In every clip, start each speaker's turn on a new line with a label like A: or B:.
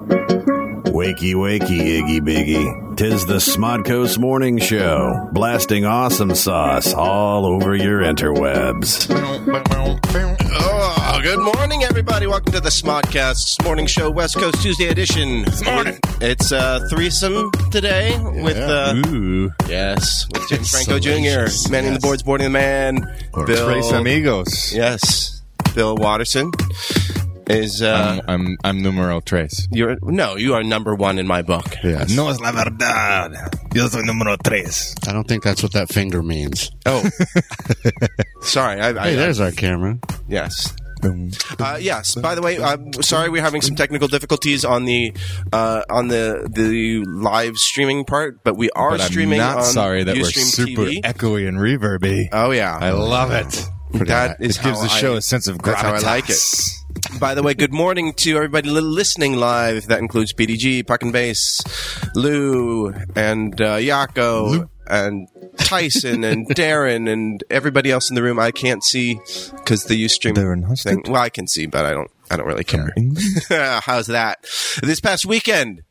A: Wakey, wakey, Iggy Biggy. Tis the Smodcoast Morning Show, blasting awesome sauce all over your interwebs.
B: Oh, good morning, everybody. Welcome to the Smodcast Morning Show, West Coast Tuesday edition. This
C: morning.
B: It's uh, threesome today with uh,
A: Mm-hmm.
D: Ooh.
B: yes, with Jim Franco
C: Salacious,
B: Jr., manning the
C: yes.
B: boards, boarding the man, Bill.
D: Trace Amigos.
B: Yes, Bill Watterson is. Uh,
C: I'm, I'm I'm numero tres.
B: you're no, you are number one in my book.
D: Yes.
C: No es la verdad. Yo soy número tres.
E: I don't think that's what that finger means.
B: Oh, sorry. I, I,
E: Hey, there's our camera.
B: Yes. Uh, yes. By the way, I'm sorry we're having some technical difficulties on the uh, on the the live streaming part, but we are
C: But I'm
B: streaming.
C: not
B: on
C: sorry that we're
B: Ustream
C: super
B: TV.
C: echoey and reverby.
B: oh yeah,
C: I love it.
B: that is
C: It gives
B: how
C: the
B: I-
C: show a sense of gravitas.
B: that's how I like it. By the way, good morning to everybody li- listening live. That includes PDG, Puck and Bass, Lou, and uh, Yako, and Tyson, and Darren, and everybody else in the room. I can't see because the Ustream
C: Darren Husted?
B: thing. Well, I can see, but I don't. I don't really care. How's that? This past weekend,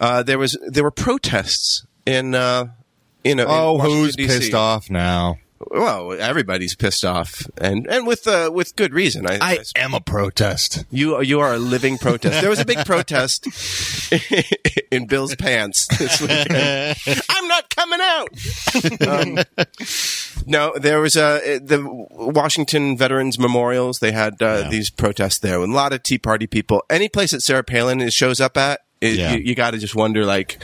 B: uh, there was there were protests in. Uh, in, uh, in
C: Oh, who's
B: Washington, DC.
C: pissed off now?
B: Well, everybody's pissed off, and and with uh, with good reason. I, I suppose.
C: am a protest.
B: You you are a living protest. There was a big protest in Bill's pants this weekend. I'm not coming out. Um, no, there was a the Washington Veterans Memorials. They had uh, these protests there with a lot of Tea Party people. Any place that Sarah Palin is- shows up at, it,
E: Yeah.
B: you, you got to just wonder, like,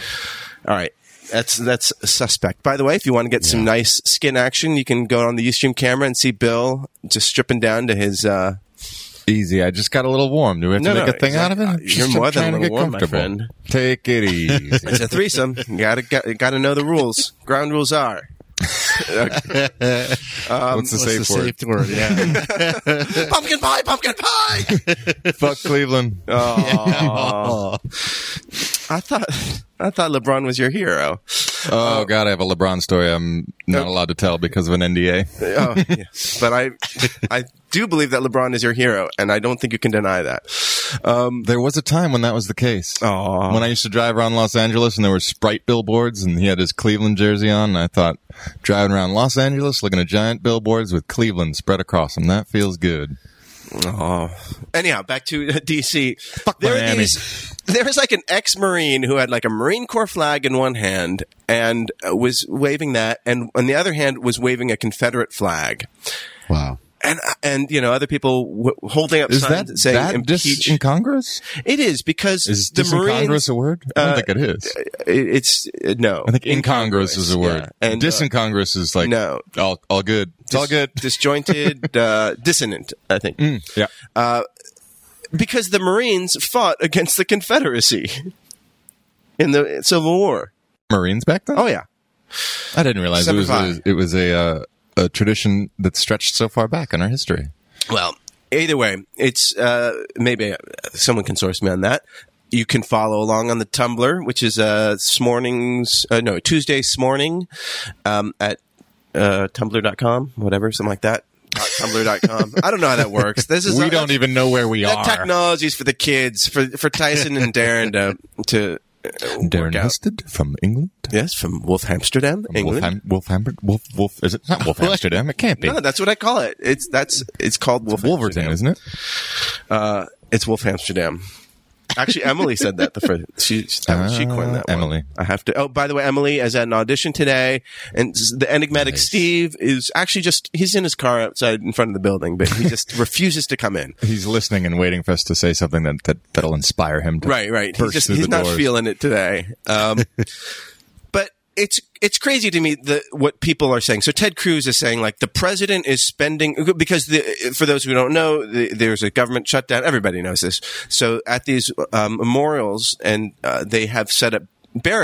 B: all right. That's that's suspect. By the way, if you want to get some nice skin action, you can go on the Ustream camera and see Bill just stripping down to his uh,
C: Easy. I just got a little warm. Do we have
B: No,
C: to make
B: no,
C: a thing out of it?
B: exactly. You're
C: Just
B: more than
C: trying
B: a
C: to
B: little
C: get
B: warm, my
C: comfortable.
B: friend.
C: Take it easy.
B: It's a threesome. You gotta gotta, gotta know the rules. Ground rules are
C: What's the
E: What's
C: safe
E: the
C: word?
E: safe word? Yeah.
B: pumpkin pie, pumpkin pie.
C: Fuck Cleveland.
B: Oh. I thought I thought LeBron was your hero. Uh,
C: Oh God, I have a LeBron story I'm not allowed to tell because of an NDA.
B: Oh, yes. but I I do believe that LeBron is your hero, and I don't think you can deny that. Um,
C: There was a time when that was the case.
B: Aw.
C: When I used to drive around Los Angeles and there were Sprite billboards and he had his Cleveland jersey on, and I thought driving around Los Angeles looking at giant billboards with Cleveland spread across them, that feels good.
B: Oh. Anyhow, back to uh, DC. there are
C: Miami.
B: these. There was like an ex-marine who had like a Marine Corps flag in one hand and uh, was waving that, and on the other hand was waving a Confederate flag.
E: Wow.
B: and and you know other people w- holding up
C: Is
B: signs
C: that
B: saying
C: that
B: impeach.
C: dis- in Congress?
B: it is because
C: Is
B: the Marines.
C: disincongress a word? I don't
B: uh,
C: think it is.
B: it- It's uh, no.
C: I think in Congress is a word.
B: yeah.
C: And
B: And, uh,
C: disincongress is like
B: no.
C: all all good. It's all good. Mm.
B: disjointed, uh, dissonant. I think
C: Yeah.
B: because the Marines fought against the Confederacy in the Civil War.
C: Marines back then?
B: Oh yeah,
C: I didn't realize it was a,
B: 75.
C: it was a uh, a tradition that stretched so far back in our history.
B: Well, either way, it's uh, maybe uh, someone can source me on that. You can follow along on the Tumblr, which is uh, this morning's uh, no Tuesday morning um, at uh, tumblr.com, whatever, something like that. Dot Tumblr.com. I don't know how that works. This is
C: We don't even know where we
B: that
C: are.
B: technology's for the kids, for for Tyson and Darren to to uh,
C: Darren
B: work out.
C: Husted from England.
B: Yes, from Wolf Amsterdam, England.
C: Wolfham, Wolfham, Wolf, Wolf, is it not Wolf Amsterdam? It can't be.
B: no, that's what I call it. It's that's it's called Wolf
C: Wolverton,
B: Amsterdam.
C: isn't it?
B: Uh, it's Wolf Amsterdam. Actually, Emily said that the first. She she that was- she coined that.
C: Ah,
B: one.
C: Emily.
B: I have to. Oh, by the way, Emily is at an audition today, and s- the enigmatic Steve is actually just he's in his car outside in front of the building, but he just refuses to come in.
C: He's listening and waiting for us to say something that, that that'll inspire him. To
B: Right, right. He's
C: burst
B: just
C: through
B: he's
C: the
B: not
C: doors.
B: feeling it today. Um, but it's it's crazy to me the what people are saying. So Ted Cruz is saying like the president is spending because the, for those who don't know, the, there's a government shutdown. Everybody knows this. So at these um, memorials, and uh, they have set up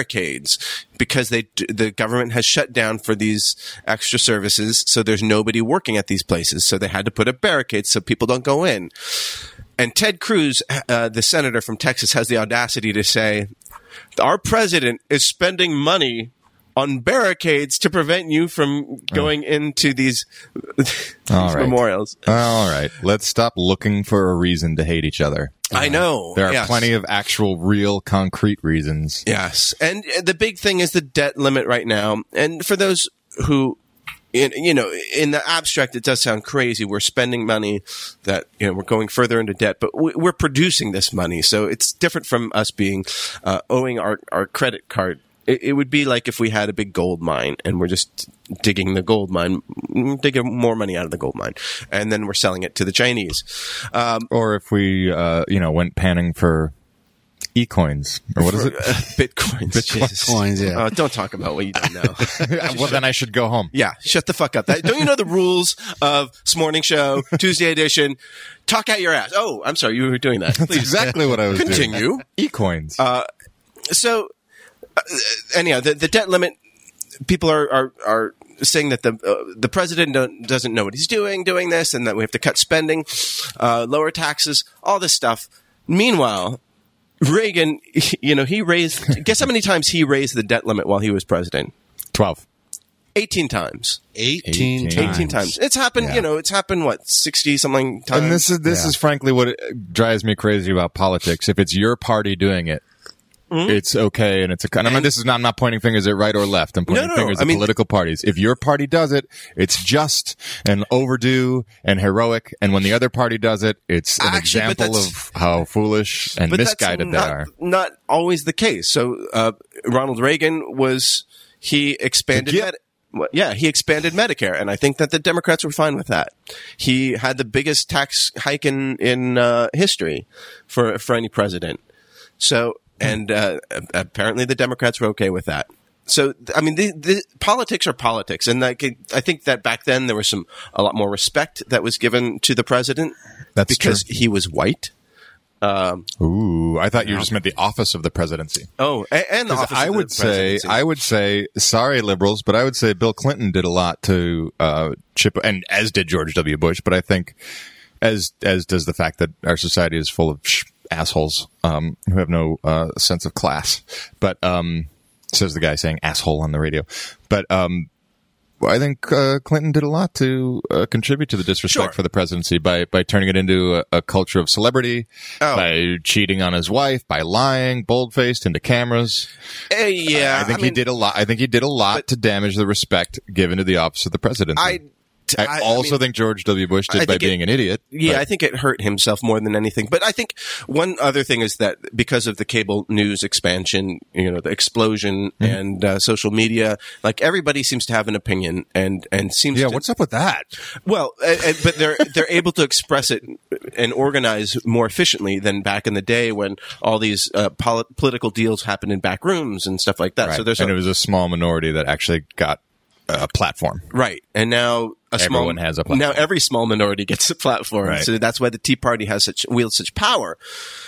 B: barricades because they the government has shut down for these extra services so there's nobody working at these places so they had to put up barricades so people don't go in and Ted Cruz, uh, the senator from Texas, has the audacity to say, Our president is spending money on barricades to prevent you from going into these, these
C: Oh. All right.
B: memorials.
C: All right, let's stop looking for a reason to hate each other.
B: I know.
C: There are
B: yes.
C: plenty of actual, real, concrete reasons.
B: Yes, and uh, the big thing is the debt limit right now. And for those who, in, you know, in the abstract, it does sound crazy. We're spending money that you know we're going further into debt, but we- we're producing this money, so it's different from us being uh, owing our our credit card. It, it would be like if we had a big gold mine and we're just digging the gold mine, mm, digging more money out of the gold mine, and then we're selling it to the Chinese. Um,
C: Or if we, uh, you know, went panning for e coins or what is
B: for,
C: it?
B: uh, Bitcoins. Jesus.
E: Coins, yeah.
B: Uh, don't talk about what you don't know.
C: well, then I should go home.
B: Yeah, shut the fuck up. That- don't you know the rules of this morning show, Tuesday edition? Talk out your ass. Oh, I'm sorry, you were doing that. Please
C: Exactly what I was doing.
B: continue.
C: E coins.
B: So, uh, anyhow, the, the debt limit. People are are, are saying that the uh, the president don't, doesn't know what he's doing, doing this, and that we have to cut spending, uh, lower taxes, all this stuff. Meanwhile, Reagan, you know, he raised. guess how many times he raised the debt limit while he was president?
C: 12.
B: Eighteen times.
E: 18,
C: 18
E: times.
B: 18 times. It's happened,
E: Yeah.
B: you know, it's happened what, 60 something times.
C: And this is this
E: Yeah.
C: is frankly what it drives me crazy about politics. If it's your party doing it,
B: Mm-hmm.
C: it's okay, and it's a. And, I mean, this is not. I'm not pointing fingers at right or left. I'm pointing
B: No, no,
C: fingers
B: I
C: at
B: mean-
C: political parties. If your party does it, it's just and overdue and heroic. And when the other party does it, it's an
B: Actually, but
C: example
B: that's-
C: of how foolish and
B: but that's
C: misguided
B: not,
C: they are.
B: Not always the case. So, uh, Ronald Reagan was, he expanded.
C: gimp.
B: Med- well, yeah, he expanded Medicare, and I think that the Democrats were fine with that. He had the biggest tax hike in in uh, history for for any president. So, and uh, a- apparently the Democrats were okay with that. So, th- I mean, the, the politics are politics, and like it- I think that back then there was some a lot more respect that was given to the president.
C: That's
B: because
C: true.
B: he was white.
C: Ooh, I thought you just meant the office of the presidency.
B: Oh, and, and the
C: Because
B: office
C: I
B: of the
C: would say,
B: presidency.
C: I would say, sorry, liberals, but I would say Bill Clinton did a lot to uh, chip, and as did George W. Bush. But I think, as as does the fact that our society is full of sh- assholes um, who have no uh, sense of class. But um, says the guy saying asshole on the radio. But um, I think uh, Clinton did a lot to uh, contribute to the disrespect
B: Sure.
C: for the presidency by by turning it into a, a culture of celebrity,
B: Oh.
C: by cheating on his wife, by lying bold faced into cameras.
B: Eh, yeah,
C: I think he
B: mean,
C: did a lot. I think he did a lot to damage the respect given to the office of the president.
B: I,
C: I
B: I- I
C: also
B: mean,
C: think George W. Bush did
B: I
C: by
B: think it-
C: being an idiot.
B: yeah,
C: but-
B: I think it hurt himself more than anything. But I think one other thing is that because of the cable news expansion, you know, the explosion
C: Mm-hmm.
B: and uh, social media, like everybody seems to have an opinion and and seems
C: yeah.
B: to,
C: What's up with that?
B: Well, uh, uh, but they're they're able to express it and organize more efficiently than back in the day when all these uh, poli- political deals happened in back rooms and stuff like that. So there's
C: and
B: a-
C: it was a small minority that actually got a platform.
B: right, and now a
C: Everyone
B: small,
C: has a platform.
B: Now every small minority gets a platform,
C: Right.
B: so that's why the Tea Party has such wields such power.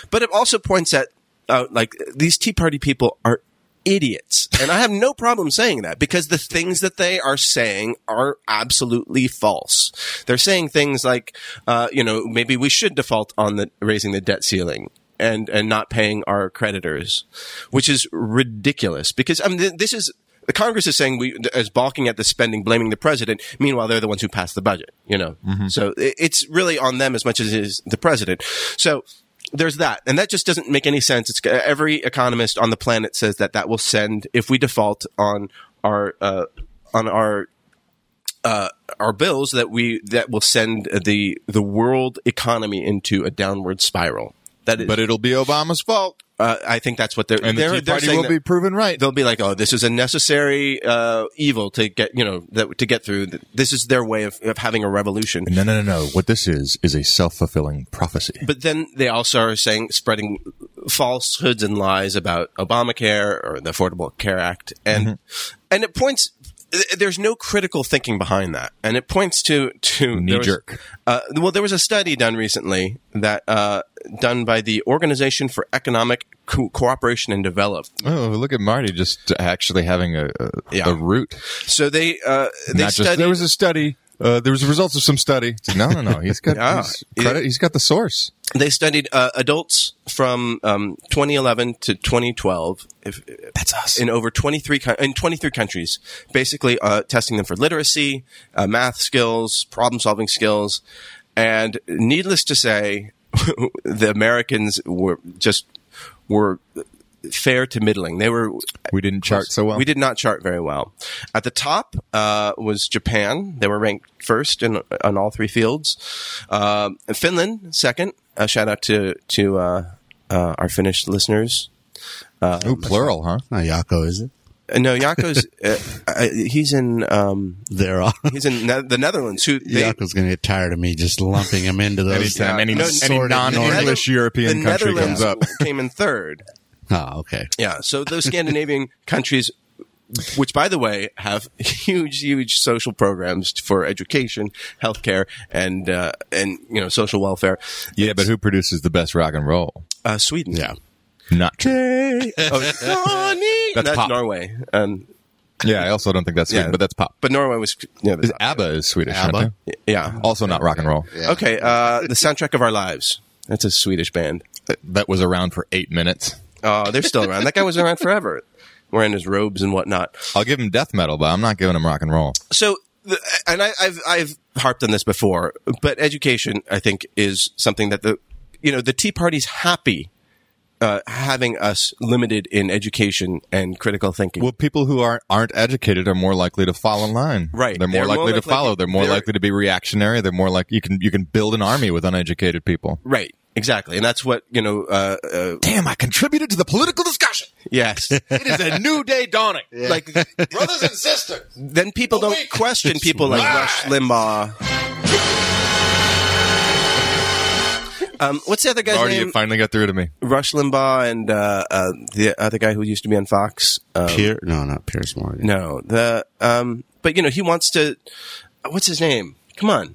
B: But it also points at out like these Tea Party people are idiots, and I have no problem saying that because the things that they are saying are absolutely false. They're saying things like, uh, you know, maybe we should default on the raising the debt ceiling. And, and not paying our creditors, which is ridiculous because, I mean, th- this is, the Congress is saying we is balking at the spending, blaming the president. Meanwhile, they're the ones who passed the budget. You know,
C: Mm-hmm.
B: so it, it's really on them as much as it is the president. So there's that, and that just doesn't make any sense. It's uh, every economist on the planet says that that will send if we default on our uh, on our uh, our bills that we that will send the the world economy into a downward spiral. That is,
C: But it'll be Obama's fault,
B: uh, I think that's what they're
C: and
B: they're,
C: the Tea
B: they're
C: Party
B: saying
C: will
B: that-
C: be proven right.
B: they'll be like, "Oh, this is a necessary uh, evil to get you know that, to get through. This is their way of, of having a revolution."
C: No, no, no, no. What this is is a self fulfilling prophecy.
B: But then they also are saying spreading falsehoods and lies about Obamacare or the Affordable Care Act, and
C: Mm-hmm.
B: and it points. th- There's no critical thinking behind that, and it points to to
C: Knee
B: there was-
C: jerk.
B: Uh, well, there was a study done recently that uh, done by the Organization for Economic Co- Cooperation and Development.
C: Oh, look at Marty just actually having a a,
B: Yeah.
C: a root.
B: So they uh,
C: Not
B: they
C: just-
B: studied.
C: there was a study. Uh, there was the results of some study. It's like, No, no, no. He's got
B: Yeah.
C: he's credit. He's got the source.
B: they studied uh, adults from um, 2011 to 2012 if,
C: That's us.
B: in over 23 coun- in 23 countries, basically uh, testing them for literacy, uh, math skills, problem solving skills, and needless to say, the Americans were just were fair to middling. They were
C: We didn't chart so well.
B: we did not chart very well. At the top uh, was Japan. They were ranked first in on all three fields. Um Finland second. A shout out to to uh, uh, our Finnish listeners.
C: Ooh, plural, huh?
E: Not Yako, is it?
B: Uh, no, Yako's uh, uh, he's in um,
E: They're all.
B: he's in ne- the Netherlands. Who they,
E: Yako's going to get tired of me just lumping him into those.
C: Anytime any,
B: No,
C: any
E: sorted
C: non-English
B: Nether-
C: European
B: the
C: country
B: Netherlands
C: comes up.
B: Came in third.
E: Oh, okay.
B: Yeah. So those Scandinavian countries, which by the way have huge, huge social programs for education, healthcare, and uh, and you know social welfare.
C: Yeah, but who produces the best rock and roll?
B: Uh, Sweden.
E: Yeah.
C: Not true.
B: Oh, Johnny!
C: That's
B: That's,
C: pop.
B: Norway. Um,
C: Yeah, I also don't think that's Sweden,
B: Yeah.
C: but that's pop.
B: but Norway was yeah.
C: Is ABBA is Swedish, aren't
E: ABBA?
C: they?
B: yeah.
C: Also not rock and roll.
B: Okay. Uh, the soundtrack of our lives. That's a Swedish band.
C: That was around for eight minutes.
B: Oh, they're still around. That guy was around forever, wearing his robes and whatnot.
C: I'll give him death metal, but I'm not giving him rock and roll.
B: so the, and I, I've I've harped on this before, but education I think is something that the you know the Tea Party's happy uh, having us limited in education and critical thinking.
C: Well, people who aren't aren't educated are more likely to fall in line.
B: Right.
C: They're more
B: They're more
C: likely to
B: likely-
C: follow. They're more
B: they're-
C: likely to be reactionary. They're more like you can you can build an army with uneducated people.
B: right, exactly, and that's what you know. Uh, uh,
C: Damn, I contributed to the political discussion.
B: yes,
D: It is a new day dawning.
B: like
D: Brothers and sisters.
B: then people don't
D: wait.
B: question people like Rush Limbaugh. Um, what's the other guy's
C: Already,
B: name?
C: it finally got through to me.
B: Rush Limbaugh and uh, uh, the other guy who used to be on Fox.
C: Uh,
B: Um,
E: Pier- no, not Pierce Morgan.
B: No, the um, but you know he wants to. What's his name? Come on,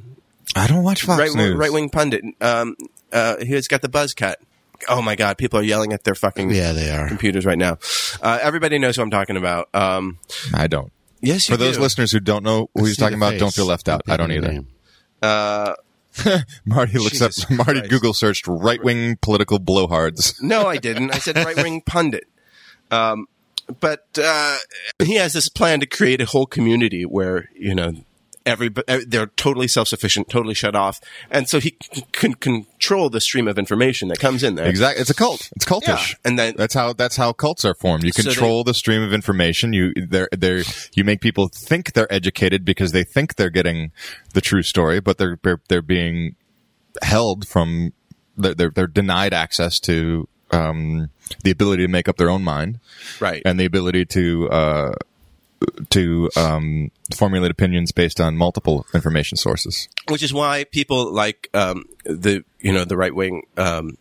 C: I don't watch Fox
B: right
C: News.
B: right wing pundit. Um, uh, he's got the buzz cut. Oh my god, people are yelling at their fucking
E: Yeah, they are.
B: computers right now. Uh, everybody knows who I'm talking about. Um,
C: I don't.
B: yes, you
C: For those
B: do.
C: listeners who don't know who he's
E: See the
C: talking about,
E: face.
C: don't feel left out. I don't
E: Name.
C: either. Marty looks
B: Jesus
C: up. Marty
B: Christ.
C: Google searched right wing political blowhards.
B: No, I didn't. I said right wing pundit. Um, but uh, he has this plan to create a whole community where you know every uh, they're totally self sufficient, totally shut off, and so he c- can control the stream of information that comes in there.
C: Exactly. It's a cult. It's cultish.
B: Yeah. And then-
C: that's how that's how cults are formed. You
B: So they-
C: control the stream of information. You they're, they're you make people think they're educated because they think they're getting the true story, but they're they're, they're being held from they're, they're they're denied access to um, the ability to make up their own mind
B: Right.
C: and the ability to uh, to um, formulate opinions based on multiple information sources.
B: which is why people like um, the you know the right wing um,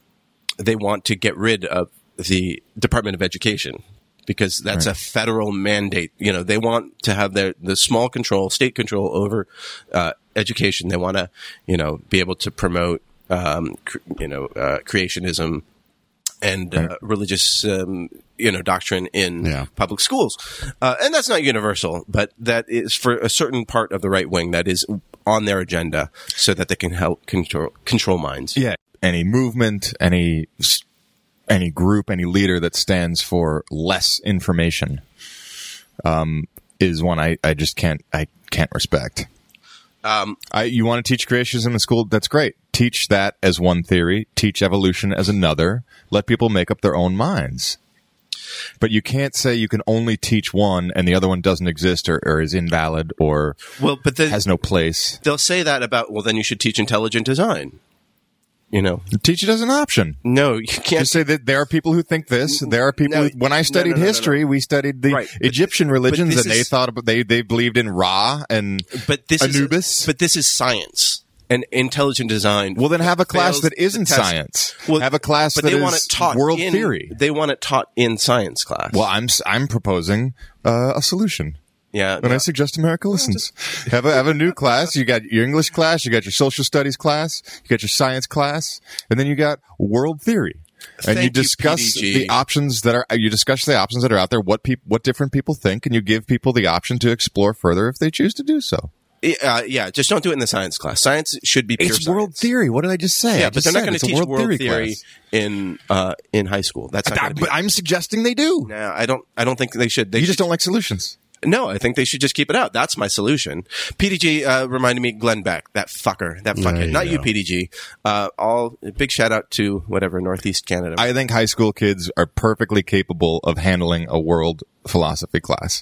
B: they want to get rid of the Department of Education because that's a federal mandate. You know they want to have their the small control, state control over uh, education. They want to you know be able to promote um, cr- you know uh, creationism and uh, religious um, you know doctrine in
E: Yeah.
B: public schools, uh, and that's not universal, but that is for a certain part of the right wing that is on their agenda, so that they can help control control minds.
C: yeah any movement any s- any group any leader that stands for less information um is one i i just can't i can't respect
B: Um,
C: I, you want to teach creationism in school? That's great. Teach that as one theory. Teach evolution as another. Let people make up their own minds. But you can't say you can only teach one and the other one doesn't exist or, or is invalid or
B: well, but then
C: has no place.
B: they'll say that about well, then you should teach intelligent design. You know,
C: Teach it as an option.
B: no, you can't.
C: Just say that there are people who think this. There are people.
B: No,
C: who, when I studied
B: no, no, no, no.
C: history, we studied the
B: Right, but-
C: Egyptian religions,
B: this
C: and they
B: is-
C: thought about, they they believed in Ra and
B: but this
C: Anubis.
B: Is, but this is science and intelligent design.
C: well, then have a class
B: fails
C: that
B: the
C: isn't
B: test.
C: science.
B: Well,
C: have a class
B: but
C: that
B: they
C: is
B: want it taught
C: world
B: in-
C: theory.
B: They want it taught in science class.
C: Well, I'm s- I'm proposing uh, a solution.
B: yeah,
C: And I suggest America listens. Have a have a new class. You got your English class, you got your social studies class, you got your science class, and then you got world theory. And
B: Thank
C: you
B: you,
C: discuss
B: PDG.
C: the options that are you discuss the options that are out there, what people what different people think, and you give people the option to explore further if they choose to do so.
B: uh, yeah. Just don't do it in the science class. Science should be pure
C: it's
B: science.
C: world theory. What did I just say? I
B: Yeah, but
C: just
B: they're
C: said
B: not going to
C: it's a
B: teach world theory,
C: class.
B: in uh, in high school. That's not
C: Ah,
B: going to be.
C: But I'm suggesting they do.
B: No, I don't. I don't think they should. They
C: You just
B: should-
C: don't like solutions.
B: No, I think they should just keep it out. That's my solution. PDG uh, reminded me Glenn Beck, that fucker, that fucker.
E: you
B: Not you,
E: go.
B: PDG. Uh, all big shout out to whatever Northeast Canada.
C: I think high school kids are perfectly capable of handling a world philosophy class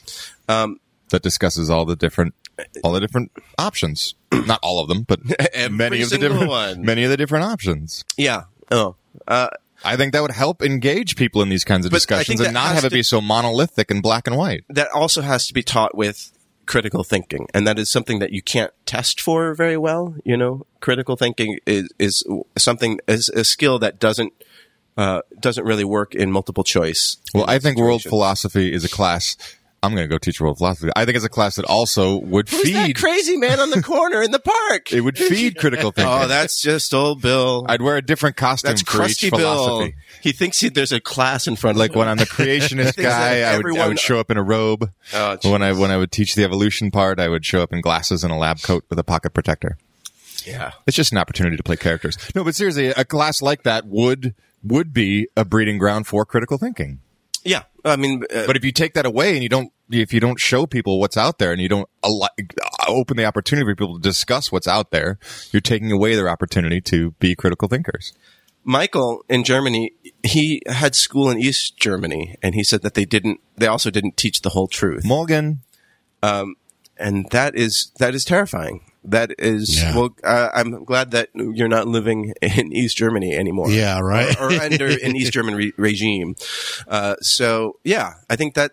B: Um,
C: that discusses all the different all the different options. Not all of them, but
B: Every
C: many of the
B: single
C: different
B: one.
C: many of the different options.
B: yeah. Oh, uh,
C: I think that would help engage people in these kinds of
B: But I think
C: discussions and
B: that
C: not
B: has
C: have it
B: to-
C: be so monolithic and black and white.
B: that also has to be taught with critical thinking and that is something that you can't test for very well you know critical thinking is is something is a skill that doesn't uh, doesn't really work in multiple choice
C: Well, I think world philosophy is a class. I'm going to go teach world philosophy. I think it's a class that also would
B: who's that
C: feed.
B: crazy man on the corner in the park
C: it would feed critical thinking.
B: oh that's just old bill
C: I'd wear a different costume
B: that's
C: for each
B: crusty bill
C: philosophy.
B: he thinks he, there's a class in front
C: Like
B: of him
C: when I'm the creationist
B: Things
C: guy,
B: that
C: I would, I
B: everyone-
C: would show up in a robe.
B: Oh, jeez.
C: when I when I would teach the evolution part, I would show up in glasses and a lab coat with a pocket protector.
B: yeah
C: It's just an opportunity to play characters. No, but seriously, a class like that would would be a breeding ground for critical thinking.
B: yeah i mean uh,
C: But if you take that away and you don't, if you don't show people what's out there and you don't al- open the opportunity for people to discuss what's out there, you're taking away their opportunity to be critical thinkers.
B: Michael in Germany, he had school in East Germany, and he said that they didn't. They also didn't teach the whole truth,
C: Morgan,
B: and that is that is terrifying. That is
E: Yeah.
B: well. Uh, I'm glad that you're not living in East Germany anymore.
E: Yeah, right.
B: or, or under an East German re- regime. Uh, so yeah, I think that.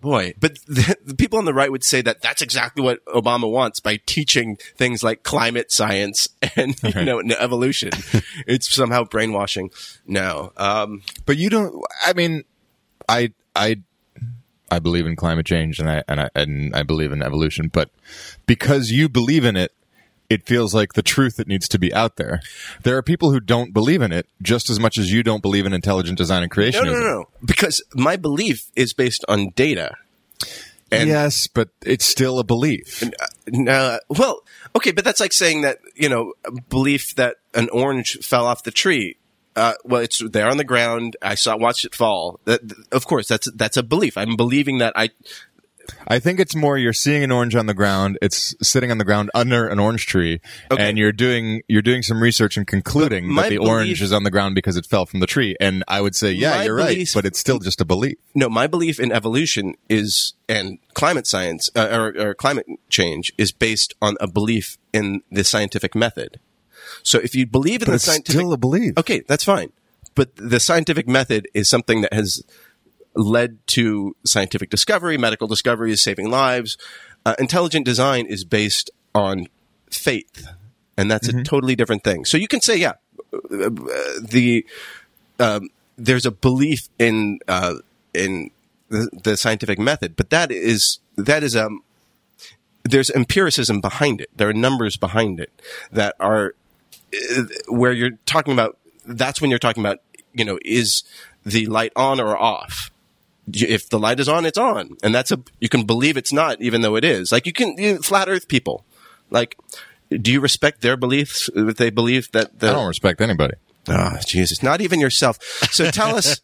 B: Boy, but the, the people on the right would say that that's exactly what Obama wants by teaching things like climate science and you know and evolution. it's somehow brainwashing. No, um,
C: but you don't. I mean, I I I believe in climate change and I and I and I believe in evolution, but because you believe in it, it feels like the truth that needs to be out there. There are people who don't believe in it just as much as you don't believe in intelligent design and
B: No,
C: creationism.
B: no, no, no. Because my belief is based on data. And-
C: yes, but it's still a belief.
B: Uh, no, well, okay, but that's like saying that you know a belief that an orange fell off the tree. Uh, well, it's there on the ground. I saw, watched it fall. That, of course, that's that's a belief. I'm believing that I.
C: I think it's more you're seeing an orange on the ground. It's sitting on the ground under an orange tree,
B: Okay.
C: and you're doing you're doing some research and concluding
B: my
C: that the
B: belief-
C: orange is on the ground because it fell from the tree. And I would say, yeah,
B: My
C: you're
B: belief-
C: right, but it's still just a belief.
B: No, my belief in evolution is and climate science uh, or, or climate change is based on a belief in the scientific method. So if you believe in the
C: it's
B: scientific
C: still a belief.
B: Okay, that's fine. But the scientific method is something that has led to scientific discovery. Medical discovery is saving lives. Uh, intelligent design is based on faith, and that's a totally different thing. So you can say, yeah, uh, uh, the um, there's a belief in uh, in the, the scientific method, but that is that is um there's empiricism behind it. There are numbers behind it that are uh, where you're talking about that's when you're talking about you know is the light on or off if the light is on it's on and that's a you can believe it's not even though it is like you can you, flat earth people like do you respect their beliefs if they believe that the
C: I don't respect anybody.
B: Ah, jesus not even yourself so tell us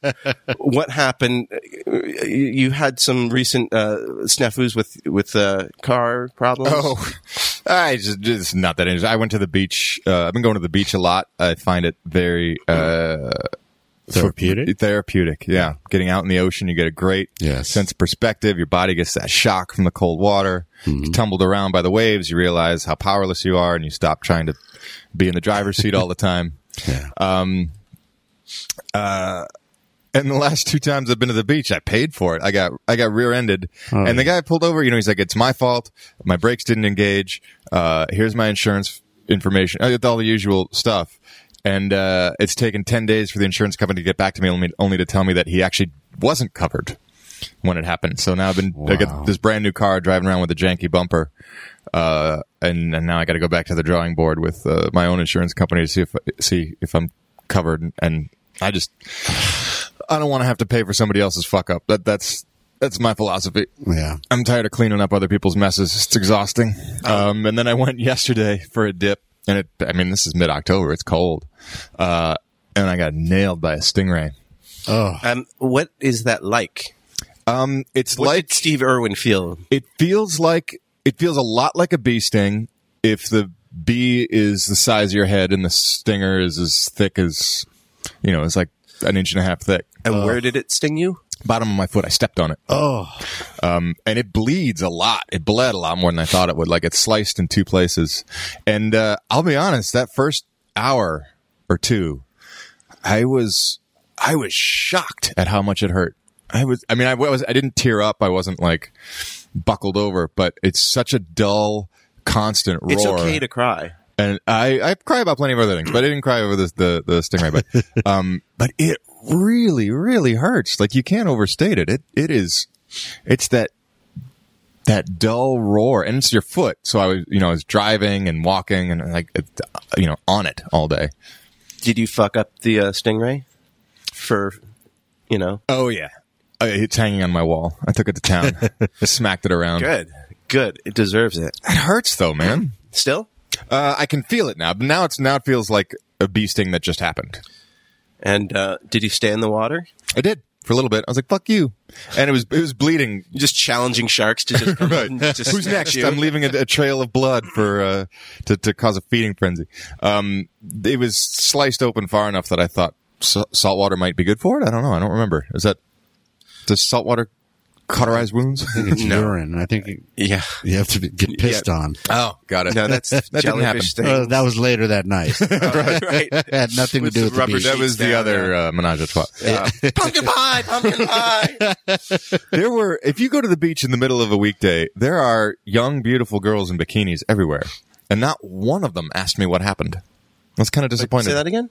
B: what happened You- you had some recent uh, snafus with with uh, car problems
C: Oh, I just it's not that interesting. I went to the beach. Uh, I've been going to the beach a lot. I find it very uh,
E: Therapeutic.
C: Therapeutic, yeah. Getting out in the ocean, you get a great
E: Yes.
C: sense of perspective. Your body gets that shock from the cold water. You're tumbled around by the waves. You realize how powerless you are, and you stop trying to be in the driver's seat all the time.
E: Yeah.
C: And the last two times I've been to the beach, I paid for it. I got I got rear-ended, and the guy pulled over. You know, he's like, "It's my fault. My brakes didn't engage. Uh, here's my insurance information. Uh, all the usual stuff." And uh, it's taken ten days for the insurance company to get back to me, only, only to tell me that he actually wasn't covered when it happened. So now I've been I
E: Wow.
C: got this brand new car driving around with a janky bumper, uh, and, and now I got to go back to the drawing board with uh, my own insurance company to see if see if I'm covered. And I just I don't want to have to pay for somebody else's fuck up. That that's that's my philosophy.
E: yeah.
C: I'm tired of cleaning up other people's messes. It's exhausting. Um, and then I went yesterday for a dip, and it. I mean, this is mid October. It's cold, uh, and I got nailed by a stingray.
E: Oh,
B: um, what is that like
C: Um, it's
B: What
C: like
B: did Steve Irwin feel?
C: it feels like it feels a lot like a bee sting if the bee is the size of your head and the stinger is as thick as you know it's like an inch and a half thick
B: And where did it sting you?
C: bottom of my foot i stepped on it
E: Oh,
C: um, and it bleeds a lot it bled a lot more than i thought it would like it's sliced in two places and uh, i'll be honest that first hour or two i was i was shocked at how much it hurt i was i mean i was i didn't tear up i wasn't like buckled over, but it's such a dull, constant roar.
B: It's okay to cry.
C: and I, I cry about plenty of other things, but I didn't cry over this, the the stingray bite. um, but it really, really hurts. Like you can't overstate it. It it is, it's that that dull roar, and it's your foot. So I was, you know, I was driving and walking and like, it, you know, on it all day.
B: Did you fuck up the uh, stingray? For you know,
C: Oh yeah. It's hanging on my wall. I took it to town. I smacked it around.
B: good, good. It deserves it.
C: It hurts though, man.
B: Still,
C: Uh, I can feel it now, but now it's now it feels like a bee sting that just happened.
B: and uh, did you stay in the water?
C: I did for a little bit. I was like, "Fuck you," and it was it was bleeding.
B: You're just challenging sharks to just, to
C: Who's
B: snatch
C: next?
B: you?
C: I'm leaving a, a trail of blood for uh, to to cause a feeding frenzy. Um, it was sliced open far enough that I thought sa- salt water might be good for it. I don't know. I don't remember. Is that does salt water cauterize wounds?
E: it's urine. I think you-
B: yeah,
E: you have to be- get pissed on.
C: oh, got it.
B: no, that's that
C: didn't
B: jellyfish thing.
E: Uh, that was later that night. It
B: right.
E: had nothing to
B: With
E: do
B: the
E: with the
B: rubber
E: beach.
C: that was the
B: down,
C: other uh, menage a trois.
B: Uh, pumpkin pie, pumpkin pie.
C: there were if you go to the beach in the middle of a weekday there are young beautiful girls in bikinis everywhere and not one of them asked me what happened i was kind of disappointed
B: Say that again.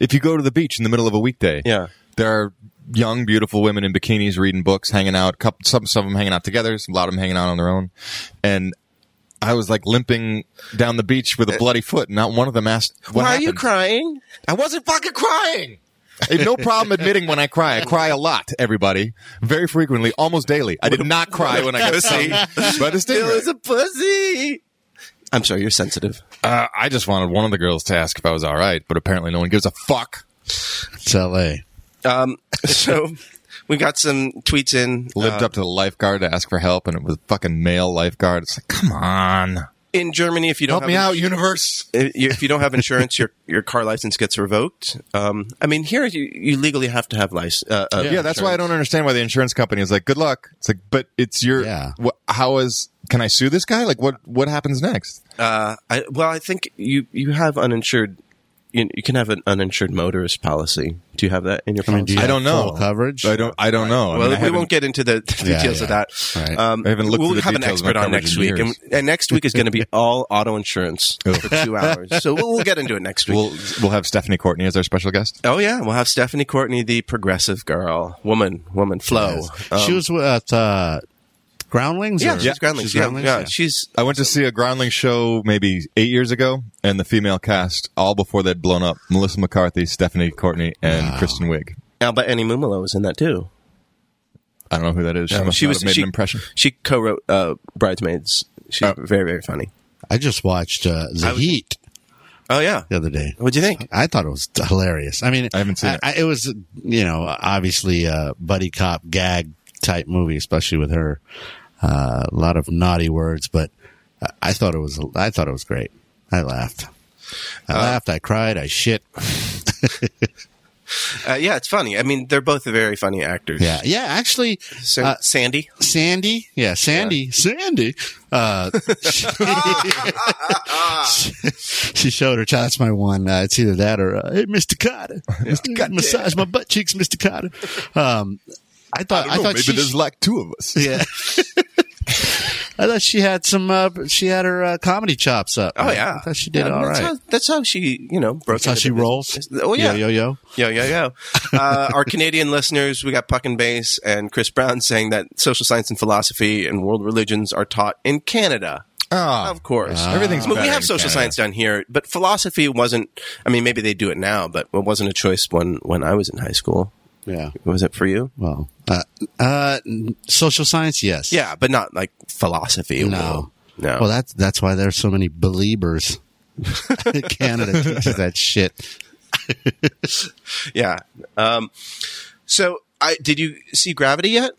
C: if you go to the beach in the middle of a weekday
B: Yeah.
C: there are young beautiful women in bikinis reading books hanging out couple, some, some of them hanging out together some, a lot of them hanging out on their own and I was like limping down the beach with a bloody foot, and not one of them asked, "What
B: Eh. Why are you
C: happened?"
B: crying?
C: I wasn't fucking crying. I have no problem admitting when I cry. I cry a lot, everybody. Very frequently, almost daily. I did not cry when I got stung by the
B: Bill is
C: stingray.
B: a pussy. I'm sorry, you're sensitive.
C: Uh, I just wanted one of the girls to ask if I was all right, but apparently no one gives a fuck.
E: It's L.A.
B: Um, so we got some tweets in. uh,
C: Lived up to the lifeguard to ask for help, and it was a fucking male lifeguard. It's like, come on,
B: in Germany, if you don't
C: help me
B: have
C: out, universe.
B: if you- if you don't have insurance, your your car license gets revoked. Um, I mean, here you, you legally have to have license. Uh, uh,
C: Yeah, that's why I don't understand why the insurance company is like, good luck. It's like, but it's your.
E: Yeah.
C: Wh- how is? Can I sue this guy? Like, what? What happens next?
B: Uh, I, well, I think you you have uninsured. You, you can have an uninsured motorist policy. Do you have that in your
E: I mean, do
B: policy?
E: you
C: I don't
E: have full
C: know.
E: coverage.
C: I don't. I don't know. I mean,
B: well,
C: I
B: we
C: haven't-
B: won't get into the, the
E: Yeah,
B: details of
E: yeah.
B: that.
E: Right.
B: Um,
C: I haven't looked
B: we'll
C: through the
B: have an
C: details of
B: expert
C: my
B: on
C: coverage
B: next
C: in
B: week, and,
C: years.
B: and next week is going to be all auto insurance for two hours. So we'll, we'll get into it next week.
C: We'll we'll have Stephanie Courtney as our special guest.
B: oh yeah, we'll have Stephanie Courtney, the progressive girl, woman, woman, flow. Um,
E: she was with uh, Groundlings.
B: yeah,
E: or-
B: she's groundlings.
E: she's
B: yeah,
E: Groundlings?
B: yeah,
E: Yeah.
B: she's
C: I went to see a Groundling show maybe eight years ago, and the female cast, all before they'd blown up, Melissa McCarthy, Stephanie Courtney, and Kristen Wiig.
B: Alba Annie Mumolo is in that too.
C: I don't know who that is. She must
B: she
C: not
B: was
C: have made
B: she,
C: an impression.
B: She co-wrote uh, Bridesmaids. She's
C: Oh.
B: very very funny.
E: I just watched uh, The
B: was-
E: Heat
B: Oh yeah,
E: the other day.
B: what'd you think?
E: I thought it was hilarious. I mean,
C: I haven't seen it.
E: I, it was, you know, obviously a buddy cop gag type movie, especially with her. Uh, a lot of naughty words, but I- I thought it was, I thought it was great. I laughed. I laughed. I cried. I shit.
B: Uh, yeah, it's funny. I mean, they're both very funny actors.
E: Yeah. Yeah. Actually,
B: So,
E: uh,
B: Sandy,
E: Sandy. Yeah. Sandy. Sandy. Uh, she, she showed her child. That's my one. Uh, it's either that or, uh, hey, Mr. Carter. Mr. Carter, massage my butt cheeks, Mr. Carter. Um, I thought, I,
C: Oh,
E: thought
C: maybe
E: she,
C: there's like two of us.
E: Yeah. I thought she had some. Uh, she had her uh, comedy chops up.
B: Oh
E: I-
B: yeah,
E: I thought she did
B: Yeah,
E: all
B: that's
E: right.
B: How, that's how she, you know, broke.
E: That's how
B: into
E: she
B: the business.
E: rolls.
B: Oh yeah,
E: yo yo yo.
B: yo yo yo. Uh, our Canadian listeners, we got Puck and Bass and Chris Brown saying that social science and philosophy and world religions are taught in Canada.
C: Ah,
B: Of course,
C: Everything's
B: I mean, we
C: better
B: have
C: in
B: social
C: Canada.
B: science down here, but philosophy wasn't. I mean, maybe they do it now, but it wasn't a choice when when I was in high school.
E: Yeah.
B: Was it for you?
E: Well, uh, uh, social science, yes.
B: Yeah, but not like philosophy.
E: No.
B: no.
E: Well, that's that's why there's so many believers. Canada teaches that shit.
B: yeah. Um, so, I did you see Gravity yet?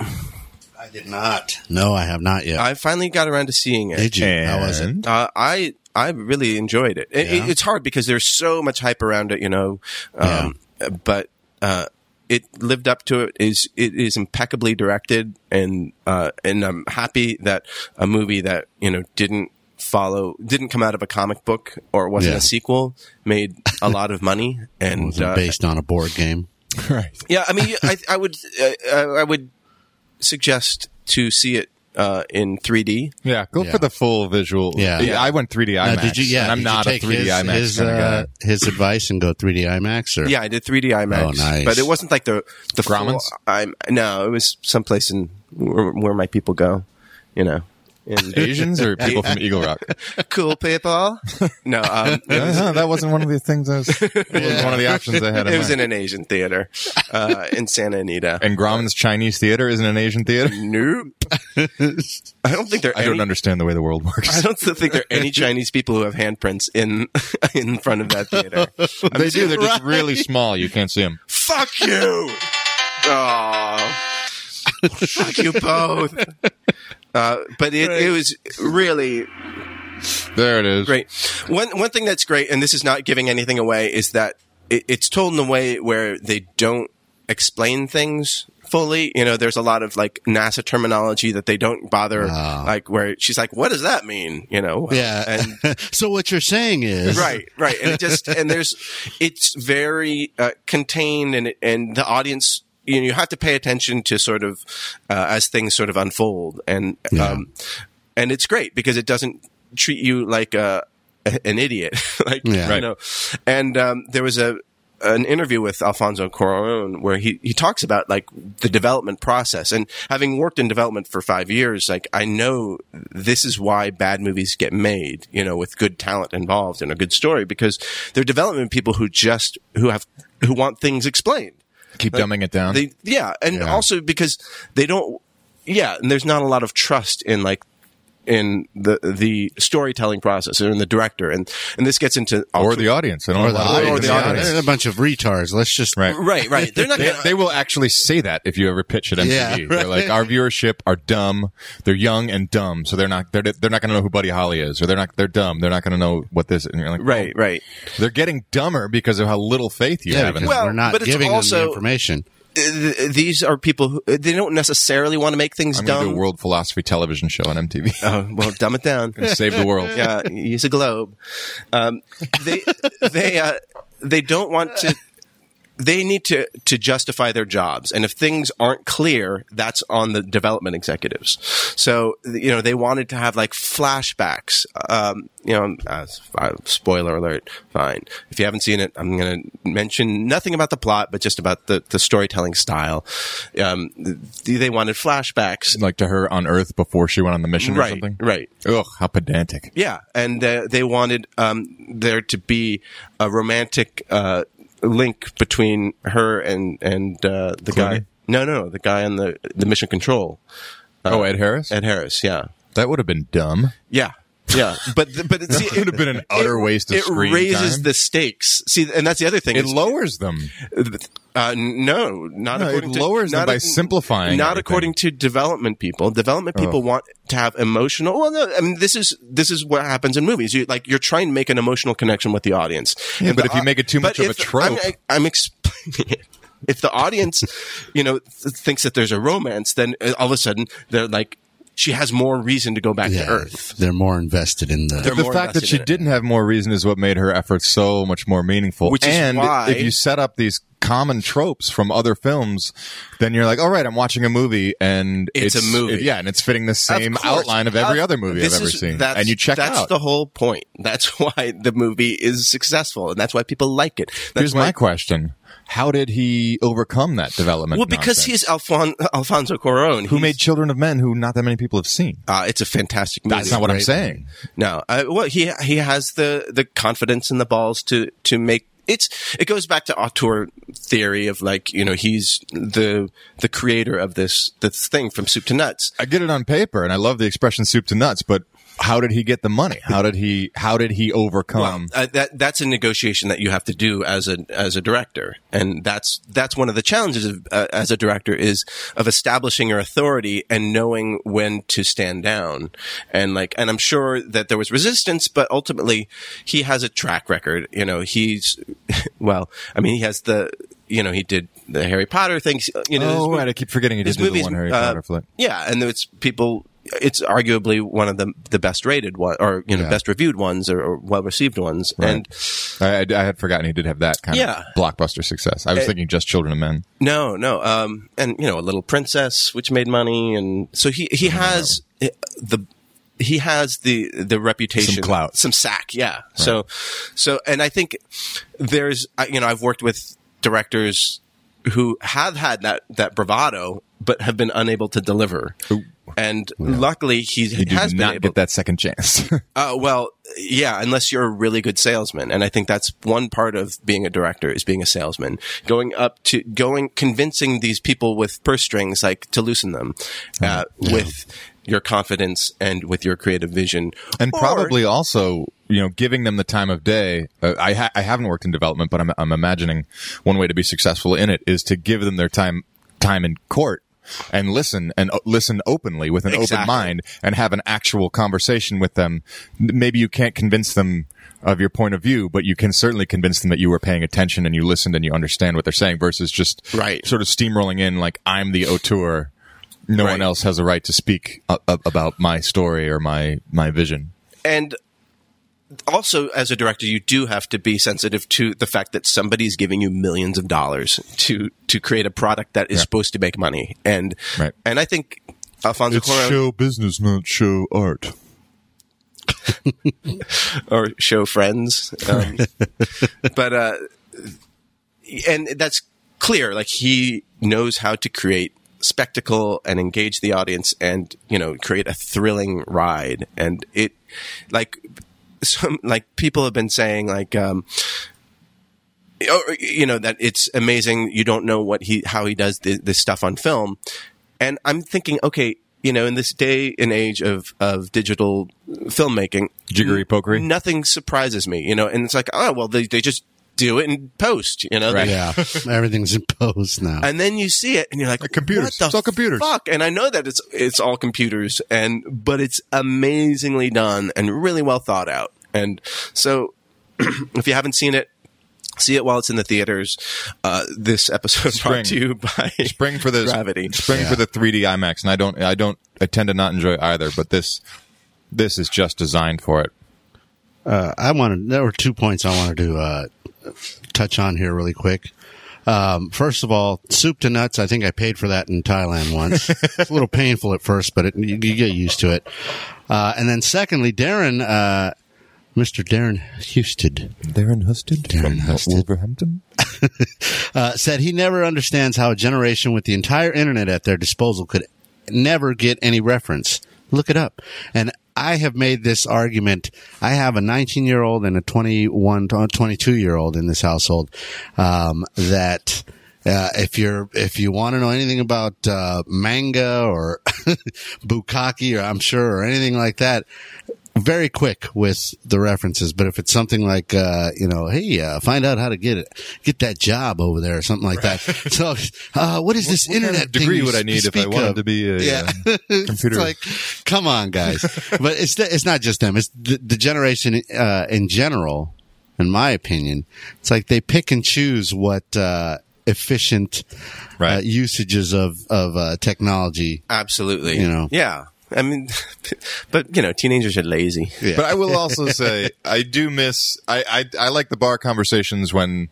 E: I did not. No, I have not yet.
B: I finally got around to seeing it.
E: Did you? How was it?
C: And
B: Uh, I I really enjoyed it. It- it-
E: Yeah?
B: It's hard because there's so much hype around it, you know. Um, But uh, it lived up to it. is It is impeccably directed, and uh, and I'm happy that a movie that you know didn't follow didn't come out of a comic book or wasn't
E: Yeah.
B: a sequel made a lot of money and
E: was it
B: uh,
E: based on a board game?
C: right.
B: yeah, I mean, I, I would, uh, I would suggest to see it uh, in 3D.
C: Yeah, go
E: Yeah.
C: for the full visual.
E: Yeah.
C: I went 3D IMAX.
E: Now, did you? Yeah,
C: and I'm
E: did you
C: not
E: take
C: a 3D
E: his,
C: IMAX
E: his,
C: kind of guy.
E: uh, his advice and go 3D IMAX or
B: Yeah, I did 3D IMAX,
E: Oh, nice.
B: but it wasn't like the the full
C: Grauman's?
B: I'm no, it was someplace in where, where my people go, you know. In
E: uh,
C: Asians or people from Eagle Rock?
B: cool people. No, um, it, was,
C: Uh-huh, that wasn't one of the things I was, that was one of the options I had.
B: it was in
C: mind.
B: an Asian theater uh, in Santa Anita.
C: and Grauman's Chinese theater isn't an Asian theater.
B: nope. I don't think there. are
C: I don't
B: any-
C: understand the way the world
B: I
C: works.
B: don't think there are any Chinese people who have handprints in in front of that theater.
C: They do. They're just really small. You can't see them.
B: Fuck you! Aw. Fuck you both. Uh, but it, it was really
C: There it is.
B: great. One one thing that's great, and this is not giving anything away, is that it, it's told in a way where they don't explain things fully. You know, there's a lot of like NASA terminology that they don't bother.
E: Wow.
B: Like where she's like, "What does that mean?" You know.
E: Yeah.
B: And
E: so what you're saying is
B: right right and it just and there's it's very uh, contained and it- and the audience you know you have to pay attention to sort of uh, as things sort of unfold and um and it's great because it doesn't treat you like a an idiot like
E: Yeah.
B: you know and um there was a an interview with Alfonso Cuarón where he, he talks about like the development process and having worked in development for five years, like I know this is why bad movies get made, you know, with good talent involved and a good story because they're development people who just, who have, who want things explained.
C: Keep dumbing it down.
B: They, yeah. And
E: Yeah.
B: also because they don't, yeah. And there's not a lot of trust in like, in the the storytelling process or in the director and and this gets into
C: or the audience. I don't
E: Or
C: know
E: the,
C: why
E: audience.
C: they
B: or
C: do
B: the
E: Yeah,
C: that.
B: audience.
E: they're a bunch of retards. Let's just
C: Right.
B: right right they're not
C: They,
B: gonna-
C: they will actually say that if you ever pitch at MTV.
E: Yeah,
C: They're
E: right.
C: like, our viewership are dumb. They're young and dumb, so they're not they're they're not going to know who Buddy Holly is, or they're not they're dumb. They're not going to know what this. And you're like,
B: right right
C: They're getting dumber because of how little faith you
E: yeah,
C: have in
E: because
C: them.
B: Well,
E: we're not
B: but it's
E: giving them
B: also-
E: the information.
B: Uh, th- these are people who they don't necessarily want to make things
C: I'm going to
B: dumb.
C: do a world philosophy television show on MTV.
B: Oh, well, dumb it down.
C: Save the world.
B: yeah, uh, use a globe. Um, they they uh, they don't want to. They need to to justify their jobs, and if things aren't clear, that's on the development executives. So you know they wanted to have like flashbacks. Um, you know, uh, uh, spoiler alert. Fine, if you haven't seen it, I'm going to mention nothing about the plot, but just about the the storytelling style. Um, th- they wanted flashbacks.
C: Like to her on Earth before she went on the mission or
B: Right,
C: something.
B: right.
C: Ugh, how pedantic.
B: Yeah, and uh, they wanted um, there to be a romantic uh, link between her and and uh, the
C: Clooney?
B: guy. No, no, the guy on the the mission control, Uh,
C: oh, Ed Harris?
B: Ed Harris. Yeah,
C: that would have been dumb.
B: yeah, yeah. But th- but see,
C: It would have been an utter waste of
B: it
C: screen
B: raises
C: time.
B: the stakes. See, and that's the other thing.
C: It
B: is-
C: lowers them.
B: Uh, no, not
C: No, it
B: according to
C: lowers them
B: not
C: by
B: ac-
C: simplifying
B: Not
C: everything. Oh.
B: according to development people. Development people want to have emotional. Well, no, I mean this is this is what happens in movies. You like you're trying to make an emotional connection with the audience.
C: Yeah,
B: And
C: but
B: the
C: if you
B: au-
C: make it too
B: but
C: much of
B: if
C: a
B: the-
C: trope-
B: I'm, I'm explaining it. If the audience, you know, th- thinks that there's a romance, then uh, all of a sudden they're like, she has more reason to go back
E: Yeah,
B: to Earth.
E: they're more invested in the.
B: They're
C: the
B: more
C: fact that
B: invested
C: she
B: in it.
C: didn't have more reason is what made her effort so much more meaningful.
B: Which is
C: and
B: why-
C: if you set up these common tropes from other films, then you're like, all right, I'm watching a movie, and
B: It's a movie.
C: yeah, and it's fitting the same
B: Of course.
C: outline of every
B: Uh,
C: other movie I've
B: this
C: ever
B: is-
C: seen,
B: that's-
C: and you check
B: that's
C: out.
B: the whole point. That's why the movie is successful, and that's why people like it. That's
C: Here's
B: why,
C: my question: How did he overcome that development?
B: well, because
C: nonsense?
B: he's Alfon- Alfonso Cuarón.
C: who made Children of Men, who not that many people have seen.
B: Uh, it's a fantastic movie.
C: That's not what I'm saying.
B: No, uh, well, he he has the the confidence and the balls to to make it's. It goes back to auteur theory of like you know he's the the creator of this this thing from soup to nuts.
C: I get it on paper, and I love the expression "soup to nuts," but how did he get the money? How did he how did he overcome?
B: uh, that that's a negotiation that you have to do as a as a director, and that's that's one of the challenges of, uh, as a director is of establishing your authority and knowing when to stand down, and like and I'm sure that there was resistance, but ultimately he has a track record. You know, he's well, I mean, he has the you know he did the Harry Potter things. You know,
C: oh,
B: this-
C: right. I keep forgetting he did
B: his
C: do the
B: movies,
C: one Harry
B: uh,
C: Potter flick.
B: Yeah, and it's people. It's arguably one of the the best rated one, or you know,
C: Yeah.
B: best reviewed ones, or, or well received ones. And
C: I, I- I had forgotten he did have that kind
B: Yeah.
C: of blockbuster success. I was thinking just Children of Men.
B: no, no, um, and you know, a little princess which made money, and so he he has uh, the. He has the the reputation,
C: Some clout.
B: some sack, yeah. So, so, and I think there's, I- you know, I've worked with directors who have had that that bravado, but have been unable to deliver. And luckily, he,
C: He did
B: has been
C: not
B: able
C: get that second chance.
B: Uh, well, yeah, unless you're a really good salesman. And I think that's one part of being a director is being a salesman. Going up to, going, convincing these people with purse strings, like, to loosen them,
C: Mm,
B: uh, with your confidence and with your creative vision.
C: and
B: Or-
C: probably also you know giving them the time of day uh, i ha- i haven't worked in development but I'm, I'm imagining one way to be successful in it is to give them their time time in court and listen and o- listen openly with an open
B: Exactly.
C: mind and have an actual conversation with them N- maybe you can't convince them of your point of view but you can certainly convince them that you were paying attention and you listened and you understand what they're saying versus just
B: Right.
C: sort of steamrolling in like i'm the auteur no one
B: Right.
C: else has a right to speak a- a- about my story or my my vision
B: and also as a director you do have to be sensitive to the fact that somebody's giving you millions of dollars to to create a product that is supposed to make money and
C: Right.
B: and i think alfonso Cuarón
C: business, not show art.
B: or show friends. Um, but uh, and that's clear. Like he knows how to create spectacle and engage the audience, and you know, create a thrilling ride. And it, like, some like people have been saying, like. Um, or, you know that it's amazing. You don't know what he, how he does thi- this stuff on film, and I'm thinking, okay, you know, in this day and age of of digital filmmaking,
C: Jiggery pokery?
B: nothing surprises me, you know. And it's like, oh well, they they just do it in post, you know. They-
E: Yeah, everything's imposed now.
B: And then you see it, and you're like,
C: computers.
B: What the
C: It's all computers."
B: Fuck. And I know that it's it's all computers, and but it's amazingly done and really well thought out. And so, if you haven't seen it. See it while it's in the theaters. Uh, this episode is
C: Spring.
B: brought to you by
C: Spring for the
B: Gravity.
C: Spring for the 3D IMAX, and I don't, I don't, I tend to not enjoy either. But this, this is just designed for it.
E: uh, I wanted there were two points I wanted to uh, touch on here really quick. Um, first of all, soup to nuts. I think I paid for that in Thailand once. it's a little painful at first, but it, you, you get used to it. Uh, and then secondly, Darren, uh, Mr. Darren Houston,
C: Darren Husted
E: Darren Husted.
C: Wolverhampton.
E: uh, said he never understands how a generation with the entire internet at their disposal could never get any reference. Look it up. And I have made this argument. I have a 19 year old and a 21, 22 year old in this household, um, that, uh, if you're, if you want to know anything about, uh, manga or bukkake or I'm sure or anything like that, very quick with the references, but if it's something like, uh, you know, hey, uh, find out how to get it, get that job over there or something like that. So, uh, what is this internet thing
C: degree
E: you
C: would I
E: s-
C: need if I
E: speak
C: wanted
E: of?
C: to be a
E: Yeah.
C: uh, computer?
E: It's like, come on, guys. but it's it's not just them. It's the, the generation uh, in general, in my opinion. It's like they pick and choose what uh, efficient uh,
C: Right.
E: usages of of uh, technology.
B: Absolutely.
E: You know.
B: Yeah. I mean, but you know, teenagers are lazy.
C: But I will also say I do miss I, I I like the bar conversations when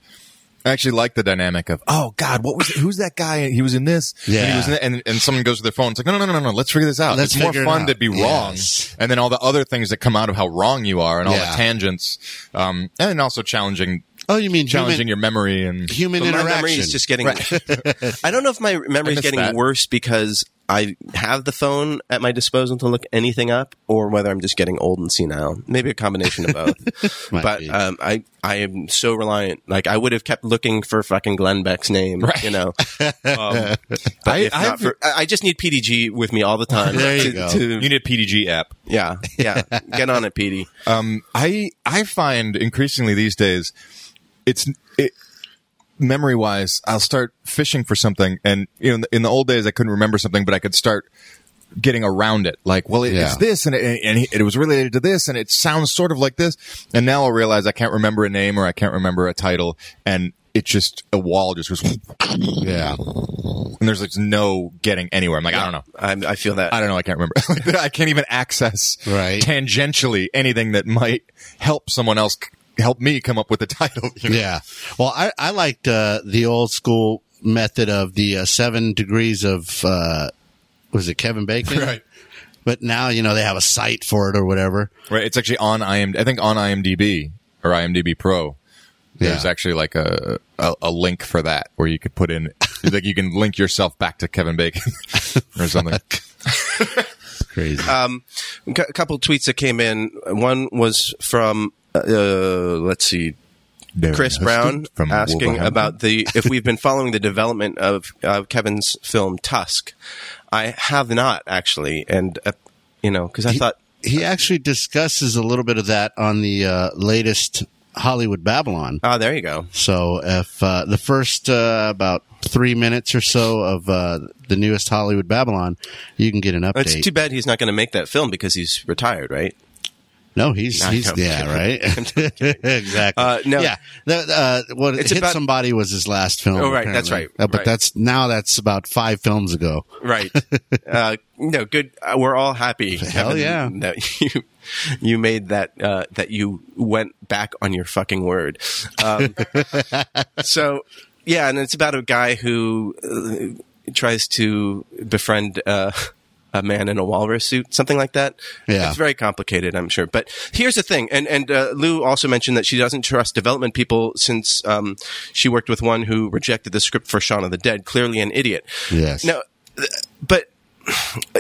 C: I actually like the dynamic of oh god what was who's that guy he was in this and, he
E: Yeah.
C: was in that, and and someone goes to their phone it's like no no no no no let's figure this out
E: Let's
C: it's more
E: figure it
C: fun
E: out.
C: to be wrong
E: Yes.
C: and then all the other things that come out of how wrong you are and all
E: Yeah.
C: the tangents um and also challenging
E: Oh, you mean
C: challenging
E: human,
C: your memory and
E: human
B: But my
E: interaction?
B: memory is just getting. I don't know if my
C: I
B: memory is
C: miss
B: getting
C: that.
B: worse because I have the phone at my disposal to look anything up, or whether I'm just getting old and senile. Maybe a combination of both.
E: Might
B: but
E: be.
B: um, I I am so reliant. Like I would have kept looking for fucking Glenn Beck's name. You know. Um, but
C: I-
B: if not
C: I've-
B: for- I, I just need PDG with me all the time.
E: There you
B: to-
E: go.
B: to-
C: You need a PDG app.
B: yeah, yeah. Get on it, PD.
C: Um, I I find increasingly these days, it's it, memory wise. I'll start fishing for something, and you know, in the, in the old days, I couldn't remember something, but I could start getting around it. Like, well, it,
E: Yeah.
C: it's this, and it, and it was related to this, and it sounds sort of like this. And now I realize I can't remember a name or I can't remember a title, and it just a wall just goes, and
E: Yeah.
C: there's like no getting anywhere. I'm like, I don't know.
B: I, I feel that.
C: I don't know. I can't remember. I can't even access
E: Right.
C: tangentially anything that might help someone else c- help me come up with a title. you know?
E: Yeah. Well, I, I liked uh, the old school method of the uh, seven degrees of, uh, was it Kevin Bacon?
C: Right.
E: But now, you know, they have a site for it or whatever.
C: Right. It's actually on IMDb. I think on IMDb or IMDb Pro. There's
E: Yeah.
C: actually like a, a a link for that where you could put in like you can link yourself back to Kevin Bacon or something.
E: It's crazy.
B: um, a cou- couple tweets that came in. One was from uh, uh, let's see, Chris Brown asking about the if we've been following the development of uh, Kevin's film Tusk. I have not actually, and uh, you know because I thought
E: he actually discusses a little bit of that on the uh, latest Hollywood Babylon.
B: ah, there you go.
E: So if uh, the first uh, about three minutes or so of uh, the newest Hollywood Babylon, you can get an update.
B: It's too bad he's not going to make that film because he's retired, right?
E: No, he's
B: No,
E: he's
B: I'm
E: yeah
B: kidding.
E: right exactly.
B: Uh, no.
E: yeah, The- uh, what
B: It's
E: hit
B: about-
E: somebody was his last film.
B: Oh, right, that's
E: apparently.
B: right,
E: Uh, but
B: right.
E: that's now that's about five films ago.
B: Right. uh, no, good. Uh, we're all happy.
E: Hell
B: Kevin,
E: yeah.
B: That you, you made that, uh, that you went back on your fucking word. Um, so, yeah, and it's about a guy who uh, tries to befriend, uh, a man in a walrus suit, something like that.
E: Yeah.
B: It's very complicated, I'm sure. But here's the thing. And, and, uh, Lou also mentioned that she doesn't trust development people since, um, she worked with one who rejected the script for Shaun of the Dead, clearly an idiot.
E: Yes.
B: No, th- but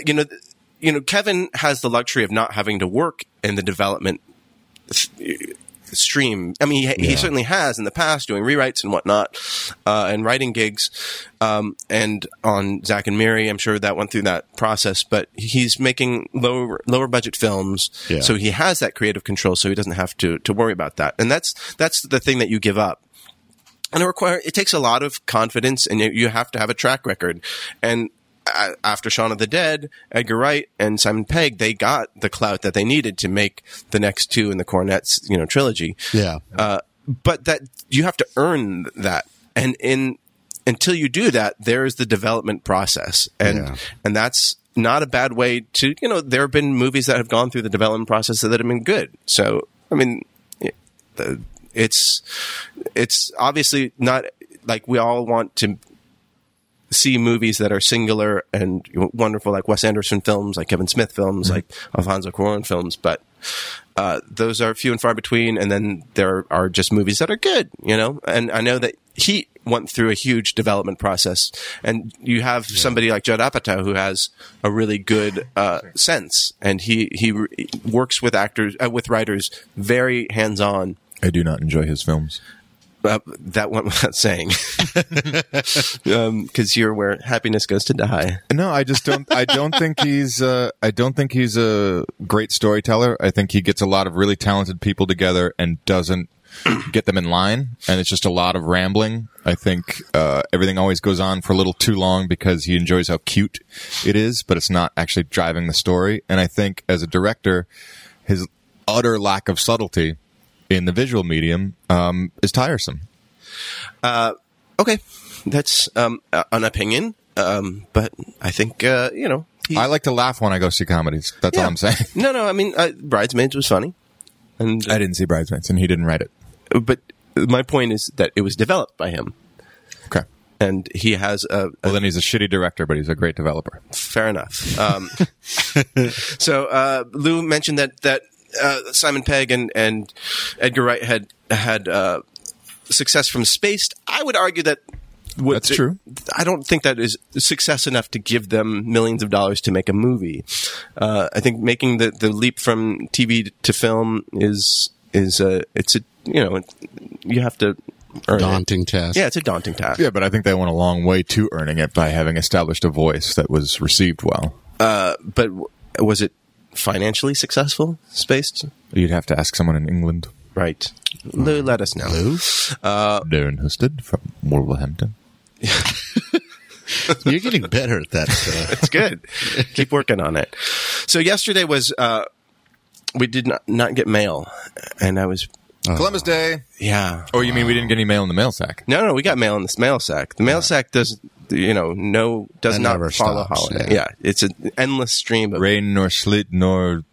B: you know, th- you know, Kevin has the luxury of not having to work in the development th- stream. I mean, he, he certainly has in the past doing rewrites and whatnot, uh, and writing gigs. Um, and on Zach and Mary, I'm sure that went through that process. But he's making lower lower budget films,
E: Yeah.
B: so he has that creative control, so he doesn't have to to worry about that. And that's that's the thing that you give up and it require it takes a lot of confidence and you- you have to have a track record and uh, after Shaun of the Dead, Edgar Wright and Simon Pegg, they got the clout that they needed to make the next two in the Cornets, you know, trilogy.
E: Yeah.
B: Uh, but that you have to earn that, and in until you do that, there is the development process, and
E: Yeah.
B: and that's not a bad way to you know. There have been movies that have gone through the development process that have been good. So I mean, it- the- it's it's obviously not like we all want to see movies that are singular and wonderful, like Wes Anderson films, like Kevin Smith films, like Alfonso Cuarón films, but uh, those are few and far between. And then there are just movies that are good, you know. And I know that Heat went through a huge development process, and you have somebody like Judd Apatow who has a really good uh, sense, and he he re- works with actors uh, with writers very hands on.
C: I do not enjoy his films.
B: Uh, that went without saying, because you're where happiness goes to die.
C: No, I just don't. I don't think he's. Uh, I don't think he's a great storyteller. I think he gets a lot of really talented people together and doesn't get them in line, and it's just a lot of rambling. I think uh, everything always goes on for a little too long because he enjoys how cute it is, but it's not actually driving the story. And I think as a director, his utter lack of subtlety in the visual medium um, is tiresome.
B: okay, that's um, uh, an opinion, um, but I think uh, you know. He,
C: I like to laugh when I go see comedies. That's all I'm saying.
B: No, no, I mean, uh, Bridesmaids was funny, and
C: I didn't see Bridesmaids, and he didn't write it.
B: but my point is that it was developed by him,
C: Okay.
B: and he has a, a
C: Well, then he's a shitty director, but he's a great developer.
B: fair enough. Um, so uh, Lou mentioned that that uh, Simon Pegg and and Edgar Wright had had uh, success from Spaced. I would argue that what-
C: That's true.
B: I don't think that is success enough to give them millions of dollars to make a movie. Uh, I think making the, the leap from TV to film is is a it's a you know it- you have to earn it.
E: Daunting task.
B: Yeah, it's a daunting task.
C: Yeah, but I think they went a long way to earning it by having established a voice that was received well.
B: But w- was it financially successful? Spaced
C: You'd have to ask someone in England.
B: right. Lou, let us know.
E: Lou?
C: Darren Husted from Wolverhampton.
E: You're getting better at that stuff.
B: It's good. Keep working on it. So yesterday was uh, we did not not get mail, and I was
E: Oh.
C: Columbus Day.
B: yeah.
C: Or Oh, you mean we didn't get any mail in the mail sack?
B: No, no, we got mail in this mail sack. The mail sack does, you know, no, does
E: That
B: not
E: never
B: follow
E: stops,
B: holiday.
E: yeah.
B: Yeah. it's an endless stream of
C: Rain nor slit nor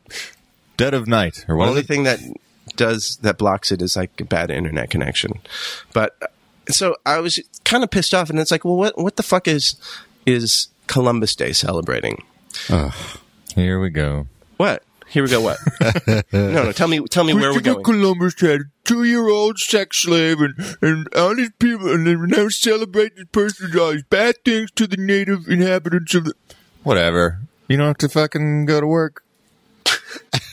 C: dead of night or
B: the
C: what?
B: only
C: is it?
B: thing that does that blocks it is like a bad internet connection. But uh, so I was kind of pissed off, and it's like, well, what what the fuck is is Columbus Day celebrating?
C: Here we go.
B: What? Here we go. What? no, no. Tell me. Tell me where we're going.
C: Columbus had a two-year-old sex slave and, and honest people, and they now celebrate this person's bad things to the native inhabitants of the... Whatever. You don't have to fucking go to work.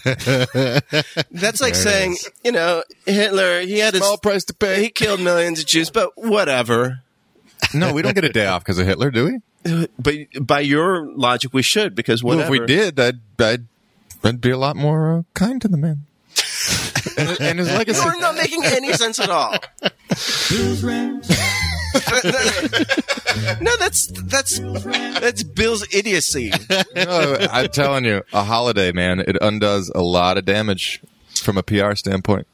B: That's like saying, you know, Hitler. He had his.
C: Small price to
B: He
C: pay.
B: killed millions of Jews, but whatever.
C: no, we don't get a day off because of Hitler, do we?
B: But by your logic, we should because
C: Well,
B: whatever.
C: if we did, I'd, I'd, I'd be a lot more uh, kind to the man. and, and his legacy.
B: You're not making any sense at all. no, that's that's that's Bill's idiocy.
C: No, Oh, I'm telling you, a holiday, man, it undoes a lot of damage from a PR standpoint.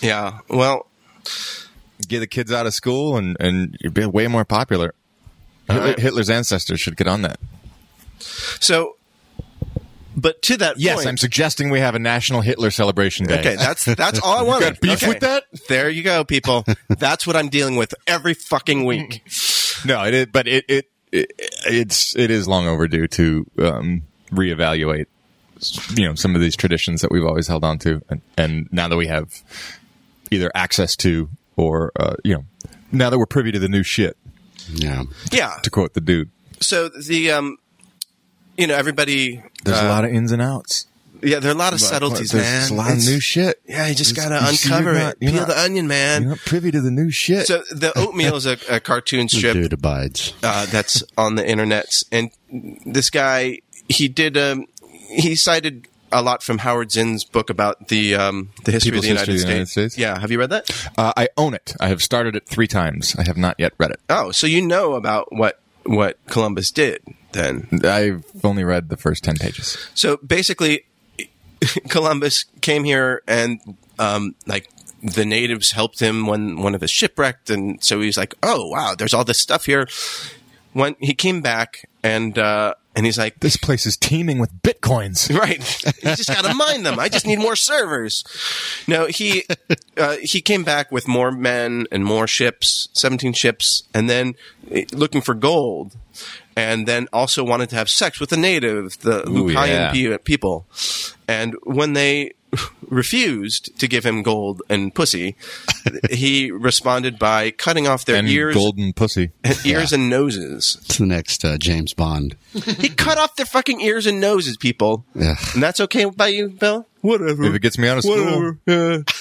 B: Yeah. Well,
C: Get the kids out of school, and and you'd be way more popular. Hitler, Hitler's ancestors should get on that.
B: so, but to that
C: Yes,
B: point,
C: I'm suggesting we have a national Hitler celebration day.
B: okay. That's that's all I wanted.
C: got beef
B: Okay.
C: with that?
B: There you go, people. That's what I'm dealing with every fucking week.
C: No, it is, but it, it it it's it is long overdue to um, reevaluate. You know, some of these traditions that we've always held on to, and, and now that we have either access to or uh, you know, now that we're privy to the new shit,
E: yeah.
B: Yeah.
C: to quote the dude.
B: So the um, you know, everybody. uh,
C: There's a lot of ins and outs.
B: Yeah, there are a lot of subtleties, man.
C: There's a lot of
B: It's-
C: new shit.
B: Yeah, you just
C: It's-
B: gotta
C: you see, you're
B: uncover
C: not-
B: it.
C: you're
B: Peel
C: not-
B: the onion, man.
C: You're not privy to the new shit.
B: So the oatmeal is a, a cartoon strip
E: Dude abides.
B: uh, that's on the internet. And this guy, he did, um, he cited a lot from Howard Zinn's book about the um, the history
C: People's
B: of the United
C: History of the United
B: States.
C: States?
B: Yeah, have you read that?
C: uh, I own it. I have started it three times. I have not yet read it.
B: Oh, so you know about what what Columbus did then?
C: I've only read the first ten pages.
B: So basically, Columbus came here and um, like the natives helped him when one of his shipwrecked, and so he's like, "Oh wow, there's all this stuff here." When he came back and uh, and he's like,
C: This place is teeming with bitcoins.
B: Right. You just got to mine them. I just need more servers. No, he uh, he came back with more men and more ships, 17 ships, and then eh, looking for gold. And then also wanted to have sex with the native, the
C: yeah.
B: Lucayan pe- people. And when they refused to give him gold and pussy, he responded by cutting off their
C: And
B: ears,
C: golden pussy.
B: ears and noses.
E: It's the next uh, James Bond.
B: He cut off their fucking ears and noses, people.
E: Yeah.
B: And that's okay by you, Bill? Whatever.
C: If it gets me out of school, I don't,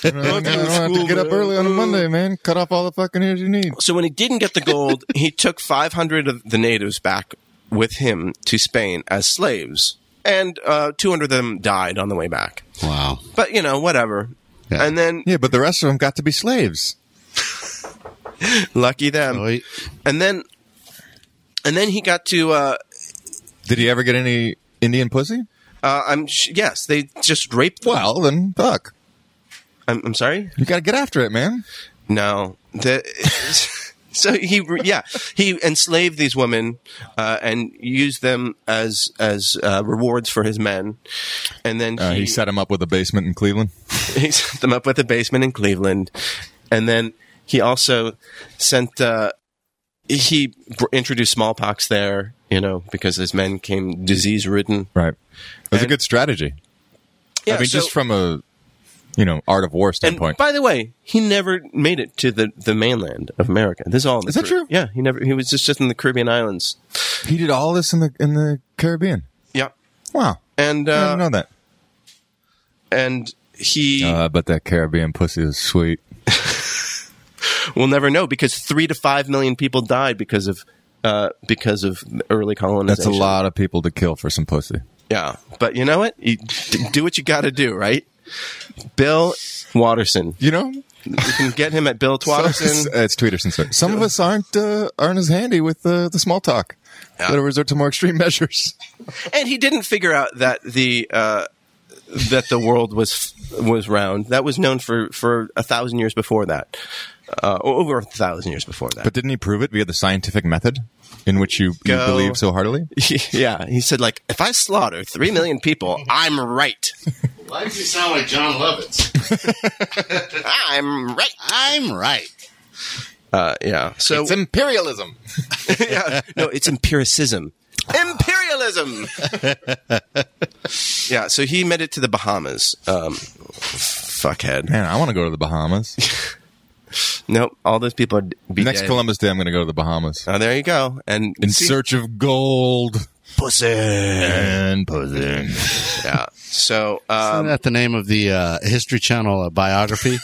C: I don't have to get up early on a Monday, man. Cut off all the fucking ears you need.
B: So when he didn't get the gold, he took 500 of the natives back with him to Spain as slaves. And uh, 200 of them died on the way back.
E: Wow.
B: But, you know, whatever.
E: Yeah.
B: And then,
C: Yeah, but the rest of them got to be slaves.
B: lucky them.
E: Oh, he-
B: And then, and then he got to, uh,
C: Did he ever get any Indian pussy?
B: uh, I'm, sh- yes, they just raped them.
C: Well, then fuck.
B: I'm, I'm sorry?
C: You got to get after it, man.
B: No. The, so he, yeah, he enslaved these women uh, and used them as as uh, rewards for his men, and then
C: Uh, he set him up with a basement in Cleveland.
B: he set them up with a basement in Cleveland, and then he also sent. Uh, he br- introduced smallpox there, you know, because his men came disease ridden.
C: Right. It was a
B: And-
C: good strategy.
B: Yeah,
C: I mean,
B: so-
C: just from a you know, art of war
B: And
C: standpoint.
B: by the way, he never made it to the, the mainland of America. This is all in the
C: Is that true?
B: Carib- Yeah, he never. He was just, just in the Caribbean islands.
C: he did all this in the in the Caribbean.
B: Yeah,
C: Wow.
B: and
C: I didn't know
B: uh,
C: that.
B: and he
C: Uh, but that Caribbean pussy is sweet.
B: we'll never know because three to five million people died because of uh, because of early
C: That's a
B: colonization.
C: lot of people to kill for some pussy.
B: Yeah, but you know what? You d- do what you got to do, right? Bill Watterson.
C: You know,
B: You can get him at Bill
C: it's,
B: Watterson.
C: uh, it's Tweederson. Sir. Some of us aren't uh, aren't as handy with uh, the small talk. Gotta resort to more extreme measures.
B: and he didn't figure out that the uh, that the world was was round. That was known for for a thousand years before that, uh, or over a thousand years before that.
C: But didn't he prove it via the scientific method in which you, you
B: Go.
C: believe so heartily?
B: yeah, he said like, if I slaughter three million people, I'm right.
E: Why does he sound like John Lovitz?
B: I'm right.
E: I'm right.
B: Uh, yeah. So
D: It's imperialism.
B: yeah. No, it's empiricism. Imperialism. yeah. So he made it to the Bahamas. Um, fuckhead.
C: Man, I want to go to the Bahamas.
B: Nope. All those people are d- be
C: Next
B: dead.
C: Columbus Day, I'm going to go to the Bahamas
B: Oh, there you go. And
C: in
B: see-
C: search of gold
B: pussy.
C: and pussy.
B: Yeah. So
E: Isn't
B: um,
E: that the name of the uh, History Channel uh, biography?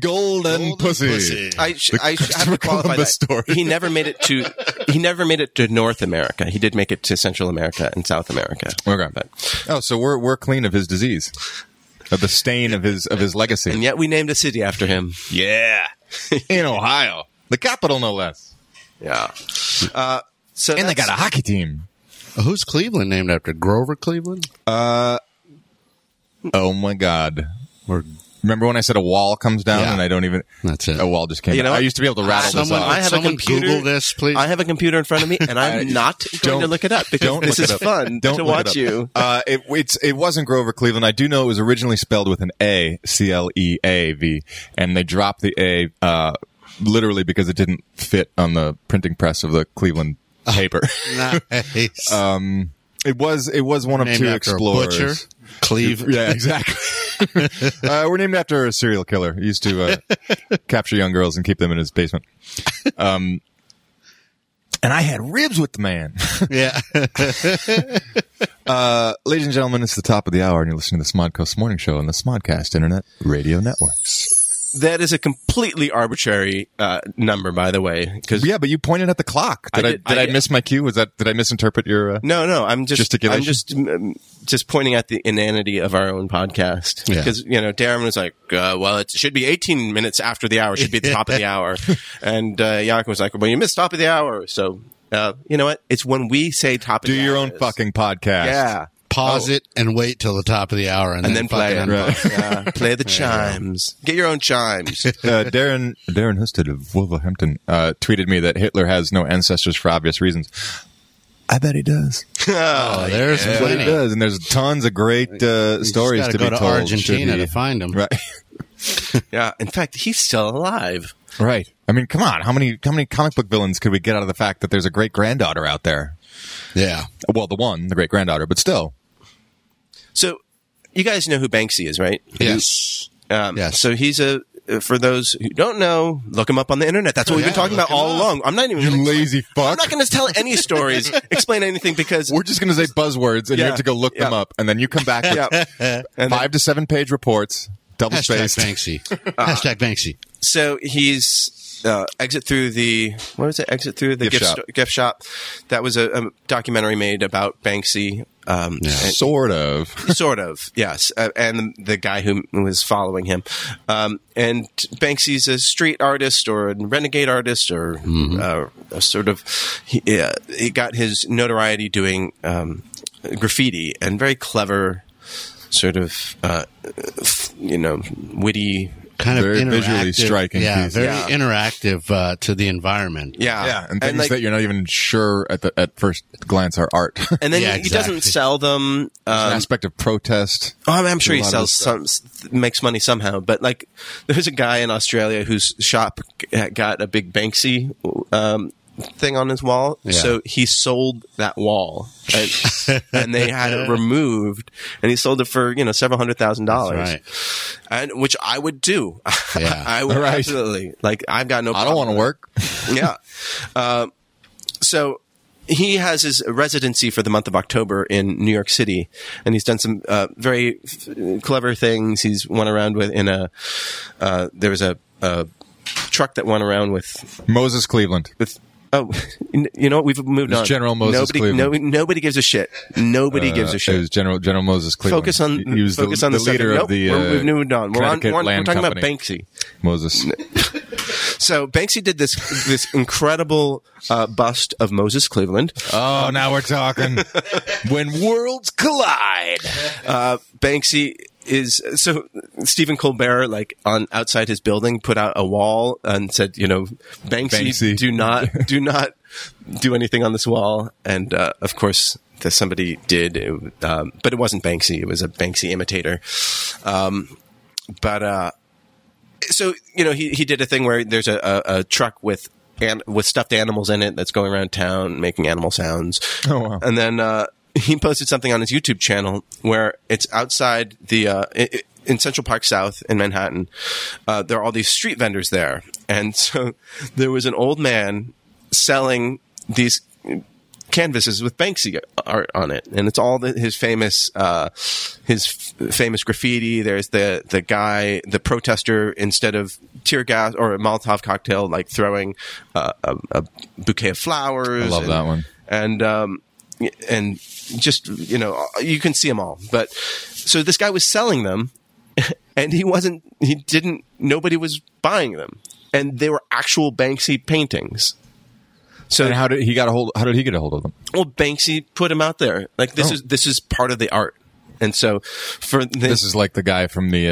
C: Gold and pussy.
B: I, sh-
C: The
B: I sh- have
C: Christopher
B: to qualify that.
C: Columbus story.
B: He never made it to. He never made it to North America. He did make it to Central America and South America.
C: Okay.
B: But-
C: Oh, so we're we're clean of his disease, of the stain of his of his
B: and
C: legacy.
B: yet we named a city after him.
C: Yeah, in Ohio, the capital, no less.
B: Yeah. Uh, so
C: And they
B: that's-
C: got a hockey team.
E: Who's Cleveland named after? Grover Cleveland?
C: Oh my God!
E: Or
C: Remember when I said a wall comes down
E: Yeah.
C: and I don't even?
E: That's it.
C: A wall just came.
B: You know
C: down. I
B: what?
C: used to be able to rattle this
E: someone,
C: off.
B: I have a
E: someone
B: computer.
E: Google this, please.
B: I have a computer in front of me, and I'm not going to
C: don't-
B: look it up because
C: Don't
B: this
C: look
B: is
C: it up.
B: fun
C: Don't
B: to
C: look it
B: watch
C: up.
B: you.
C: Uh, it, it's it wasn't Grover Cleveland. I do know it was originally spelled with an A, C L E A V, and they dropped the A uh, literally because it didn't fit on the printing press of the Cleveland
E: Oh.
C: paper.
E: nice.
C: it was it was one of
E: named
C: two
E: um, after
C: explorers.
E: a butcher. Cleve.
C: Yeah, exactly. uh, we're named after a serial killer. He used to uh, capture young girls and keep them in his basement. Um, and I had ribs with the man.
E: Yeah.
C: Uh, Ladies and gentlemen, it's the top of the hour, and you're listening to the Smodcast Morning Show on the Smodcast Internet Radio Networks.
B: That is a completely arbitrary uh, number, by the way. Because
C: Yeah, but you pointed at the clock. Did
B: I
C: I,
B: did-
C: did,
B: I
C: I,
B: did.
C: miss my cue? Was that did I misinterpret your? Uh,
B: no, no, I'm just I'm
C: Gesticulation?
B: just um, just pointing out the inanity of our own podcast
E: Yeah.
B: because you know Darren was like, uh, well, it should be 18 minutes after the hour, it should be the top of the hour, and uh, Yaakov was like, well, you missed top of the hour, so uh, you know what? It's when we say top of
C: Do
B: the
C: your
B: hour
C: own
B: is.
C: fucking podcast.
B: yeah.
E: Pause it and wait till the top of the hour and,
B: and then play
E: fucking-
B: it. Yeah, play the chimes. Get your own chimes.
C: uh, Darren Darren Husted of Wolverhampton uh, tweeted me that Hitler has no ancestors for obvious reasons. I bet he does.
E: Oh, there's
C: But he
E: plenty.
C: does, and there's tons of great uh,
E: You just
C: stories
E: gotta
C: to
E: go
C: be
E: to
C: told.
E: Argentina
C: should he-
E: to find him.
C: right,
B: yeah. In fact, he's still alive.
C: right. I mean, come on. How many how many comic book villains could we get out of the fact that there's a great granddaughter out there?
E: Yeah.
C: Well, the one, the great granddaughter, but still.
B: So, you guys know who Banksy is, right?
E: Yes.
B: Um,
E: Yes.
B: So he's a. uh, For those who don't know, look him up on the internet. That's what we've been
E: Yeah,
B: talking about
E: look him
B: all
E: up.
B: along. I'm not even.
C: You
B: gonna-
C: lazy
B: I'm
C: fuck.
B: not going to tell any stories, explain anything because
C: We're just going to say buzzwords, and you
B: Yeah.
C: have to go look them
B: Yeah.
C: up, and then you come back with
B: and
C: five to seven page reports, double
E: Hashtag
C: spaced.
E: Banksy. Hashtag Banksy.
B: so he's uh, exit through the what was it? Exit through the
C: Gift
B: gift,
C: shop.
B: sto- gift shop. That was a, a documentary made about Banksy. Um, and-
C: Sort of.
B: sort of yes uh, and the guy who was following him um, and banksy's a street artist or a renegade artist or
E: Mm-hmm.
B: uh, a sort of he, yeah, he got his notoriety doing um, graffiti and very clever sort of uh, you know witty
E: Kind of
C: Very visually
E: interactive-
C: striking
E: Yeah.
C: piece.
E: Very
B: Yeah.
E: interactive uh, to the environment.
B: yeah
C: Yeah, and things
B: like-
C: that you're not even sure at the at first glance are art.
B: and then
E: Yeah,
B: he
E: exactly.
B: doesn't sell them
C: An
B: um,
C: aspect of protest.
B: Oh, I'm, I'm sure he
C: lot of
B: sells
C: stuff.
B: some, s- makes money somehow. But uh, like, there's a guy in Australia whose shop g- got a big Banksy um, thing on his wall.
E: Yeah.
B: So he sold that wall, and, and they had it removed, and he sold it for you know several hundred thousand dollars,
E: Right.
B: and which I would do.
E: Yeah.
B: I would
C: Right.
B: absolutely like. I've got no.
C: I don't want to work.
B: to. yeah. Uh, so he has his residency for the month of October in New York City, and he's done some uh, very f- clever things. He's went around with in a uh, there was a. a Truck that went around with
C: Moses Cleveland.
B: with oh you know what we've moved
C: was
B: on
C: General Moses
B: nobody
C: Cleveland.
B: no, nobody gives a shit nobody
C: Uh,
B: gives a
C: It
B: shit
C: was General General Moses Cleveland.
B: focus on
C: He was
B: focus
C: the,
B: on
C: the
B: the,
C: leader
B: subject.
C: of the.
B: nope, we're- we've
C: uh,
B: moved on we're, on,
C: Connecticut
B: we're, on- we're
C: Land
B: talking about
C: Company.
B: Banksy
C: Moses.
B: so Banksy did this this incredible uh, bust of Moses Cleveland
C: Oh, now we're talking. when worlds collide.
B: uh, Banksy is so Stephen Colbert like on outside his building put out a wall and said you know Banksy,
C: Banksy.
B: do not do not do anything on this wall and uh, of course that somebody did it, um, but it wasn't Banksy it was a Banksy imitator um, but uh, so you know he he did a thing where there's a, a, a truck with and with stuffed animals in it that's going around town making animal sounds.
C: Oh, wow.
B: And then uh, he posted something on his YouTube channel where it's outside the uh, i- i- in Central Park South in Manhattan. Uh, there are all these street vendors there, and so there was an old man selling these canvases with Banksy art on it, and it's all the, his famous uh, his f- famous graffiti. There's the the guy, the protester, instead of tear gas or a Molotov cocktail, like throwing uh, a, a bouquet of flowers.
C: I love
B: and-
C: that one.
B: and um, and just you know you can see them all. But so this guy was selling them, and he wasn't. He didn't. Nobody was buying them, and they were actual Banksy paintings. So
C: And how did he got a hold? How did he get a hold of them?
B: well, Banksy put him out there. Like this
C: Oh.
B: is this is part of the art, and so for the,
C: This is like the guy from the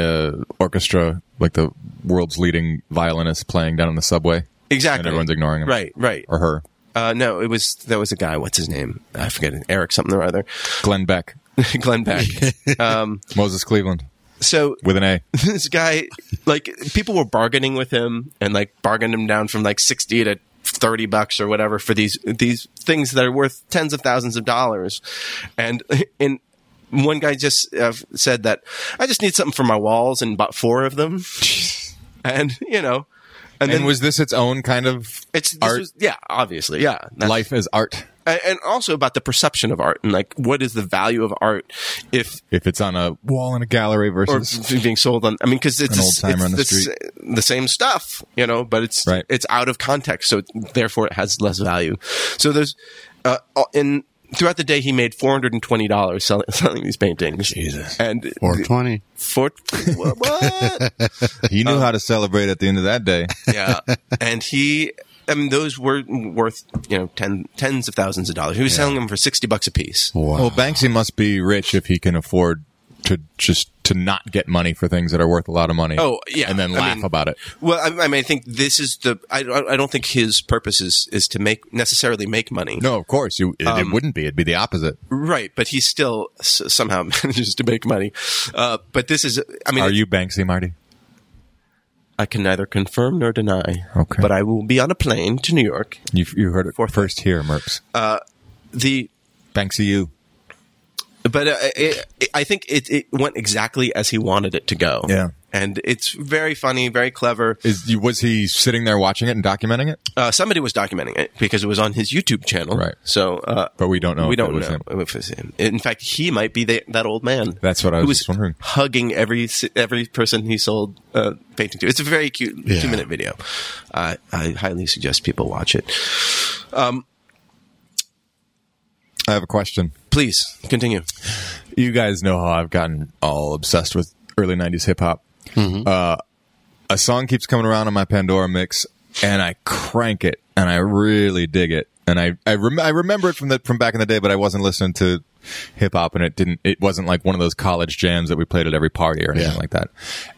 C: uh, orchestra, like the world's leading violinist playing down on the subway.
B: exactly
C: and everyone's ignoring him.
B: Right, right.
C: Or her.
B: Uh, no, it was that was a guy. What's his name? I forget. it. Eric something or other.
C: Glenn Beck.
B: Glenn Beck. um,
C: Moses Cleveland.
B: so
C: With an A.
B: this guy, like people were bargaining with him and like bargained him down from like sixty to thirty bucks or whatever for these these things that are worth tens of thousands of dollars, and in. One guy just uh, said that I just need something for my walls and bought four of them, and you know, and,
C: And
B: then
C: was this its own kind of
B: it's this
C: art?
B: was- yeah, obviously, yeah, That's-
C: life as art.
B: and and also about the perception of art and like what is the value of art if
C: If it's on a wall in a gallery
B: or
C: versus
B: f- being sold on. I mean, because it's,
C: An
B: it's,
C: old-timer on the
B: the, s- the same stuff, you know, but it's
C: Right.
B: it's out of context, so therefore it has less value. So there's uh, all- in throughout the day he made four hundred and twenty dollars selling, selling these paintings.
E: Jesus.
B: and
E: Or twenty.
B: four what? what?
C: he
B: uh,
C: knew how to celebrate at the end of that day.
B: yeah, and he. I mean, those were worth you know ten, tens of thousands of dollars. He was selling them for sixty bucks a piece.
E: Wow.
C: Well, Banksy must be rich if he can afford to just to not get money for things that are worth a lot of money.
B: Oh, yeah.
C: and then
B: I
C: laugh
B: mean-
C: about it.
B: Well, I, I mean, I think this is the. I, I don't think his purpose is, is to make necessarily make money.
C: No, of course you. It,
B: um,
C: it wouldn't be. It'd be the opposite.
B: Right, but he still s- somehow manages to make money. Uh, but this is, I mean,
C: Are you Banksy, Marty?
B: I can neither confirm nor deny.
C: Okay.
B: But I will be on a plane to New York.
C: You you heard it
B: Fourth.
C: first here, Merps.
B: The,
C: Banksy, you.
B: but uh, it, it, I think it, it went exactly as he wanted it to go.
C: Yeah.
B: And it's very funny, very clever.
C: Is you- was he sitting there watching it and documenting it?
B: Uh, somebody was documenting it because it was on his YouTube channel.
C: Right.
B: So, uh,
C: But we don't know
B: We
C: if it
B: don't
C: was
B: know if it's him. In fact, he might be the, that old man.
C: That's what I
B: who
C: was just wondering.
B: Hugging every s- every person he sold uh, painting to. It's a very cute
E: Yeah.
B: two minute video. I I highly suggest people watch it.
C: I have a question.
B: Please continue.
C: You guys know how I've gotten all obsessed with early '90s hip hop.
B: Mm-hmm.
C: Uh, a song keeps coming around on my Pandora mix, and I crank it, and I really dig it, and I I, rem- I remember it from the from back in the day, but I wasn't listening to hip hop, and it didn't. It wasn't like one of those college jams that we played at every party or anything
E: Yeah.
C: like that.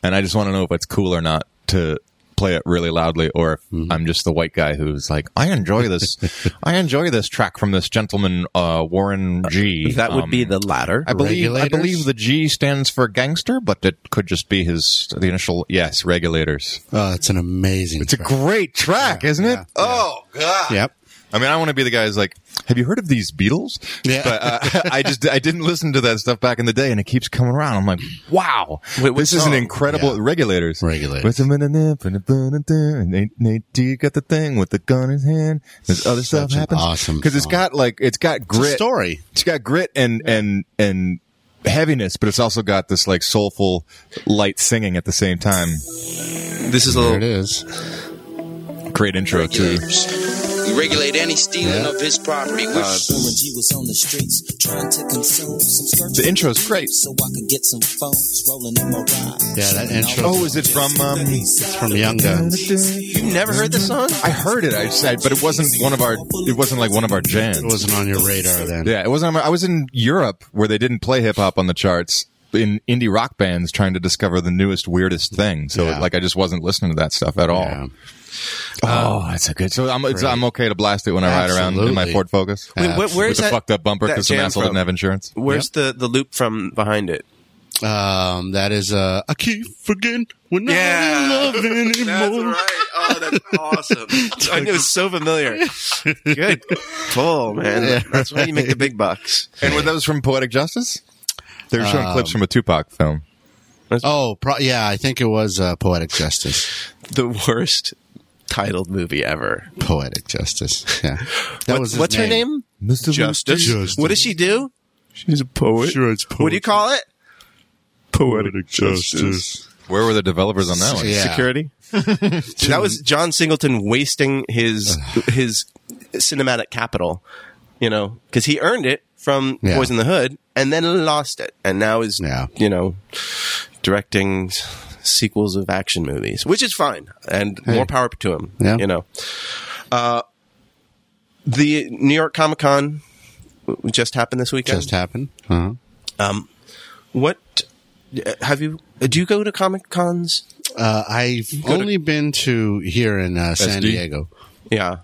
C: And I just want to know if it's cool or not to play it really loudly, or if
B: Mm-hmm.
C: I'm just the white guy who's like, I enjoy this, I enjoy this track from this gentleman, uh, Warren G.
B: That would
C: Um,
B: be the latter.
C: I believe I
E: Regulators?
C: believe the G stands for gangster, but it could just be his the initial. Yes, regulators.
E: Oh, it's an amazing.
C: It's a great track, isn't it?
D: Oh, God.
E: yep.
C: I mean, I want to be the guy who's like, "Have you heard of these Beatles?"
E: Yeah.
C: But uh, I just I didn't listen to that stuff back in the day, and it keeps coming around. I'm like, "Wow,
B: Wait, what
C: this is an
B: song?
C: incredible
E: Yeah.
C: regulators."
E: Regulators.
C: What's a minute, minute, minute, minute, minute, Nate, Nate D got the thing with the gun in his hand. This other stuff
E: an
C: happens.
E: awesome
C: because it's
E: song.
C: got like it's got
E: It's a
C: grit.
E: story.
C: It's got grit and and and heaviness, but it's also got this like soulful, light singing at the same time.
B: This is a
E: There it
B: little.
E: is.
C: Great intro too.
F: regulators. We regulate any stealing
E: Yeah.
F: of his property. We're
G: When G was on the streets trying to consume some skirts.
C: The intro's great.
G: So I could get some phones rolling in my ride.
E: Yeah, that intro.
C: Oh, is it from? Um,
E: it's from Young Guns. It
B: You've never heard this song?
C: I heard it. I said, but it wasn't one of our. It wasn't like one of our jams.
E: wasn't on your radar then.
C: yeah, it wasn't. on my- I was in Europe where they didn't play hip hop on the charts. In indie rock bands trying to discover the newest weirdest thing, so
E: Yeah.
C: like I just wasn't listening to that stuff at all.
E: Yeah.
C: Oh, that's a good. So I'm it's, I'm okay to blast it when I ride around in my
E: Absolutely.
C: Ford Focus.
B: Wait, wh- where
C: with
B: is
C: the
B: that?
C: fucked up bumper
B: that
C: because some
B: jam
C: asshole
B: from?
C: didn't have insurance.
B: Where's the, the loop from behind it?
E: Um, that is, uh, I keep forgetting we're not in love anymore.
B: Oh, that's awesome. I knew it was so familiar. Good pull, man. That's why you make the big bucks.
C: And were those from Poetic Justice? They were
B: Um,
C: showing clips from a Tupac film.
E: Oh, pro- yeah, I think it was uh, Poetic Justice.
B: The worst titled movie ever.
E: Poetic Justice. Yeah. That
B: What-
E: was his
B: what's her name?
C: Mr.
B: Justice.
E: Justice.
B: What does she do? She's a poet.
E: Sure, it's
B: What do you call it?
E: Poetic Justice.
C: Where were the developers on that one?
E: Oh, Yeah.
B: Security. that was John Singleton wasting his his cinematic capital, you know, because he earned it from
E: Yeah.
B: Boys in the Hood and then lost it, and now is
E: Yeah.
B: you know directing s- sequels of action movies, which is fine, and more power to him.
E: Yeah.
B: You know, uh, the New York Comic Con just happened this weekend.
E: Just happened. Uh-huh.
B: Um, what uh, have you? uh, Do you go to comic cons?
E: Uh, I've only been to here in uh, San
C: SD?
E: Diego.
B: Yeah,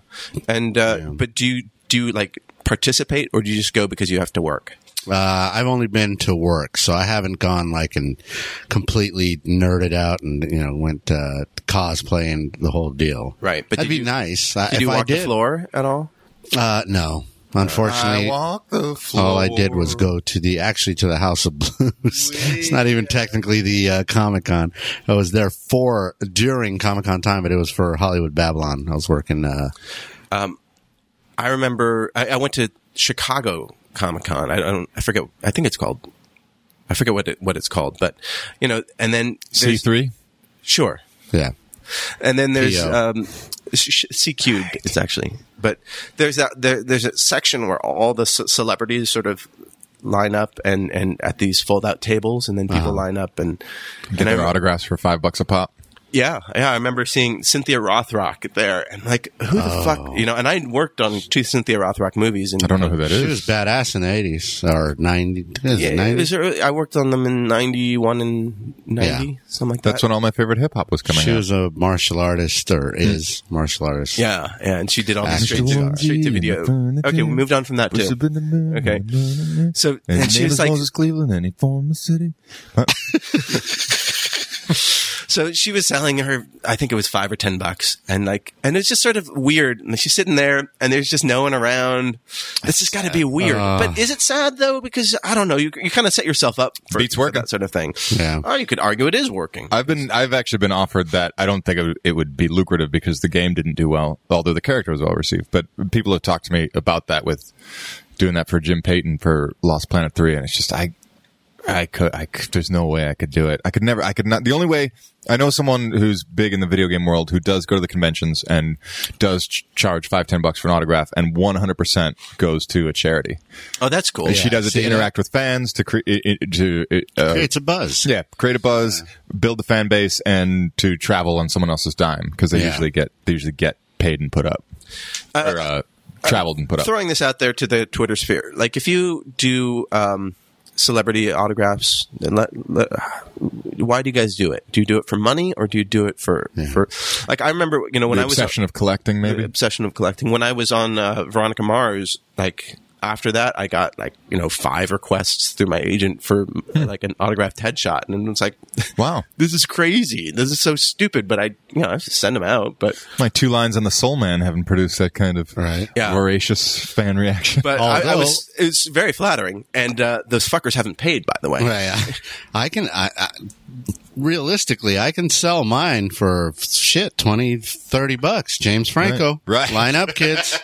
B: and uh,
E: Yeah.
B: but do you do you, like participate or do you just go because you have to work?
E: Uh, I've only been to work, so I haven't gone like and completely nerded out and you know went uh, cosplaying the whole deal.
B: Right, but
E: that'd
B: did
E: be
B: you-
E: nice. I,
B: Did
E: if
B: you
E: I
B: walk
E: did,
B: the floor at all?
E: Uh, no, unfortunately,
C: walk the floor.
E: all I did was go to the actually to the House of Blues. it's not even technically the uh, Comic Con. I was there for during Comic Con time, but it was for Hollywood Babylon. I was working. Uh,
B: I remember I, I went to Chicago Comic Con. I don't. I forget. I think it's called. I forget what it, what it's called, but you know, and then
C: C
B: there's-
C: three.
B: Sure,
E: yeah,
B: and then there's
E: PO.
B: um, sh- sh- CQ. It's actually, but there's that there, there's a section where all the ce- celebrities sort of line up and and at these fold out tables, and then people
E: Uh-huh.
B: line up and
C: Get
B: and I
C: their
B: rem-
C: autographs for five bucks a pop.
B: yeah yeah I remember seeing Cynthia Rothrock there, and like who the fuck you know, and I worked on two Cynthia Rothrock movies, and
C: Oh. I don't know who that
E: she
C: is.
E: was badass in the eighties or ninety.
B: Yeah,
E: Yeah,
B: it was early- I worked on them in '91 and '90,
E: Yeah.
B: something like that.
C: That's when all my favorite hip hop was coming
E: She
C: out.
E: was a martial artist or is martial artist.
B: Hmm. yeah, yeah, and she did all the
E: Action
B: straight to,
E: star.
B: straight to video. Okay, we moved on from that too. Okay. So and she was like,
C: Cleveland, and he formed the city.
B: so she was selling her, I think it was five or ten bucks, and like, and it's just sort of weird. And she's sitting there, and there's just no one around. This has got to be weird. but is it sad though? Because I don't know. You you kind of set yourself up for,
C: Beats
B: for
C: working.
B: that sort of thing.
E: Yeah.
B: Or you could argue it is working.
C: I've been, I've actually been offered that. I don't think it would- it would be lucrative because the game didn't do well, although the character was well received. But people have talked to me about that with doing that for Jim Payton for Lost Planet Three, and it's just I, I could, I could, there's no way I could do it. I could never, I could not. The only way I know someone who's big in the video game world who does go to the conventions and does ch- charge five, ten bucks for an autograph, and 100 percent goes to a charity.
B: oh, that's cool.
C: she does it
E: see
C: to
E: that?
C: interact with fans, to create, to uh,
E: It's a buzz.
C: yeah, create a buzz, build the fan base, and to travel on someone else's dime because they
E: Yeah.
C: usually get they usually get paid and put up or uh, traveled and put up.
B: throwing this out there to the Twitter sphere. Like, if you do um, celebrity autographs, then let, let- why do you guys do it? Do you do it for money, or do you do it for for? Like, I remember, you know, when
C: the
B: I was
C: obsession of collecting, maybe.
B: obsession of collecting. When I was on uh, Veronica Mars, like after that, I got like you know five requests through my agent for like an autographed headshot, and it's like,
C: Wow.
B: this is crazy. This is so stupid. But I, you know, I have to send them out. But
C: My two lines on the Soul Man haven't produced that kind of
E: Right.
B: Yeah.
C: voracious fan reaction.
B: but I, I
E: Although-
B: was it's very flattering, and uh, those fuckers haven't paid, by the way.
E: Right. I, I can. I, I, realistically, I can sell mine for shit 20, 30 bucks. James Franco.
C: Right. Right.
E: Line up, kids.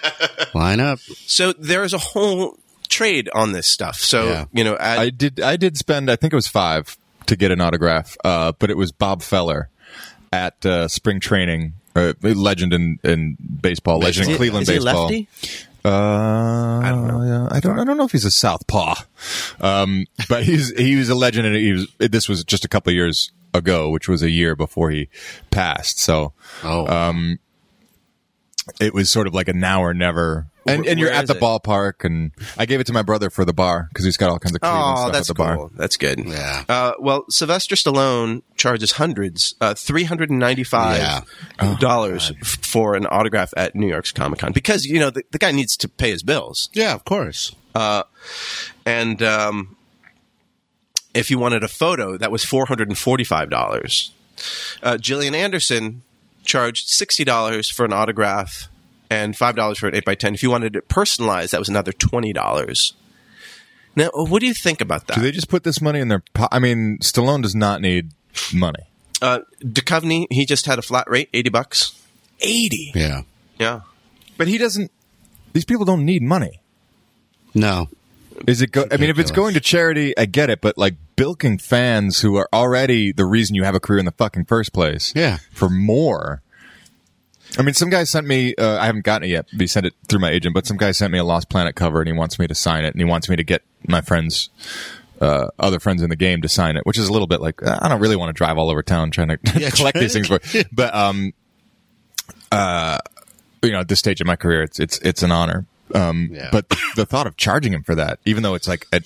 E: Line up.
B: So there is a whole trade on this stuff. So
E: Yeah.
B: you know, at,
C: I did. I did spend. I think it was five to get an autograph. Uh, but it was Bob Feller at uh, spring training. Uh, legend in, in baseball, legend in Cleveland
B: is he a
C: baseball.
B: lefty?
C: Uh, I don't
B: don't know.
C: know. I don't. I don't know if he's a southpaw, um, but he's he was a legend, and he was. This was just a couple of years ago, which was a year before he passed. So
E: Oh.
C: Uh, it was sort of like a now or never. And,
B: Where-
C: and you're
B: where
C: at
B: is
C: the
B: it?
C: ballpark, and I gave it to my brother for the bar because he's got all kinds of Cleveland
B: Oh,
C: stuff
B: that's
C: at the bar.
B: cool. That's good.
E: Yeah.
B: Uh, well, Sylvester Stallone charges hundreds, uh, three hundred and ninety-five
E: Yeah.
C: Oh,
B: dollars f- for an autograph at New York's Comic Con because you know the, the guy needs to pay his bills.
E: yeah, of course.
B: And um, if you wanted a photo, that was four hundred and forty-five dollars. Uh, Gillian Anderson charged sixty dollars for an autograph and five dollars for an eight by ten. If you wanted it personalized, that was another twenty dollars. Now, what do you think about that?
C: Do they just put this money in their po- I mean, Stallone does not need money.
B: uh, Duchovny, he just had a flat rate, eighty bucks. Eighty.
E: Yeah.
B: Yeah.
C: But he doesn't these people don't need money.
E: No.
C: Is it go- I mean, if it's going to charity, I get it, but like bilking fans who are already the reason you have a career in the fucking first place.
E: Yeah.
C: For more. I mean, some guy sent me, uh, I haven't gotten it yet. He sent it through my agent, but some guy sent me a Lost Planet cover and he wants me to sign it and he wants me to get my friends, uh, other friends in the game to sign it, which is a little bit like, uh, I don't really want to drive all over town trying to collect these things. For, but, um, uh, you know, at this stage of my career, it's, it's, it's an honor. Um,
E: Yeah.
C: but the thought of charging him for that, even though it's like, at,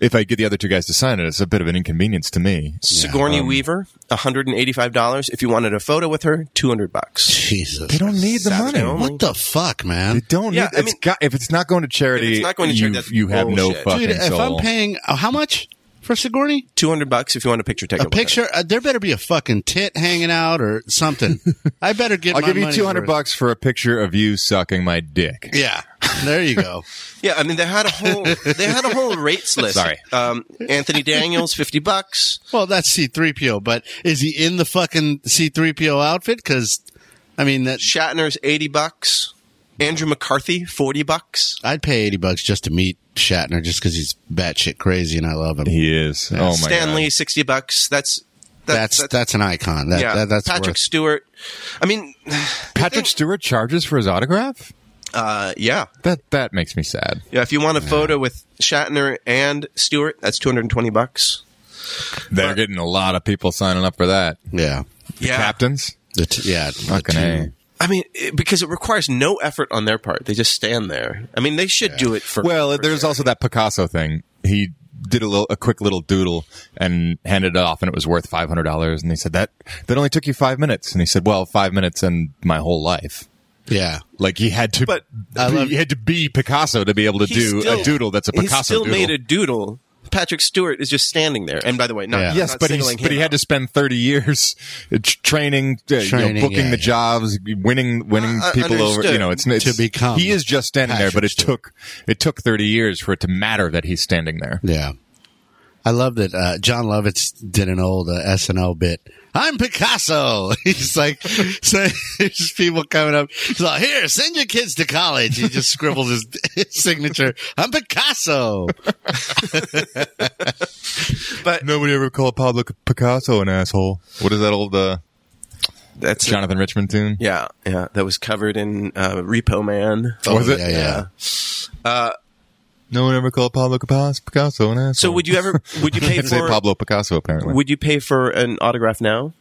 C: if I get the other two guys to sign it, it's a bit of an inconvenience to me.
B: Sigourney
E: um,
B: Weaver, one hundred and eighty-five dollars. If you wanted a photo with her, two hundred bucks.
E: Jesus.
C: They don't need the
B: Savage
C: money.
B: Home.
E: What the fuck,
C: They
E: man?
C: don't.
B: Yeah,
C: need,
B: I
C: it's
B: mean-
C: got, if it's not going to charity,
B: If it's not going to charity,
C: you-
B: that's
C: you have no
B: bullshit.
C: fucking
E: Dude, if I'm
C: soul.
E: paying, oh, how much for Sigourney?
B: Two hundred bucks if you want a picture taken.
E: A
B: with her.
E: picture? Uh, there better be a fucking tit hanging out or something. I better get.
C: I'll
E: my
C: give you
E: money's
C: two hundred
E: worth.
C: bucks for a picture of you sucking my dick.
E: Yeah. There you go.
B: Yeah, I mean they had a whole they had a whole rates list.
C: Sorry.
B: um, Anthony Daniels, fifty bucks.
E: Well, that's C three PO, but is he in the fucking C three PO outfit? Because I mean, that
B: Shatner's eighty bucks. Andrew McCarthy, forty bucks.
E: I'd pay eighty bucks just to meet Shatner, just because he's batshit crazy and I love him.
C: He is. Oh my
B: Stanley, sixty bucks. That's that-
E: that's, that's an icon. That,
B: yeah.
E: that- that's
B: Patrick
E: worth-
B: Stewart. I mean,
C: god. Patrick Stewart charges for his autograph.
B: uh, yeah,
C: That that makes me sad.
B: yeah. If you want a photo with Shatner and Stewart, that's two hundred and twenty bucks.
C: They're getting a lot of people signing up for that.
E: Yeah,
C: The captains.
E: the t- yeah, the
C: Fucking
E: two-
C: a.
B: I mean, it, because it requires no effort on their part. They just stand there. I mean, they should do it for.
C: Well,
B: for
C: there's
B: sure.
C: also that Picasso thing. He did a little, a quick little doodle and handed it off, and it was worth five hundred dollars. And they said that that only took you five minutes. And he said, "Well, five minutes and my whole life."
E: Yeah,
C: Like he had to,
B: But-
E: I
C: be-
E: love-
C: he had to be Picasso to be able to
B: He
C: do
B: still-
C: a doodle that's a Picasso
B: He still
C: doodle.
B: made a doodle. Patrick Stewart is just standing there. And by the way, not,
E: Yeah.
B: not
C: yes, but he
B: singling
C: but he
B: him
C: had to
B: out.
C: spend thirty years uh, tr- training, uh, you know,
E: Training,
C: booking
E: yeah,
C: the
E: yeah.
C: jobs, winning winning
B: I- I
C: people over.
B: understood.
C: You know, it's, it's
E: To become
C: He is just standing there, but
E: Patrick
C: it took it took thirty years for it to matter that he's standing there.
E: yeah. I love that uh, John Lovitz did an old uh, SNL bit. I'm Picasso. He's like, so there's just people coming up. He's like, here, send your kids to college. He just scribbles his, his signature. I'm Picasso.
C: Nobody ever called Pablo Picasso an asshole. What is that old uh,
B: That's it.
C: Jonathan Richmond tune?
B: yeah, yeah. That was covered in uh, Repo Man.
C: Was it?
E: Oh, Yeah, yeah.
C: No one ever called Pablo Picasso Picasso an asshole.
B: So would you ever? Would you pay
C: I'd say
B: for?
C: Pablo Picasso apparently?
B: Would you pay for an autograph now?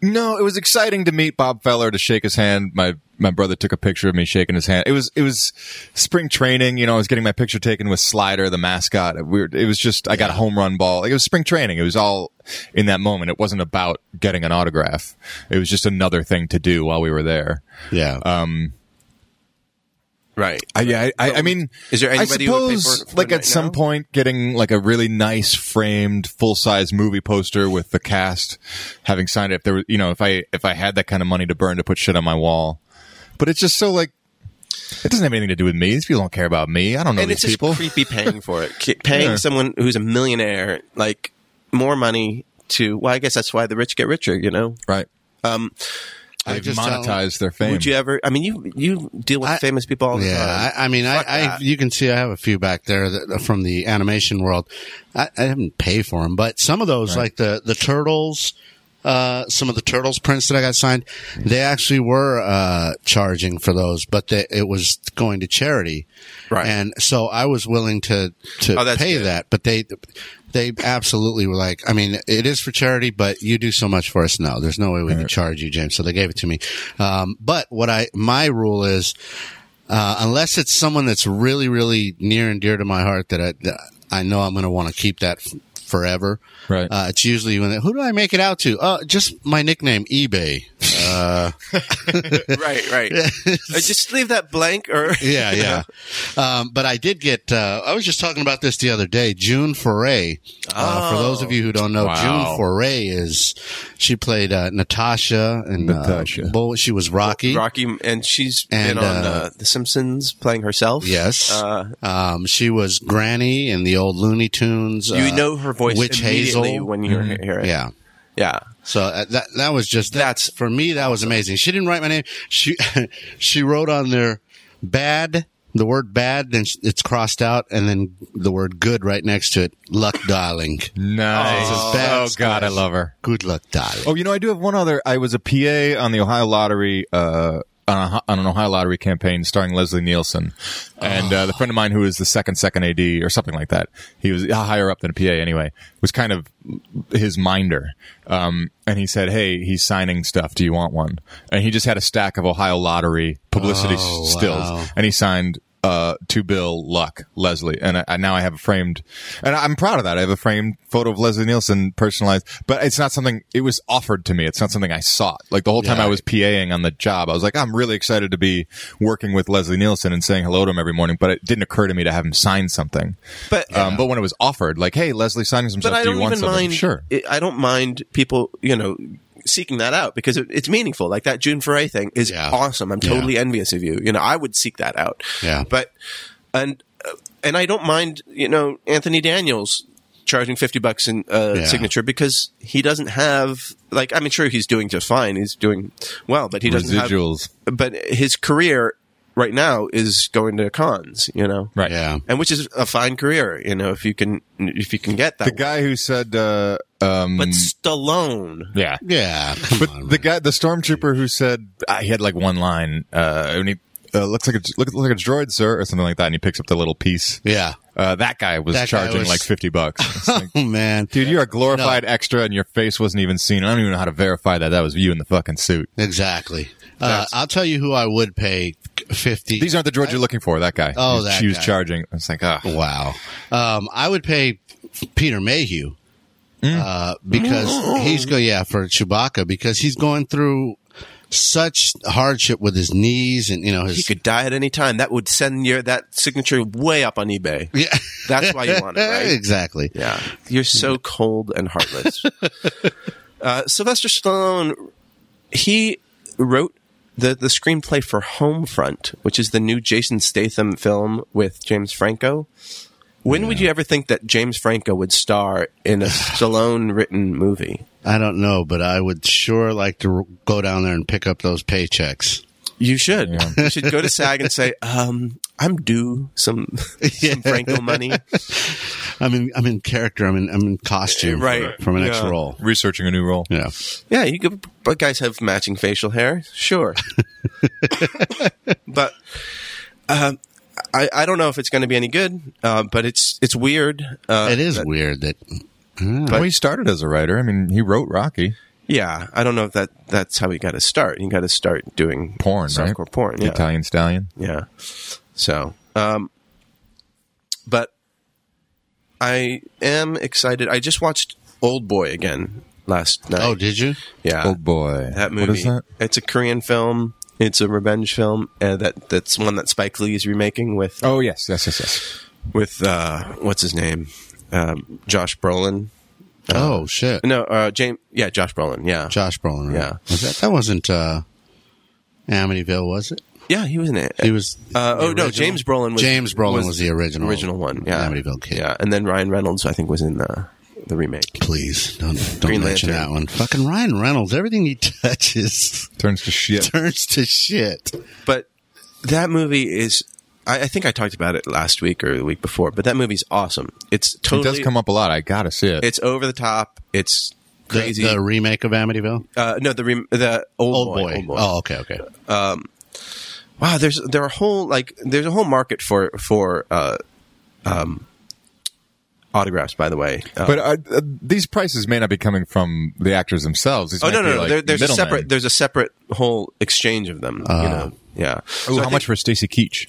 C: No, it was exciting to meet Bob Feller to shake his hand. My my brother took a picture of me shaking his hand. It was it was spring training. You know, I was getting my picture taken with Slider, the mascot. It, we were- it was just I got a home run ball. Like, it was spring training. It was all in that moment. It wasn't about getting an autograph. It was just another thing to do while we were there.
E: Yeah.
B: right.
C: I, yeah, I, I, I mean,
B: Is there
C: I
B: anybody who would pay
C: suppose,
B: for it- for
C: like
B: it
C: at
B: right
C: some
B: now?
C: point, getting like a really nice framed full size movie poster with the cast having signed it. If there was, you know, if I if I had that kind of money to burn to put shit on my wall, but it's just so like it doesn't have anything to do with me. These people don't care about me. I don't know
B: and
C: these
B: it's
C: people.
B: just creepy paying for it. Ki- paying
C: Yeah.
B: someone who's a millionaire like more money to. Well, I guess that's why the rich get richer. You know.
C: right.
B: Um,
C: They
E: just uh, don't-
C: monetize their fame.
B: uh, would you ever? I mean, you you deal with
E: I-
B: famous people all the time.
E: Yeah, I, I mean, I,
B: Fuck
E: I
B: that.
E: you can see I have a few back there that, from the animation world. I, I didn't pay for them, but some of those, like the the turtles, uh, some of the turtles prints that I got signed, they actually were uh, charging for those, but they, it was going to charity,
B: Right.
E: And so I was willing to to
B: Oh, that's
E: pay
B: good.
E: that, but they. They absolutely were like, I mean, it is for charity, but you do so much for us now. There's no way we could charge you, James. So they gave it to me. Um, but what I, my rule is, uh, unless it's someone that's really, really near and dear to my heart that I, that I know I'm going to want to keep that f- forever.
B: e-
C: Right.
E: Uh, it's usually when they, who do I make it out to? Uh, just my nickname, eBay. Uh,
B: right, right. Uh, just leave that blank, or
E: yeah, yeah. Um, but I did get, uh, I was just talking about this the other day, June Foray. Uh, for
B: Oh.
E: those of you who don't know, June Foray is, she played, uh, Natasha and,
C: Natasha.
E: Uh, Bull, she was Rocky.
B: Rocky, and she's
E: And,
B: been on
E: uh,
B: uh, The Simpsons playing herself.
E: Yes.
B: Uh,
E: um, she was Granny in the old Looney Tunes.
B: you
E: uh,
B: know her voice
E: Witch
B: immediately
E: Hazel. Mm-hmm.
B: when you hear it.
E: Yeah.
B: yeah.
E: So uh, that that was just that's
B: That's
E: for me. That was amazing. She didn't write my name. She she wrote on there bad the word bad, then it's crossed out, and then the word good right next to it. Luck, darling.
C: nice.
E: Oh,
C: Oh,
E: that's
C: God, I
E: nice.
C: love her.
E: Good luck, darling.
C: Oh, you know, I do have one other. I was a PA on the Ohio Lottery, uh, on, a, on an Ohio Lottery campaign starring Leslie Nielsen. And uh, the friend of mine who was the second, second AD or something like that, he was higher up than a PA anyway, was kind of his minder. Um, and he said, Hey, he's signing stuff. Do you want one? And he just had a stack of Ohio Lottery publicity s-
E: Oh,
C: stills.
E: wow.
C: And he signed. Uh, to Bill Luck, Leslie, and I, I now I have a framed, and I'm proud of that. I have a framed photo of Leslie Nielsen personalized, but it's not something. It was offered to me. It's not something I sought. Like the whole time
E: Yeah.
C: I was PAing on the job, I was like, I'm really excited to be working with Leslie Nielsen and saying hello to him every morning. But it didn't occur to me to have him sign something.
B: But
C: Um, but when it was offered, like, hey, Leslie signing some
B: but
C: stuff.
B: I
C: Do
B: don't
C: you want
B: even
C: something?
B: mind.
C: Sure.
B: it- I don't mind people, you know, seeking that out because it, it's meaningful. Like that June Foray thing is
E: Yeah.
B: awesome. I'm totally envious of you. You know, I would seek that out.
E: Yeah.
B: But and uh, and I don't mind, you know, Anthony Daniels charging 50 bucks in uh,
E: Yeah.
B: signature because he doesn't have like I mean sure he's doing just fine. He's doing well, but he doesn't
C: Residuals.
B: have but his career right now is going to cons, you know.
C: Right.
E: Yeah.
B: And which is a fine career, you know, if you can if you can get that.
C: The guy who said, uh, um,
B: but Stallone.
C: yeah,
E: Yeah. Come
C: But
E: on,
C: the
E: man.
C: guy, the stormtrooper who said uh, he had like one line, uh, and he uh, looks like a look, look like a droid, sir, or something like that, and he picks up the little piece.
E: Yeah.
C: Uh, that guy was
E: That guy
C: charging
E: was-
C: like fifty bucks. It's like,
E: Oh man.
C: Dude, you're a glorified extra, and your face wasn't even seen. I don't even know how to verify that that was you in the fucking suit.
E: Exactly. Uh, I'll tell you who I would pay fifty.
C: These aren't the droids you're looking for. That guy.
E: Oh,
C: He was-
E: that
C: she was
E: guy.
C: charging. I was like, ah,
E: Wow. Um, I would pay Peter Mayhew
B: Mm.
E: uh, because he's going, yeah, for Chewbacca because he's going through such hardship with his knees and, you know,
B: He
E: his.
B: could die at any time. That would send your that signature way up on eBay.
E: yeah.
B: That's why you want it, right?
E: exactly.
B: Yeah. You're so cold and heartless. uh, Sylvester Stallone, he wrote the, the screenplay for Homefront, which is the new Jason Statham film with James Franco. When would you ever think that James Franco would star in a Stallone written movie?
E: I don't know, but I would sure like to r- go down there and pick up those paychecks.
B: You should. You should go to SAG and say, um, I'm due some, some Franco money.
E: I'm in, I'm in character. I'm in, I'm in costume
B: Right.
E: for, for my next
B: Yeah.
E: role.
C: researching a new role.
E: Yeah.
B: Yeah, you could, but guys have matching facial hair, sure. but um, I, I don't know if it's going to be any good. Uh, but it's it's weird. Uh,
E: It is weird that.
C: well, he started as a writer. I mean, he wrote Rocky.
B: yeah, I don't know if that that's how you got to start. You got to start doing
C: Porn, right?
B: softcore porn.
C: The
B: Yeah,
C: Italian Stallion.
B: yeah. So, um, but I am excited. I just watched Old Boy again last night.
E: Oh, did you?
B: yeah,
C: Old boy.
B: that movie.
C: What is that?
B: It's a Korean film. It's a revenge film uh, that that's one that Spike Lee is remaking with
C: Oh yes, yes, yes, yes.
B: with uh, what's his name, um, Josh Brolin.
E: oh shit,
B: No, uh, James. Yeah, Josh Brolin. Yeah,
E: Josh Brolin. right?
B: Yeah.
E: was that that wasn't uh, Amityville, was it?
B: yeah, he was in it.
E: He was.
B: Uh, oh
E: the
B: no,
E: original-
B: James Brolin. was
E: James Brolin was, the original
B: original one. Yeah,
E: Amityville kid.
B: Yeah, and then Ryan Reynolds, I think, was in the the remake.
E: Please don't don't
B: Green
E: mention
B: Lantern.
E: that one. Fucking Ryan Reynolds. Everything he touches
C: Turns to shit.
E: turns to shit.
B: But that movie is. I, I think I talked about it last week or the week before, but that movie's awesome. It's
C: It
B: totally.
C: does come up a lot. I gotta see it.
B: It's over the top. It's
E: The-
B: crazy.
E: The, remake of Amityville.
B: uh, no, the rem- the old,
E: Old
B: boy,
E: boy.
B: Old boy.
E: Oh, okay, okay.
B: wow there's there are whole like there's a whole market for for uh um autographs by the way Uh,
C: but uh, uh, these prices may not be coming from the actors themselves. These
B: oh
C: might
B: no no
C: be,
B: no
C: like,
B: there, there's a
C: middlemen. Uh.
B: separate there's a separate whole exchange of them you know yeah
C: Ooh,
B: So
C: how
B: I
C: much
B: think-
C: for Stacy Keach?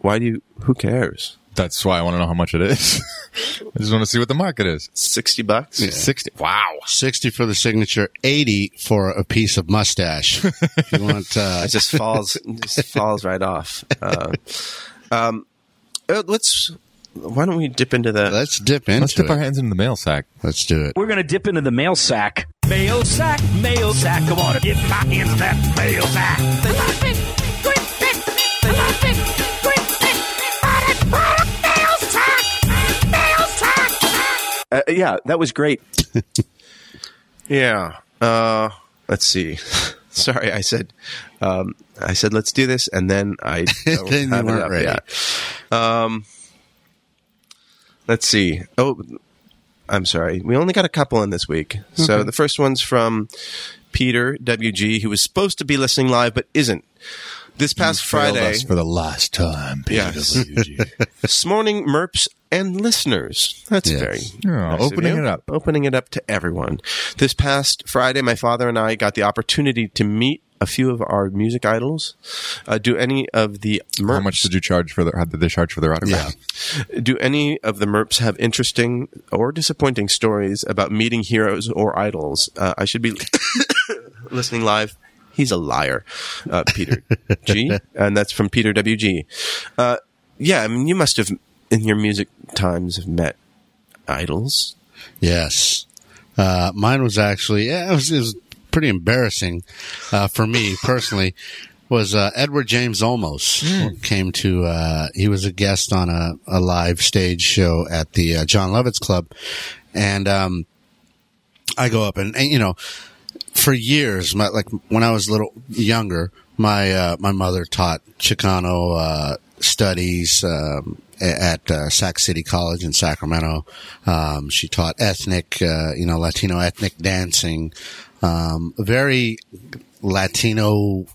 B: why do you who cares
C: That's why I want to know how much it is. I just want to see what the market is.
B: 60 bucks
C: Sixty. Wow.
E: 60 for the signature, 80 for a piece of mustache. If you want, uh,
B: it just falls it just falls right off uh, um uh, let's why don't we dip into the
E: let's dip into
C: Let's dip
E: it.
C: our hands into the mail sack.
E: Let's do it.
H: We're gonna dip into the mail sack. Mail sack, mail sack. Come on, get my hands in that mail sack.
B: uh, yeah that was great yeah uh let's see sorry i said um i said let's do this and then i don't
E: Then you
B: have it
E: weren't
B: up
E: ready.
B: yet. um let's see oh i'm sorry we only got a couple in this week so the first one's from peter wg who was supposed to be listening live but isn't this past friday
C: for the last time.
B: Yes. this morning, merps and listeners. That's
E: Yes.
B: very
C: Yeah,
B: of
C: opening
B: you.
C: it up.
B: opening it up to everyone. This past Friday, my father and I got the opportunity to meet a few of our music idols. Uh, do any of the merps,
C: How much did you charge for the? How did they charge for their autograph?
B: do any of the merps have interesting or disappointing stories about meeting heroes or idols? Uh, I should be listening live. He's a liar, uh, Peter G, and that's from Peter W G. Uh, yeah, I mean, you must have in your music times have met idols.
E: Yes. Uh, mine was actually, yeah, it was, it was pretty embarrassing, uh, for me personally, was, uh, Edward James Olmos came to, uh, he was a guest on a, a live stage show at the, uh, John Lovitz Club. And, um, I go up and, and you know, for years, my, like when I was little younger, my uh, my mother taught Chicano uh, studies um, a- at uh, Sac City College in Sacramento. Um, she taught ethnic, uh, you know, Latino ethnic dancing. Um, very Latino,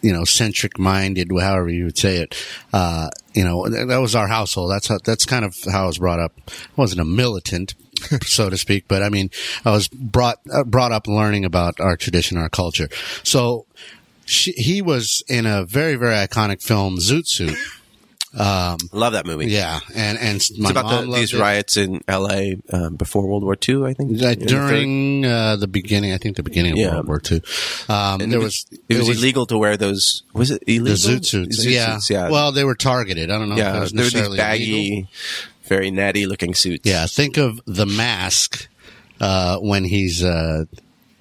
E: you know, centric minded, however you would say it. Uh, you know, th- that was our household. That's how, that's kind of how I was brought up. I wasn't a militant, so to speak, but I mean, I was brought, uh, brought up learning about our tradition, our culture. So she, he was in a very, very iconic film, Zoot Suit.
B: Love that movie.
E: Yeah. And, and
B: It's
E: my
B: about
E: mom
B: the,
E: loved
B: these
E: it.
B: riots in L.A. Um, before World War II, I think.
E: Like
B: In the
E: during uh, the beginning, I think the beginning of
B: Yeah.
E: World War II, um,
B: third-
E: there was,
B: it was, illegal to wear those. Was it illegal?
E: The zoot suits. yeah. Well, they were targeted. I don't know if that
B: yeah.
E: was
B: There were these
E: necessarily
B: baggy,
E: illegal.
B: very natty looking suits.
E: Yeah. Think of the mask uh, when he's uh,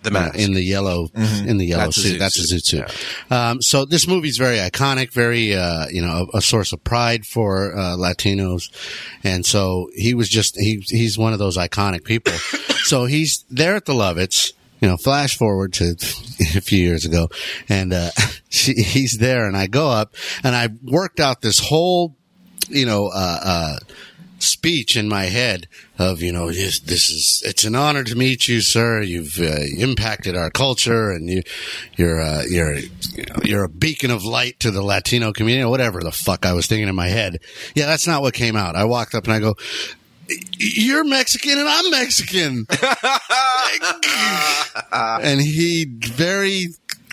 B: the mask.
E: in the yellow in the yellow
B: That's a
E: suit.
B: zoot
E: That's a
B: suit.
E: zoot suit. Um, so this movie's very iconic, very uh, you know a, a source of pride for uh, Latinos, and so he was just he he's one of those iconic people. so he's there at the Lovitz. You know, flash forward to a few years ago, and uh, she, he's there, and I go up, and I worked out this whole you know, uh, uh, speech in my head of, you know, this, this is, it's an honor to meet you, sir. You've uh, impacted our culture and you, you're, uh, you're, you know, you're a beacon of light to the Latino community or whatever the fuck I was thinking in my head. Yeah, that's not what came out. I walked up and I go, you're Mexican and I'm Mexican. and he very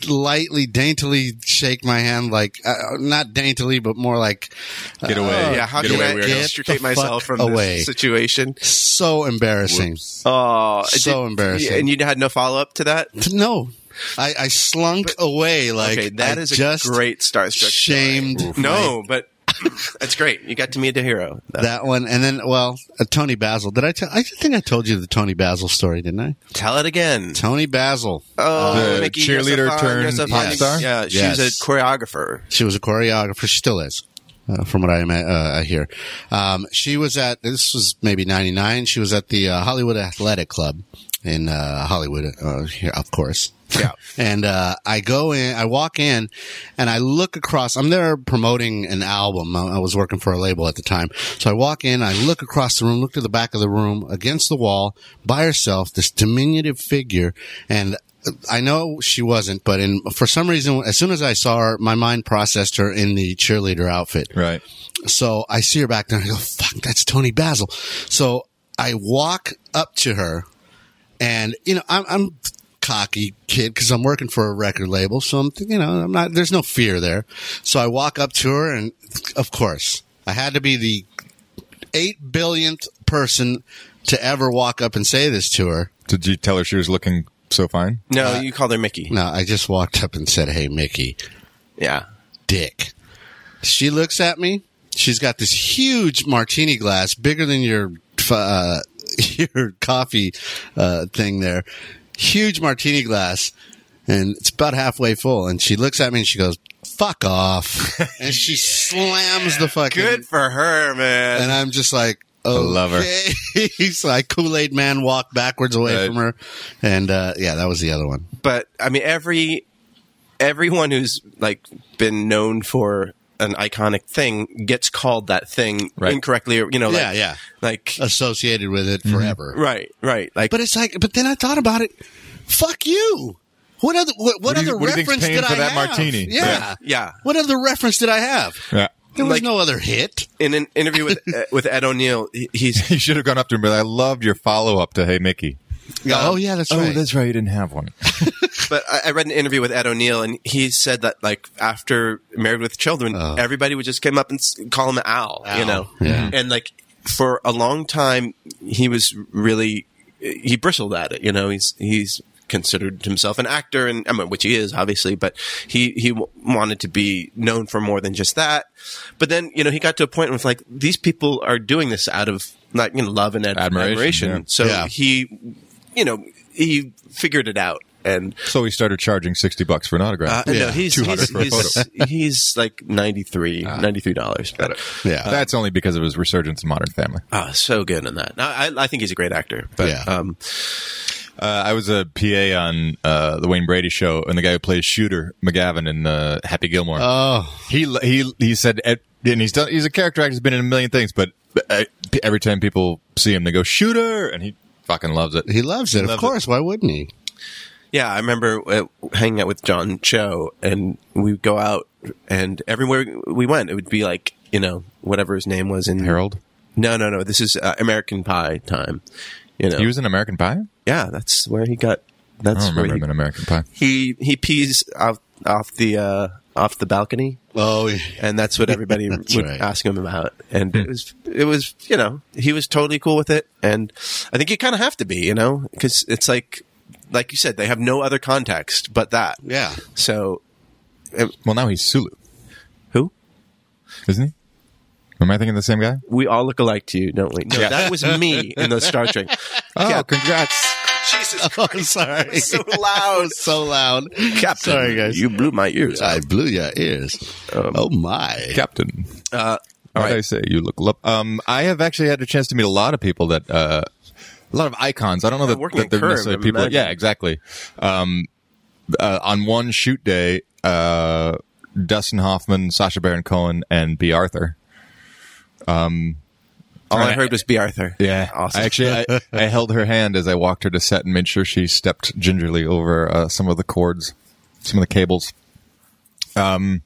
E: lightly, daintily shake my hand, like, uh, not daintily, but more like,
C: Get away.
B: yeah, how
C: Get
B: can
C: away,
B: I
C: weirdo.
B: extricate
E: Get the
B: myself
E: fuck
B: from this
E: away.
B: situation?
E: so embarrassing.
B: Oh,
E: So embarrassing.
B: And you had no follow up to that?
E: No, I, I slunk away like
B: okay, that
E: I
B: is
E: just
B: a great Star Trek.
E: shamed.
B: No, but that's great. You got to meet a hero.
E: my- that one, and then well, uh, Tony Basil. Did I tell? I think I told you the Tony Basil story, didn't I?
B: Tell it again.
E: Tony Basil.
B: Oh,
C: The
B: Mickey
C: cheerleader
B: Yosefan,
C: turned
B: Yosefan.
C: pop star?
B: Yeah, she's
E: Yes.
B: a choreographer.
E: She was a choreographer. She still is, uh, from what I ima- uh, I hear. Um, she was at this was maybe '99. She was at the uh, Hollywood Athletic Club in uh, Hollywood, uh, here, of course. Yeah. and uh, I go in, I walk in, and I look across. I'm there promoting an album. I, I was working for a label at the time, so I walk in. I look across the room, look to the back of the room, against the wall, by herself, this diminutive figure, and I know she wasn't, but in for some reason, as soon as I saw her, my mind processed her in the cheerleader outfit.
C: Right.
E: So I see her back there, and I go, "Fuck, that's Tony Basil." So I walk up to her, and you know, I'm, I'm cocky kid because I'm working for a record label, so I'm, you know, I'm not. There's no fear there. So I walk up to her, and of course, I had to be the eight billionth person to ever walk up and say this to her.
C: Did you tell her she was looking so fine?
B: No, you called her Mickey.
E: Uh, No, I just walked up and said, "Hey, Mickey."
B: Yeah.
E: dick. She looks at me. She's got this huge martini glass, bigger than your uh, your coffee uh, thing there. Huge martini glass, and it's about halfway full. And she looks at me and she goes, "Fuck off!" and she slams the fucking.
B: Good for her, man.
E: And I'm just like. Oh,
C: love her.
E: He's like Kool Aid Man walked backwards away
C: Right.
E: from her, and uh, yeah, that was the other one.
B: but I mean every everyone who's like been known for an iconic thing gets called that thing
C: Right.
B: incorrectly or you know like, Mm-hmm.
E: Yeah, yeah.
B: like
E: Associated with it forever,
B: right right like
E: But it's like, but then I thought about it. Fuck you. What other what, what
C: do you-
E: other
C: what do you think's
E: reference
C: paying
E: did
C: for
E: I
C: that
E: have?
C: martini?
E: Yeah.
C: Yeah.
B: Yeah.
E: What other reference did I have?
C: Yeah.
E: There was
B: Like-
E: no other hit.
B: in an interview with uh, with Ed O'Neill he- he's
C: You should have gone up to her, but I loved your follow up to Hey Mickey.
E: oh yeah, that's right.
C: right. You didn't have one.
B: but I, I read an interview with Ed O'Neill and he said that like after Married with Children everybody would just come up and s- call him Al, you
E: Al.
B: know
E: Oh. Yeah.
B: and like for a long time he was really he bristled at it you know he's he's considered himself an actor and I mean which he is obviously but he he w- wanted to be known for more than just that but then you know he got to a point with like these people are doing this out of like you know love and ad- admiration,
C: Admiration, yeah.
B: so
E: Yeah.
B: he you know he figured it out and
C: So we started charging sixty bucks for an
B: uh,
C: autograph.
B: no, he's
C: 200
B: he's,
C: for a Ah.
B: he's, he's like 93 dollars. But
E: Yeah.
C: That's only because of his resurgence in Modern Family.
B: ah, so good in that. Now, I, I think he's a great actor. But
E: Yeah.
B: um,
C: Uh, I was a PA on uh, the Wayne Brady show, and the guy who plays Shooter McGavin in uh, Happy Gilmore.
E: oh,
C: he he he said, and he's done. He's a character actor. He's been in a million things, but uh, every time people see him, they go Shooter, and he fucking loves it.
E: he loves it. of
C: Loves it.
E: course. Why wouldn't he?
B: yeah, I remember uh, hanging out with John Cho, and we'd go out, and everywhere we went, it would be like you know whatever his name was in
C: Harold?
B: No, no, no. This is uh, American Pie time. You know,
C: He was in American Pie.
B: yeah, that's where he got.
C: I
B: That's
C: don't remember
B: where
C: him in American Pie.
B: he, he he pees off off the uh, off the balcony.
E: Oh, yeah.
B: and that's what everybody
E: That's
B: would
E: right.
B: ask him about. And
C: Hmm.
B: it was, it was, you know, he was totally cool with it, and I think you kind of have to be, you know, because it's like, like you said, they have no other context but that.
E: yeah.
B: So
C: Well, now he's Sulu,
B: who?
C: isn't he? Am I thinking of the same guy?
B: We all look alike to you, don't we? No, that was me in the Star Trek.
C: Oh,
B: Yeah.
C: congrats!
B: Jesus
E: Oh,
B: Christ,
E: I'm sorry.
B: so loud,
E: so loud.
B: Captain.
E: Sorry, guys.
B: You blew my ears.
E: I blew your ears. oh my.
C: Captain.
B: Uh,
C: All
B: right.
C: I say you look. lo- Um, I have actually had a chance to meet a lot of people that uh, a lot of icons. I don't know that,
B: working
C: that
B: at
C: they're
B: Curve,
C: necessarily
B: I
C: people.
B: imagine.
C: Yeah, exactly. Um, uh, on one shoot day, uh, Dustin Hoffman, Sasha Baron Cohen, and B. Arthur.
B: all I
C: Right.
B: heard was B. Arthur.
C: Yeah,
B: Awesome.
C: I actually, I, I held her hand as I walked her to set and made sure she stepped gingerly over uh, some of the cords, some of the cables. Um,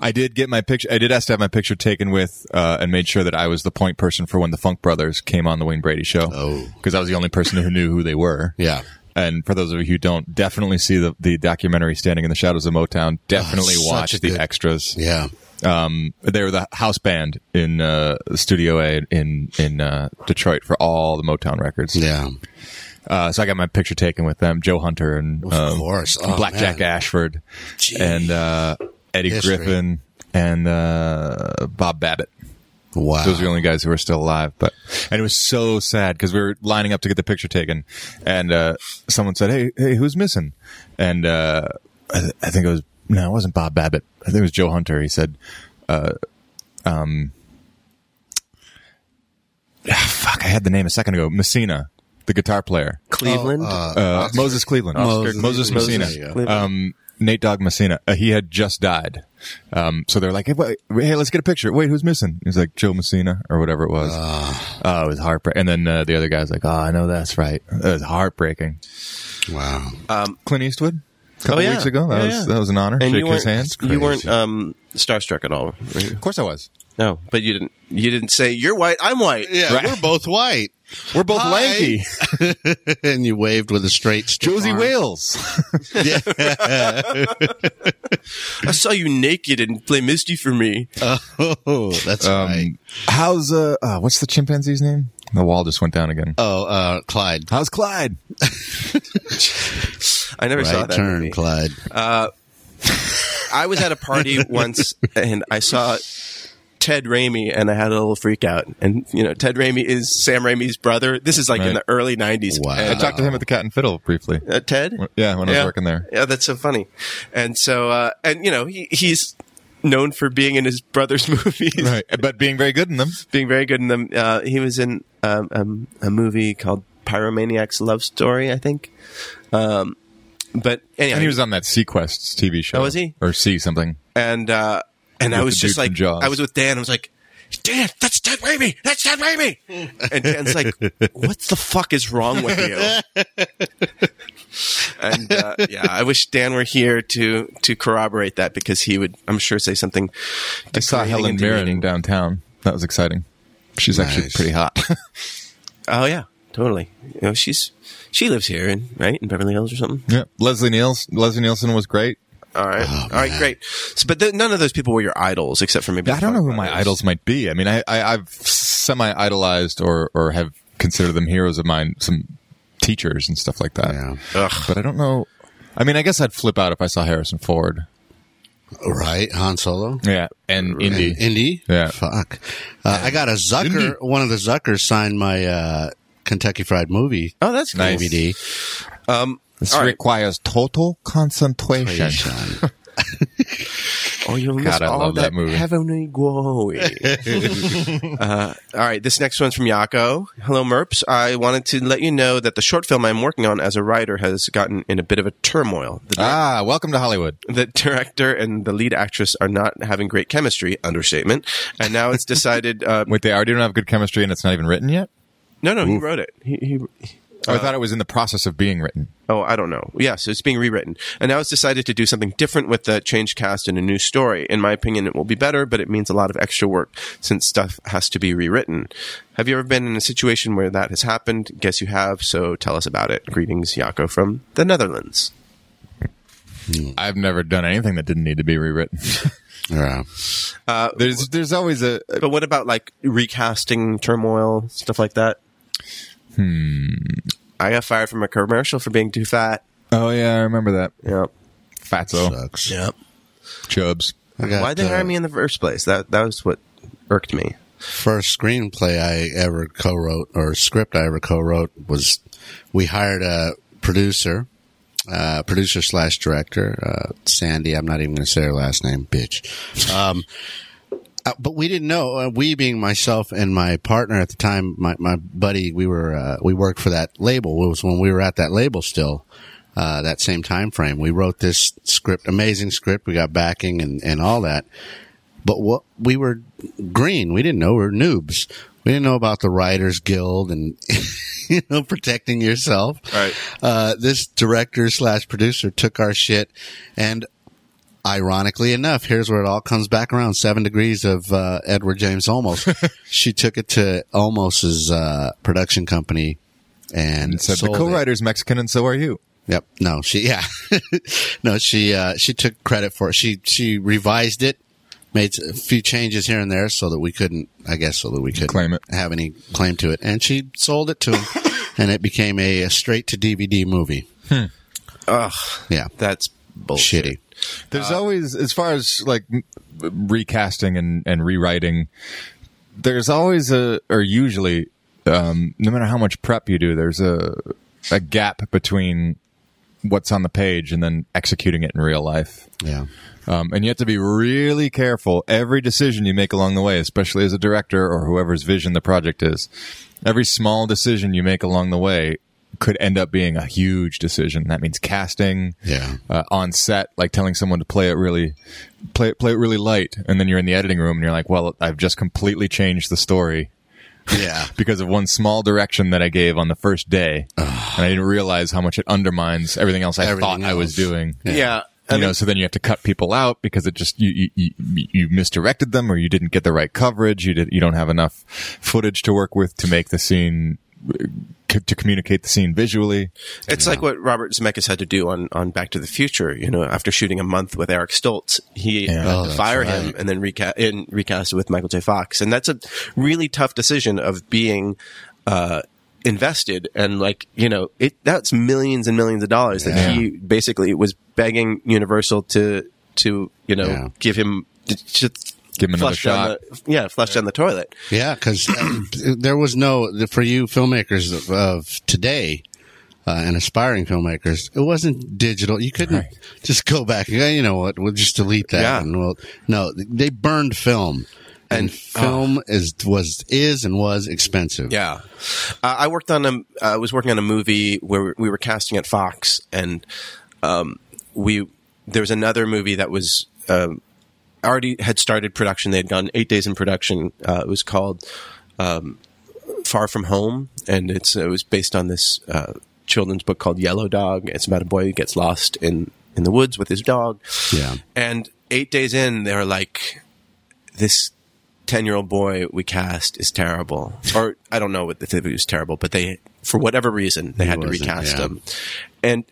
C: I did get my picture. I did ask to have my picture taken with, uh, and made sure that I was the point person for when the Funk Brothers came on the Wayne Brady show.
E: Oh.
C: because I was the only person who knew who they were.
E: Yeah.
C: And for those of you who don't, definitely see the, the documentary "Standing in the Shadows of Motown." Definitely
E: Oh, such
C: watch
E: a
C: the
E: good-
C: extras
E: Yeah.
C: um, they were the house band in uh, Studio A in in uh, Detroit for all the Motown records.
E: Yeah.
C: Uh, so I got my picture taken with them, Joe Hunter and
E: Of
C: um,
E: course. Oh,
C: Blackjack
E: man.
C: Ashford and uh, Eddie
E: History.
C: Griffin and uh, Bob Babbitt.
E: Wow.
C: Those are the only guys who are still alive. But and it was so sad because we were lining up to get the picture taken, and uh, someone said, "Hey, hey, who's missing?" And uh, I, th- I think it was no, it wasn't Bob Babbitt. I think it was Joe Hunter. He said, uh, "Um, ah, fuck, I had the name a second ago. Messina, the guitar player,
B: Cleveland.
C: uh, Moses Cleveland, Moses, Messina."
E: There you go.
C: um, Nate Dog Messina. Uh, he had just died. Um, so they're like, hey, wait, hey, let's get a picture. Wait, who's missing? He's like Joe Messina or whatever it was.
B: Ah.
C: Oh, it was heartbreaking. And then uh, the other guy's like, oh, I know that's right. It was heartbreaking.
E: Wow.
C: Clint Eastwood. A couple
B: Oh, yeah.
C: weeks ago, that
B: Yeah,
C: was
B: yeah.
C: that was an honor.
B: and
C: Shake
B: you
C: his
B: weren't,
C: hands.
B: you weren't um, starstruck at all. were you?
C: Of course, I was.
B: No, but you didn't. You didn't say you're white. I'm white.
E: Yeah, we're both white.
C: We're both
E: Hi.
C: lanky.
E: and you waved with a straight stiff
C: Josie
E: arm.
C: Wales.
B: I saw you naked and play Misty for me.
E: Oh, that's right.
C: Um, how's uh, uh, what's the chimpanzee's name? The wall just went down again.
E: Oh, uh, Clyde.
C: How's Clyde?
B: I never saw
E: Right
B: Oh, that.
E: turn,
B: movie.
E: Clyde.
B: I was at a party once and I saw Ted Raimi and I had a little freak out. And you know, Ted Raimi is Sam Raimi's brother. This is like in
C: Right.
B: the early '90s.
E: Wow.
C: I talked to him at the Cat and Fiddle briefly.
B: Uh, Ted?
C: Yeah, when I was working there.
B: Yeah, that's so funny. And so, uh, and you know, he, he's known for being in his brother's movies,
C: Right, but being very good in them.
B: being very good in them. Uh, he was in um, um, a movie called Pyromaniac's Love Story, I think. Um, but anyhow,
C: And he was on that Sequest TV show.
B: Oh, was he?
C: Or C something.
B: and uh, and I
C: With
B: was
C: the dude
B: just
C: from
B: like,
C: Jaws.
B: I was with Dan. I was like, Dan, that's Ted Raimi. That's Ted Raimi. and Dan's like, what the fuck is wrong with you? and uh, yeah, I wish Dan were here to to corroborate that because he would, I'm sure, say something.
C: I saw
B: degrading
C: Helen
B: and
C: Mirren
B: demeaning.
C: downtown. That was exciting. She's actually
E: Nice.
C: pretty hot.
B: Oh yeah, totally. You know, she's she lives here in right in Beverly Hills or something.
C: yeah. Leslie Niels Leslie Nielsen was great.
B: All right,
C: Oh,
B: all right, great. So, but th- none of those people were your idols except for maybe.
C: I
B: the
C: don't know
B: Fog
C: who my
B: Brothers.
C: idols might be. I mean, I, I I've semi idolized or or have considered them heroes of mine. Some teachers and stuff like that.
E: Yeah.
B: Ugh.
C: But I don't know. I mean, I guess I'd flip out if I saw Harrison Ford.
E: Right, Han Solo.
C: Yeah, and Indy.
E: And Indy.
C: Yeah.
E: Fuck. Uh, I got a Zucker. One of the Zuckers signed my uh, Kentucky Fried Movie
B: Oh, that's cool.
C: Nice.
E: DVD.
C: This
B: All right.
C: requires total concentration.
E: Creation.
B: Oh, you'll miss
C: God, I
B: all
C: love
B: that,
C: that movie.
B: heavenly glory. uh, all right, this next one's from Yako. Hello, Merps. I wanted to let you know that the short film I'm working on as a writer has gotten in a bit of a turmoil. The,
C: Ah, welcome to Hollywood.
B: the director and the lead actress are not having great chemistry, understatement. And now it's decided. Uh,
C: Wait, they already don't have good chemistry, and it's not even written yet.
B: no, no, he wrote it. He, he,
C: Oh, I thought it was in the process of being written.
B: Oh, I don't know. Yeah, so it's being rewritten. And now it's decided to do something different with the change cast and a new story. In my opinion, it will be better, but it means a lot of extra work since stuff has to be rewritten. Have you ever been in a situation where that has happened? Guess you have, so tell us about it. Greetings, Jaco from the Netherlands.
E: Hmm.
C: I've never done anything that didn't need to be rewritten.
E: Yeah. Uh,
C: there's there's always a
B: But what about like recasting turmoil, stuff like that? Hmm. I got fired from a commercial for being too fat.
C: oh yeah, I remember that
B: Yep.
C: fatso
E: Sucks.
B: Yep.
C: chubs.
E: I got,
B: Why'd they hire
E: uh,
B: me in the first place? That that was what irked me.
E: first screenplay I ever co-wrote or script I ever co-wrote was we hired a producer, uh, producer slash director, uh, Sandy. I'm not even going to say her last name, bitch. Um, uh, but we didn't know. Uh, we being myself and my partner at the time, my, my buddy, we were uh, we worked for that label. It was when we were at that label still. Uh, that same time frame, we wrote this script, amazing script. We got backing and, and all that but what we were green. We didn't know we were noobs. We didn't know about the Writers Guild and you know protecting yourself.
B: Right.
E: Uh, this director slash producer took our shit, and ironically enough, here's where it all comes back around. Seven degrees of uh, Edward James Olmos. she took it to Olmos's uh, production company and,
C: And said
E: sold
C: the
E: it."
C: co-writer's Mexican, and so are you.
E: Yep. No, she, yeah. no, she, uh, she took credit for it. She, she revised it, made a few changes here and there so that we couldn't, I guess, so that we could
C: Claim it.
E: have any claim to it. And she sold it to him. and it became a, a straight to DVD movie.
B: Ugh,
E: Yeah,
B: that's bullshit.
E: shitty.
C: There's
E: Uh,
C: always, as far as like m- recasting and, and rewriting, there's always a, or usually, um, no matter how much prep you do, there's a, a gap between what's on the page and then executing it in real life.
E: Yeah,
C: Um, and you have to be really careful every decision you make along the way, especially as a director or whoever's vision the project is. Every small decision you make along the way could end up being a huge decision. That means casting,
E: Yeah.
C: uh, on set, like telling someone to play it really, play it, play it really light, and then you're in the editing room and you're like, well, I've just completely changed the story
E: yeah.
C: because of one small direction that I gave on the first day, and I didn't realize how much it undermines everything else I
E: Everything
C: thought I was
E: else.
C: doing
B: Yeah.
C: you know, so then you have to cut people out because it just you you, you you misdirected them or you didn't get the right coverage. You did you don't have enough footage to work with to make the scene to, to communicate the scene visually.
B: It's like what Robert Zemeckis had to do on, on Back to the Future. You know, after shooting a month with Eric Stoltz, he had
E: Oh,
B: to
E: that's
B: fire him
E: right.
B: and then recast and recast it with Michael J. Fox, and that's a really tough decision of being uh, invested and like you know it. That's millions and millions of dollars
E: Yeah.
B: that he basically was begging Universal to to you know
E: Yeah.
B: give him to, to
C: Give him another
B: flush down
C: shot.
B: the- yeah, flush down the toilet.
E: Yeah, because there was no the- for you filmmakers of, of today uh, and aspiring filmmakers. It wasn't digital. You couldn't just go back. and go, You know what? We'll just delete that.
B: Yeah.
E: And we'll, no, they burned film, and, film is was is and was expensive.
B: uh, Yeah, uh, I worked on a. I was working on a movie where we were casting at Fox, and um, we there was another movie that was um already had started production. They had gone eight days in production. Uh, it was called um, Far From Home, and it's it was based on this uh, children's book called Yellow Dog. It's about a boy who gets lost in in the woods with his dog.
E: Yeah.
B: And eight days in, they were like, this 10 year old boy we cast is terrible. Or I don't know what the it was terrible, but they, for whatever reason, they
E: He
B: had to
E: wasn't,
B: recast
E: yeah.
B: him. And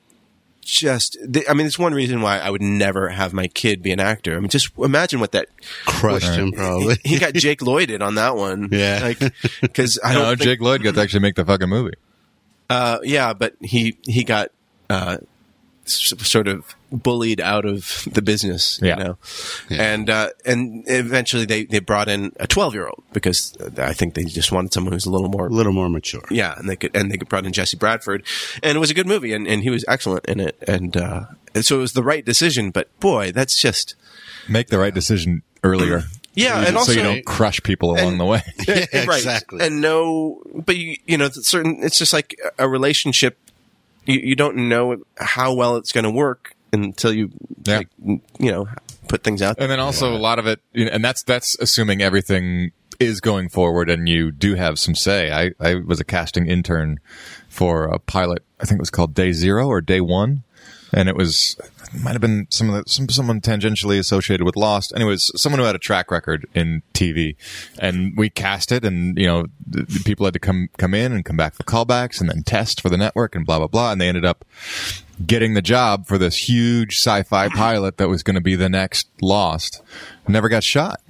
B: just, th I mean, it's one reason why I would never have my kid be an actor. I mean, just imagine what that,
E: crushed him probably.
B: he got Jake Lloyded on that one.
E: Oh. Yeah.
B: Like, cause I don't
C: No,
B: think-
C: Oh, Jake Lloyd got to actually make the fucking movie.
B: uh, yeah, but he he got uh, s- sort of bullied out of the business,
C: Yeah.
B: you know,
E: Yeah.
B: and uh, and eventually they they brought in a twelve year old because uh, I think they just wanted someone who's a little more
E: a little more mature.
B: yeah, and they could and they could brought in Jesse Bradford, and it was a good movie, and, and he was excellent in it, and uh, and so it was the right decision, but boy, that's just
C: Make the right decision earlier.
B: yeah, and
C: so
B: also
C: you don't crush people along the way.
E: Yeah,
B: right.
E: exactly.
B: And no, but you, you know, it's certain, it's just like a relationship. You, you don't know how well it's going to work until you,
C: Yeah.
B: like, you know, put things out. there.
C: And then also a lot of it, you know, and that's that's assuming everything is going forward and you do have some say. I, I was a casting intern for a pilot. I think it was called Day Zero or Day One, and it was it might have been some of the, some someone tangentially associated with Lost. Anyways, someone who had a track record in TV, and we cast it, and you know the, the people had to come come in and come back for callbacks and then test for the network and blah blah blah, and they ended up getting the job for this huge sci-fi pilot that was going to be the next Lost. Never got shot.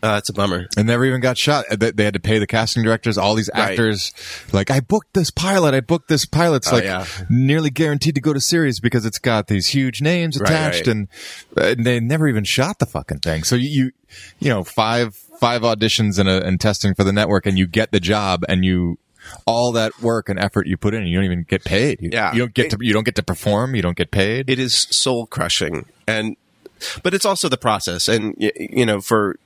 B: Uh, it's a bummer.
C: And never even got shot. They, they had to pay the casting directors, all these
B: Right.
C: actors. Like, I booked this pilot. I booked this pilot. It's like
B: Oh, yeah.
C: nearly guaranteed to go to series because it's got these huge names attached,
B: right.
C: and, uh, and they never even shot the fucking thing. So you, you, you know, five five auditions and, a, and testing for the network, and you get the job, and you all that work and effort you put in, you don't even get paid. You,
B: Yeah.
C: you don't get to you don't get to perform. You don't get paid.
B: It is soul crushing, and but it's also the process, and y- you know, for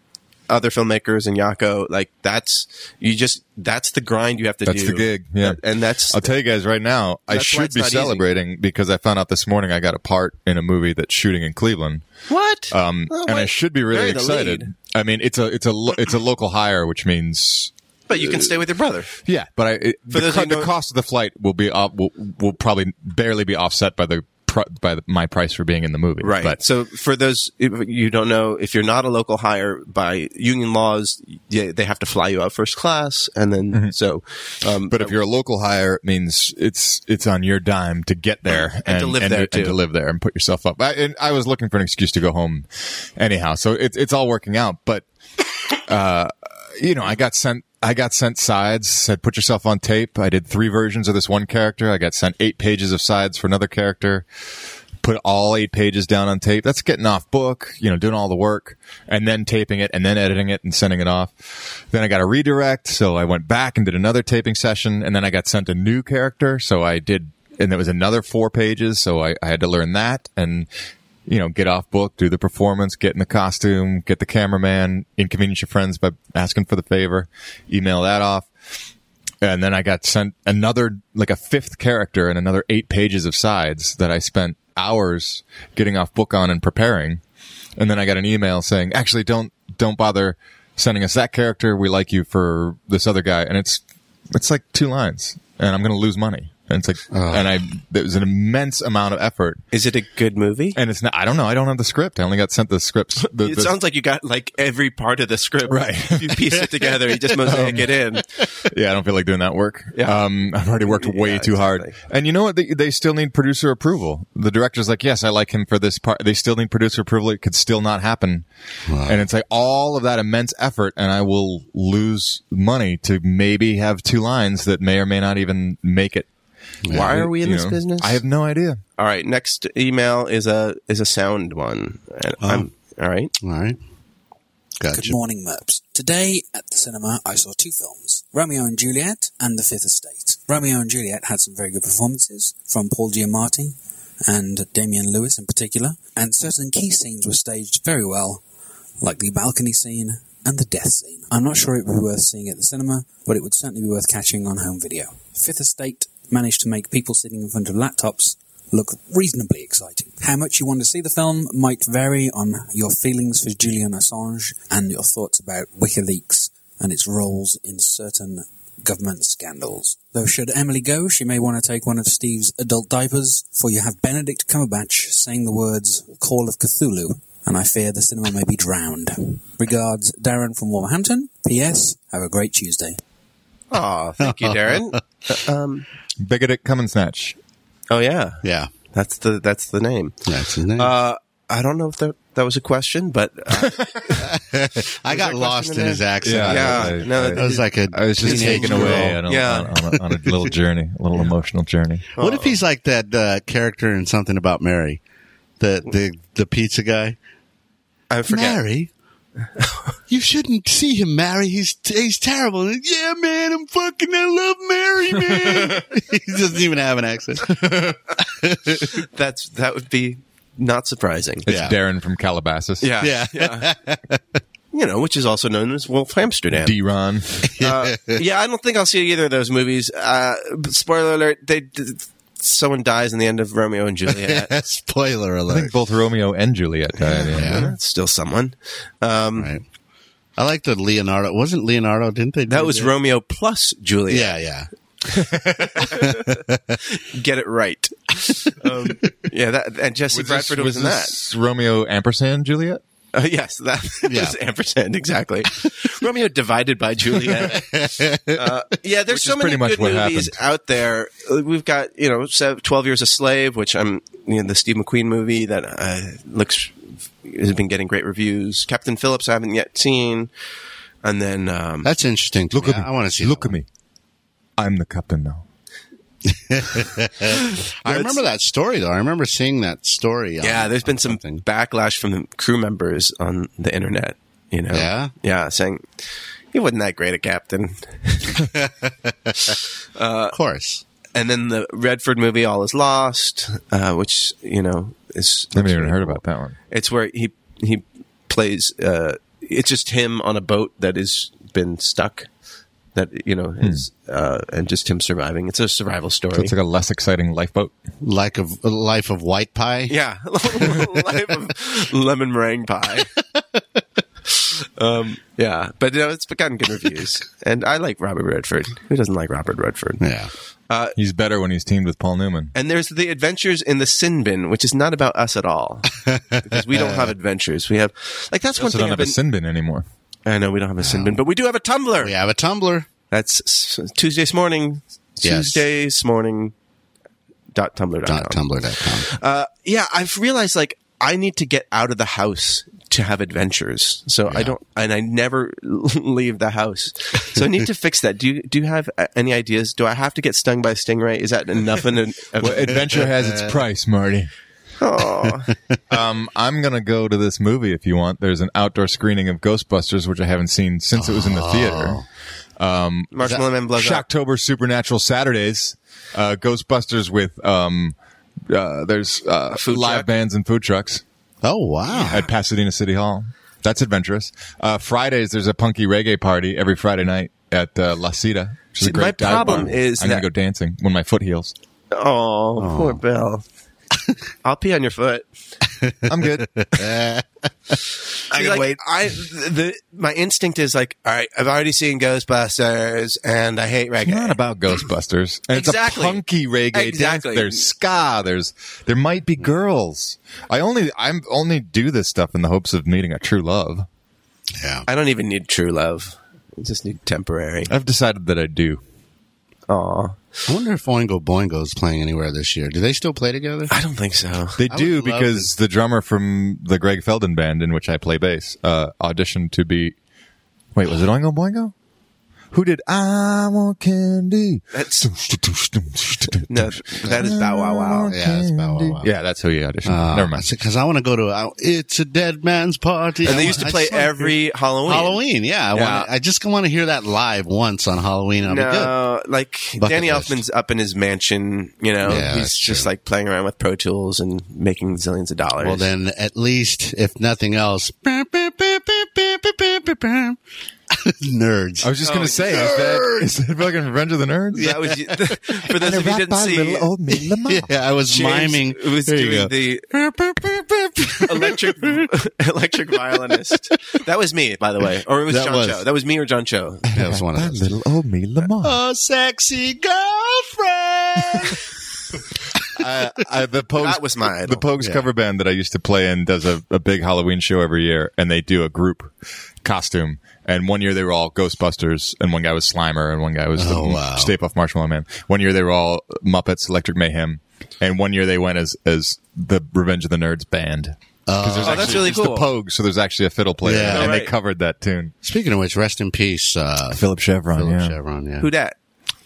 B: other filmmakers and Yako, like that's you just that's the grind you have to
C: That's
B: do.
C: the gig, yeah. Uh,
B: and that's
C: I'll tell you guys right now, I
B: That's why
C: should
B: it's
C: be
B: not easy.
C: celebrating because I found out this morning I got a part in a movie that's shooting in Cleveland.
B: what
C: Um,
B: Oh,
C: and I
B: what?
C: should be really
B: Bury the
C: excited.
B: lead.
C: I mean, it's a it's a lo- it's a local hire, which means
B: But you can stay with your brother.
C: yeah. But I it, the,
B: those
C: co-
B: who
C: the
B: know-
C: cost of the flight will be off, will, will probably barely be offset by the pr- by the, my price for being in the movie.
B: Right.
C: But
B: so for those if you don't know, if you're not a local hire by union laws, yeah, they have to fly you out first class, and then so. Um,
C: Mm-hmm. but if you're a local hire, it means it's it's on your dime to get there
B: And to live there, too.
C: and to live there and put yourself up. I, and I was looking for an excuse to go home, anyhow. So it's it's all working out. But uh, you know, I got sent I got sent sides, said put yourself on tape. I did three versions of this one character. I got sent eight pages of sides for another character. Put all eight pages down on tape. That's getting off book, you know, doing all the work and then taping it and then editing it and sending it off. Then I got a redirect. So I went back and did another taping session and then I got sent a new character. So I did, and there was another four pages. So I, I had to learn that and you know, get off book, do the performance, get in the costume, get the cameraman, inconvenience your friends by asking for the favor, email that off. And then I got sent another, like a fifth character and another eight pages of sides that I spent hours getting off book on and preparing. And then I got an email saying, actually, don't, don't bother sending us that character. We like you for this other guy. And it's, it's like two lines and I'm going to lose money. And it's like, and I, there was an immense amount of effort
B: Is it a good movie?
C: and it's not. I don't know. I don't have the script. I only got sent the scripts. The,
B: It
C: the-
B: sounds like you got like every part of the script.
C: Right. Oh,
B: You piece it together. You just mosaic it in.
C: yeah, I don't feel like doing that work.
B: Yeah.
C: Um, I've already worked way
B: Yeah,
C: too hard.
B: exactly.
C: And you know what? They, they still need producer approval. The director's like, yes, I like him for this part. They still need producer approval. It could still not happen. And it's like all of that immense effort, and I will lose money to maybe have two lines that may or may not even make it.
B: Why are we in
C: You
B: this
C: know?
B: business?
C: I have no idea.
B: All right. Next email is a is a sound one. And
C: Oh.
B: I'm, all right.
E: All right. Gotcha.
G: Good morning, Merps. Today at the cinema, I saw two films Romeo and Juliet and The Fifth Estate. Romeo and Juliet had some very good performances from Paul Giamatti and Damian Lewis in particular, and certain key scenes were staged very well, like the balcony scene and the death scene. I'm not sure it would be worth seeing at the cinema, but it would certainly be worth catching on home video. Fifth Estate managed to make people sitting in front of laptops look reasonably exciting. How much you want to see the film might vary on your feelings for Julian Assange and your thoughts about WikiLeaks and its roles in certain government scandals. Though should Emily go, she may want to take one of Steve's adult diapers, for you have Benedict Cumberbatch saying the words Call of Cthulhu, and I fear the cinema may be drowned. Regards, Darren from Wolverhampton. P.S. Have a great Tuesday.
B: Oh, thank you, Darren. Uh, um,
C: Bigoted come and snatch.
B: oh yeah.
E: Yeah.
B: That's the that's the name.
E: That's his name.
B: Uh, I don't know if that that was a question, but uh,
E: I got lost in,
B: in
E: his
B: there?
E: accent.
C: Yeah.
B: yeah,
C: I-
B: no,
E: I was like a
C: I was just
E: teenage
C: taken away
E: girl.
C: on a,
B: Yeah.
C: on, on a, on a little journey, a little emotional journey.
E: What if he's like that uh, character in something about Mary, the the the pizza guy?
B: I forget.
E: Mary, you shouldn't see him, Mary. He's he's terrible. And, yeah, man, I'm fucking. I love Mary, man. he doesn't even have an accent.
B: That's that would be not surprising.
C: It's
E: Yeah.
C: Darren from Calabasas.
B: Yeah,
E: Yeah.
B: you know, which is also known as Wolf Amsterdam.
C: D Ron.
B: Uh, yeah, I don't think I'll see either of those movies. Uh, but spoiler alert: they d- someone dies in the end of Romeo and Juliet.
E: Spoiler
C: I think
E: alert.
C: both Romeo and Juliet died. Yeah.
B: Uh, That's still someone. Um,
E: Right. I like the Leonardo. Wasn't Leonardo? Didn't they? do
B: That was
E: that?
B: Romeo plus Juliet.
E: Yeah, yeah.
B: Get it right. um, yeah, that, and Jesse Bradford was, in that.
C: this Romeo ampersand Juliet?
B: Uh, yes, that
E: Yeah.
B: was ampersand exactly. Romeo divided by Juliet. Uh, yeah, there's so
C: is
B: many
C: pretty much
B: good
C: what
B: movies out there. Uh, We've got you know se- Twelve Years a Slave, which I'm you know the Steve McQueen movie that uh, looks has been getting great reviews. Captain Phillips I haven't yet seen, and then um,
E: That's interesting. to
C: Look
E: me.
C: at me.
E: I want to see.
C: Look
E: that
C: at me. I'm the captain now.
E: one. I remember that story though. I remember seeing that story. on-
B: yeah, there's been some
E: something.
B: backlash from the crew members on the internet. You know,
E: Yeah?
B: yeah, saying he wasn't that great a captain.
E: of course.
B: and then the Redford movie All Is Lost, uh, which you know is
C: I haven't even heard about that one.
B: It's where he he plays. Uh, it's just him on a boat that has been stuck. That you know is uh, and just him surviving. It's a survival story.
C: Hmm. So it's like a less exciting lifeboat.
E: Like of life of white pie.
B: yeah, life of lemon meringue pie. um, yeah, but you know, it's gotten good reviews, and I like Robert Redford. Who doesn't like Robert Redford?
E: Yeah.
C: He's better when he's teamed with Paul Newman.
B: And there's the adventures in the sin bin, which is not about us at all, because we don't have adventures. We have like that's one
C: So
B: thing.
C: don't have
B: I've been,
C: a sin Oh, bin anymore.
B: I know we don't have a sin bin, but we do have a Tumblr.
E: We have a tumbler.
B: That's s- Tuesdays morning.
E: Yes.
B: Tuesdays morning. Dot tumblr.
E: Dot tumblr.com.
B: Yeah, I've realized like I need to get out of the house to have adventures. So I don't, and I never leave the house. So I need to fix that. Do you do you have uh, any ideas? Do I have to get stung by a stingray? Is that enough? An, an,
C: Well, adventure has its price, Marty.
B: Aw.
C: Um, I'm gonna go to this movie if you want. There's an outdoor screening of Ghostbusters, which I haven't seen since it was in the
B: Oh.
C: theater.
B: Marshmallow Man blows up.
C: Shocktober Supernatural Saturdays, uh, Ghostbusters with um, uh, there's uh,
B: food
C: live
B: truck?
C: bands and food trucks
E: Oh wow!
C: at Pasadena City Hall. That's adventurous. Uh, Fridays there's a punky reggae party every Friday night at uh, La Cita. Which is
B: See,
C: a great
B: my
C: dive
B: problem
C: bar.
B: is
C: I'm
B: that-
C: gonna go dancing when my foot heals.
B: Oh, poor Bill. I'll pee on your foot.
C: I'm good.
B: I like, I the my instinct is like, all right, I've already seen Ghostbusters, and I hate reggae.
C: It's not about Ghostbusters. And
B: Exactly.
C: It's a punky reggae dance.
B: Exactly.
C: There's ska. There's there might be girls. I only I'm only do this stuff in the hopes of meeting a true love.
E: Yeah,
B: I don't even need true love. I just need temporary.
C: I've decided that I do.
B: Aw.
E: I wonder if Oingo Boingo is playing anywhere this year. Do they still play together?
B: I don't think so.
C: They
E: I
C: do
E: would love
C: because the drummer from the Greg Felden band in which I play bass uh, auditioned to be. Wait, was it Oingo Boingo? Who did I want candy?
B: That's no. That is Bow Wow
C: I
B: Wow.
C: want
E: Yeah, it's Bow Wow
C: candy.
E: Wow.
C: Yeah, that's who he auditioned. Never mind.
E: Because I want to go to. I, it's a dead man's party.
B: And
E: I
B: they
E: wa-
B: used to
E: I
B: play
E: just wanna-
B: every Halloween.
E: Halloween. Yeah, I,
B: Yeah.
E: Want, I just want to hear that live once on Halloween. I'll be good.
B: No, like
E: Bucket
B: Danny
E: list.
B: Elfman's up in his mansion. You know,
E: Yeah,
B: he's
E: that's
B: just like playing around with Pro Tools and making zillions of dollars.
E: Well, then at least, if nothing else, nerds.
C: I
B: Oh,
C: was just gonna say, is that, is that fucking Revenge of the Nerds?
B: that was for those of you who didn't see.
C: me Lamar.
E: Yeah, I was
B: James
E: miming.
B: was
E: There you
B: doing
E: go.
B: the electric electric violinist. That was me, by the way, or it was
E: That
B: John
E: was.
B: Cho. That was me or John Cho.
E: That was one of those.
C: little old me Lamar.
E: Oh, sexy girlfriend.
B: Uh,
C: the Pogues,
B: That was my idol.
C: the Pogues cover band that I used to play in does a, a big Halloween show every year, and they do a group costume. And one year they were all Ghostbusters, and one guy was Slimer, and one guy was
E: Oh,
C: the
E: wow.
C: Stay Puft Marshmallow Man. One year they were all Muppets, Electric Mayhem, and one year they went as as the Revenge of the Nerds band. Because
B: Oh, that's really
C: it's the
B: cool.
C: Pogues, so there's actually a fiddle player,
E: Yeah.
C: and they
B: Right.
C: covered that tune.
E: Speaking of which, rest in peace, uh,
C: Philip Chevron,
E: Philip
C: yeah.
E: Chevron. Yeah.
B: Who dat?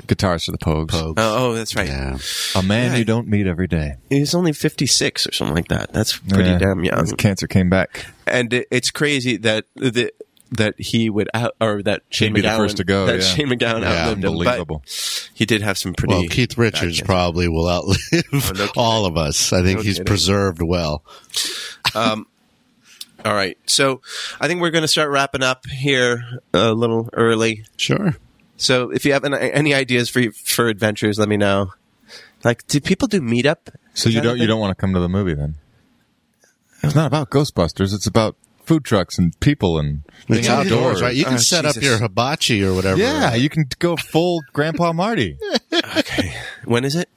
C: guitarist of the Pogues,
E: Pogues.
B: Oh, oh, that's right.
E: yeah.
C: a man you don't meet every day.
B: He's only 56 or something like that. That's pretty
C: Yeah.
B: damn young.
C: His cancer came back.
B: And it, it's crazy that the, that he would out, or that Shane
C: be the
B: McGowan-
C: first to go,
B: That
C: yeah.
B: Shane McGowan
E: Yeah,
B: outlived him. but
C: Unbelievable.
B: he did have some pretty.
E: Well, Keith Richards probably will outlive all of us. I think he's
B: Oh, kidding.
E: preserved well.
B: all right, so I think we're going to start wrapping up here a little early.
E: Sure.
B: So if you have any, any ideas for for adventures, let me know. Like, do people do meetup?
C: So
B: Is
C: you
B: that a
C: don't you
B: thing?
C: don't want to come to the movie then? It's not about Ghostbusters. It's about food trucks and people and being
E: It's
C: outdoors,
E: outdoors, right? You can
B: Oh,
E: set up
B: Jesus.
E: your hibachi or whatever.
C: Yeah, you can go full Grandpa Marty.
B: When is it?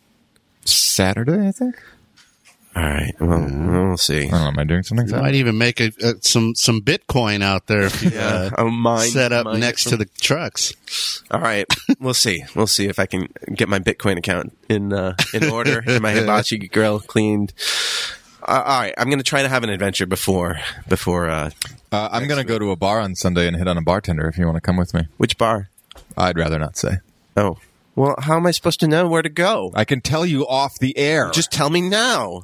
C: Saturday, I think.
B: All right. Well, we'll see.
C: I don't know. Am I doing something?
E: You might even make a, a, some some Bitcoin out there if you
B: Yeah,
E: uh,
B: I'll mine-
E: set up
B: mine
E: next
B: it
E: to the trucks.
B: All right, we'll see. We'll see if I can get my Bitcoin account in uh, in order and my hibachi grill cleaned. Uh, all right, I'm going to try to have an adventure before before uh,
C: Uh, I'm going to go to a bar on Sunday and hit on a bartender. If you want to come with me,
B: which bar?
C: I'd rather not say.
B: Oh, well, how am I supposed to know where to go?
C: I can tell you off the air.
B: Just tell me now.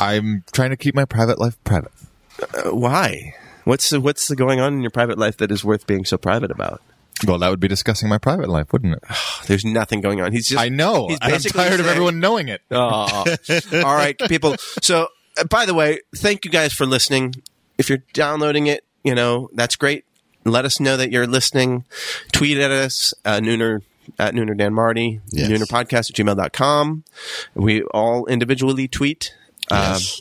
C: I'm trying to keep my private life private.
B: Uh, why? What's the, what's the going on in your private life that is worth being so private about?
C: Well, that would be discussing my private life, wouldn't it?
B: There's nothing going on. He's just
C: I know.
B: He's
C: and I'm
B: basically
C: tired of
B: saying- Uh,
C: everyone knowing it.
B: Aw. All right, people. So, uh, by the way, thank you guys for listening. If you're downloading it, you know, that's great. Let us know that you're listening. Tweet at us, uh, Nooner, at Nooner Dan Marty,
E: Yes.
B: Nooner Podcast at gmail.com. We all individually tweet.
E: Yes.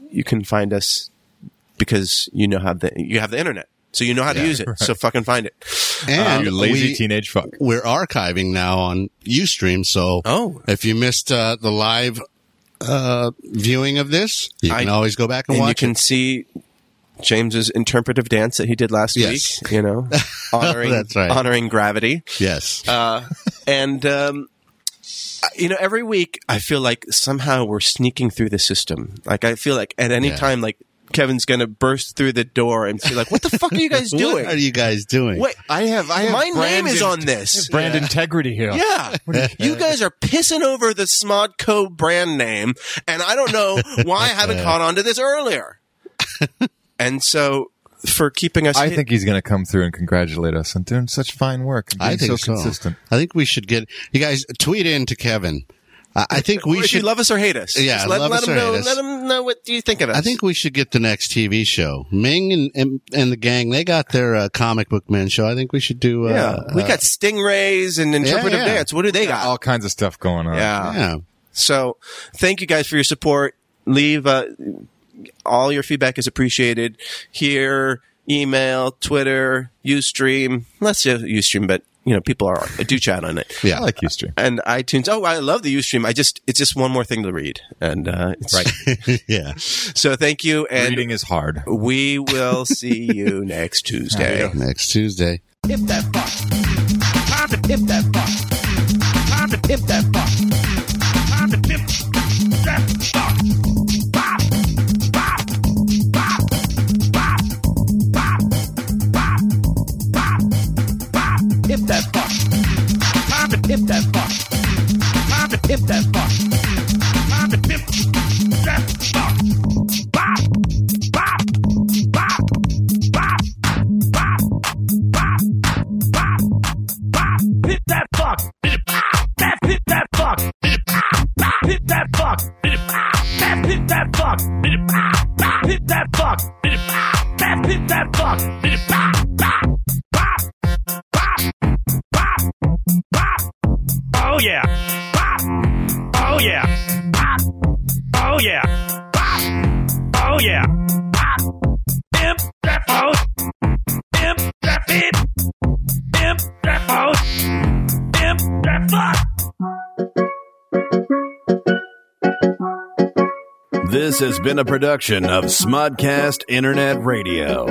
B: Um, you can find us because you know how the, you have the internet. So you know how to use it. So fucking find it.
C: Uh,
E: And
C: you lazy
E: we-
C: teenage fuck.
E: we're archiving now on Ustream. So
B: Oh.
E: if you missed uh, the live uh, viewing of this, you can
B: I-
E: always go back and,
B: and you
E: watch
B: can
E: it.
B: see James's interpretive dance that he did last
E: Yes. Oh,
B: week. You know, honoring
E: That's right.
B: honoring gravity,
E: Yes.
B: Uh, and um, I- you know, every week I feel like somehow we're sneaking through the system. Like I feel like at any
E: Yeah.
B: time, like Kevin's going to burst through the door and be like, "What the fuck are you guys
E: What are
B: doing?
E: you guys doing?
B: Wait,
C: I have. I have.
B: my name
C: brand
B: is
C: in-
B: on this."
I: Brand integrity here.
B: Yeah, you guys are pissing over the Smodco brand name, and I don't know why I haven't caught on to this earlier. and so, for keeping us,
C: I
B: hid-
C: think he's going to come through and congratulate us on doing such fine work. And being
E: I think
C: so consistent.
E: I think we should get you guys tweet in to Kevin. I, I think we
B: if you
E: should.
B: love us or hate us,
E: Yeah,
B: just let,
E: love
B: let
E: us
B: them
E: or
B: know.
E: hate us.
B: Let them know what you think of us.
E: I think we should get the next TV show. Ming and and, and the gang they got their uh, comic book man show. I think we should do. Uh,
B: yeah, we
E: uh,
B: got stingrays and interpretive
E: yeah.
B: dance. What do they got?
C: All kinds of stuff going on.
B: yeah.
E: yeah.
B: So, thank you guys for your support. Leave uh, all your feedback is appreciated. Here, email, Twitter, UStream. Let's say UStream, but you know people are do chat on it.
E: Yeah.
C: I like you, Stu.
B: And iTunes. Oh, I love the UStream. I just it's just one more thing to read. And uh, it's, right.
E: yeah.
B: So thank you, and
C: Reading is hard.
B: we will see you next Tuesday.
E: Next Tuesday.
H: Hit that fuck. That hit that fuck. Hit that fuck. That hit that fuck. That hit that fuck. That hit that fuck. Oh yeah. Oh yeah. Oh yeah. Oh yeah. Imp that phone. Imp that beat. Imp that phone. Imp that fuck.
A: This has been a production of Smudcast Internet Radio.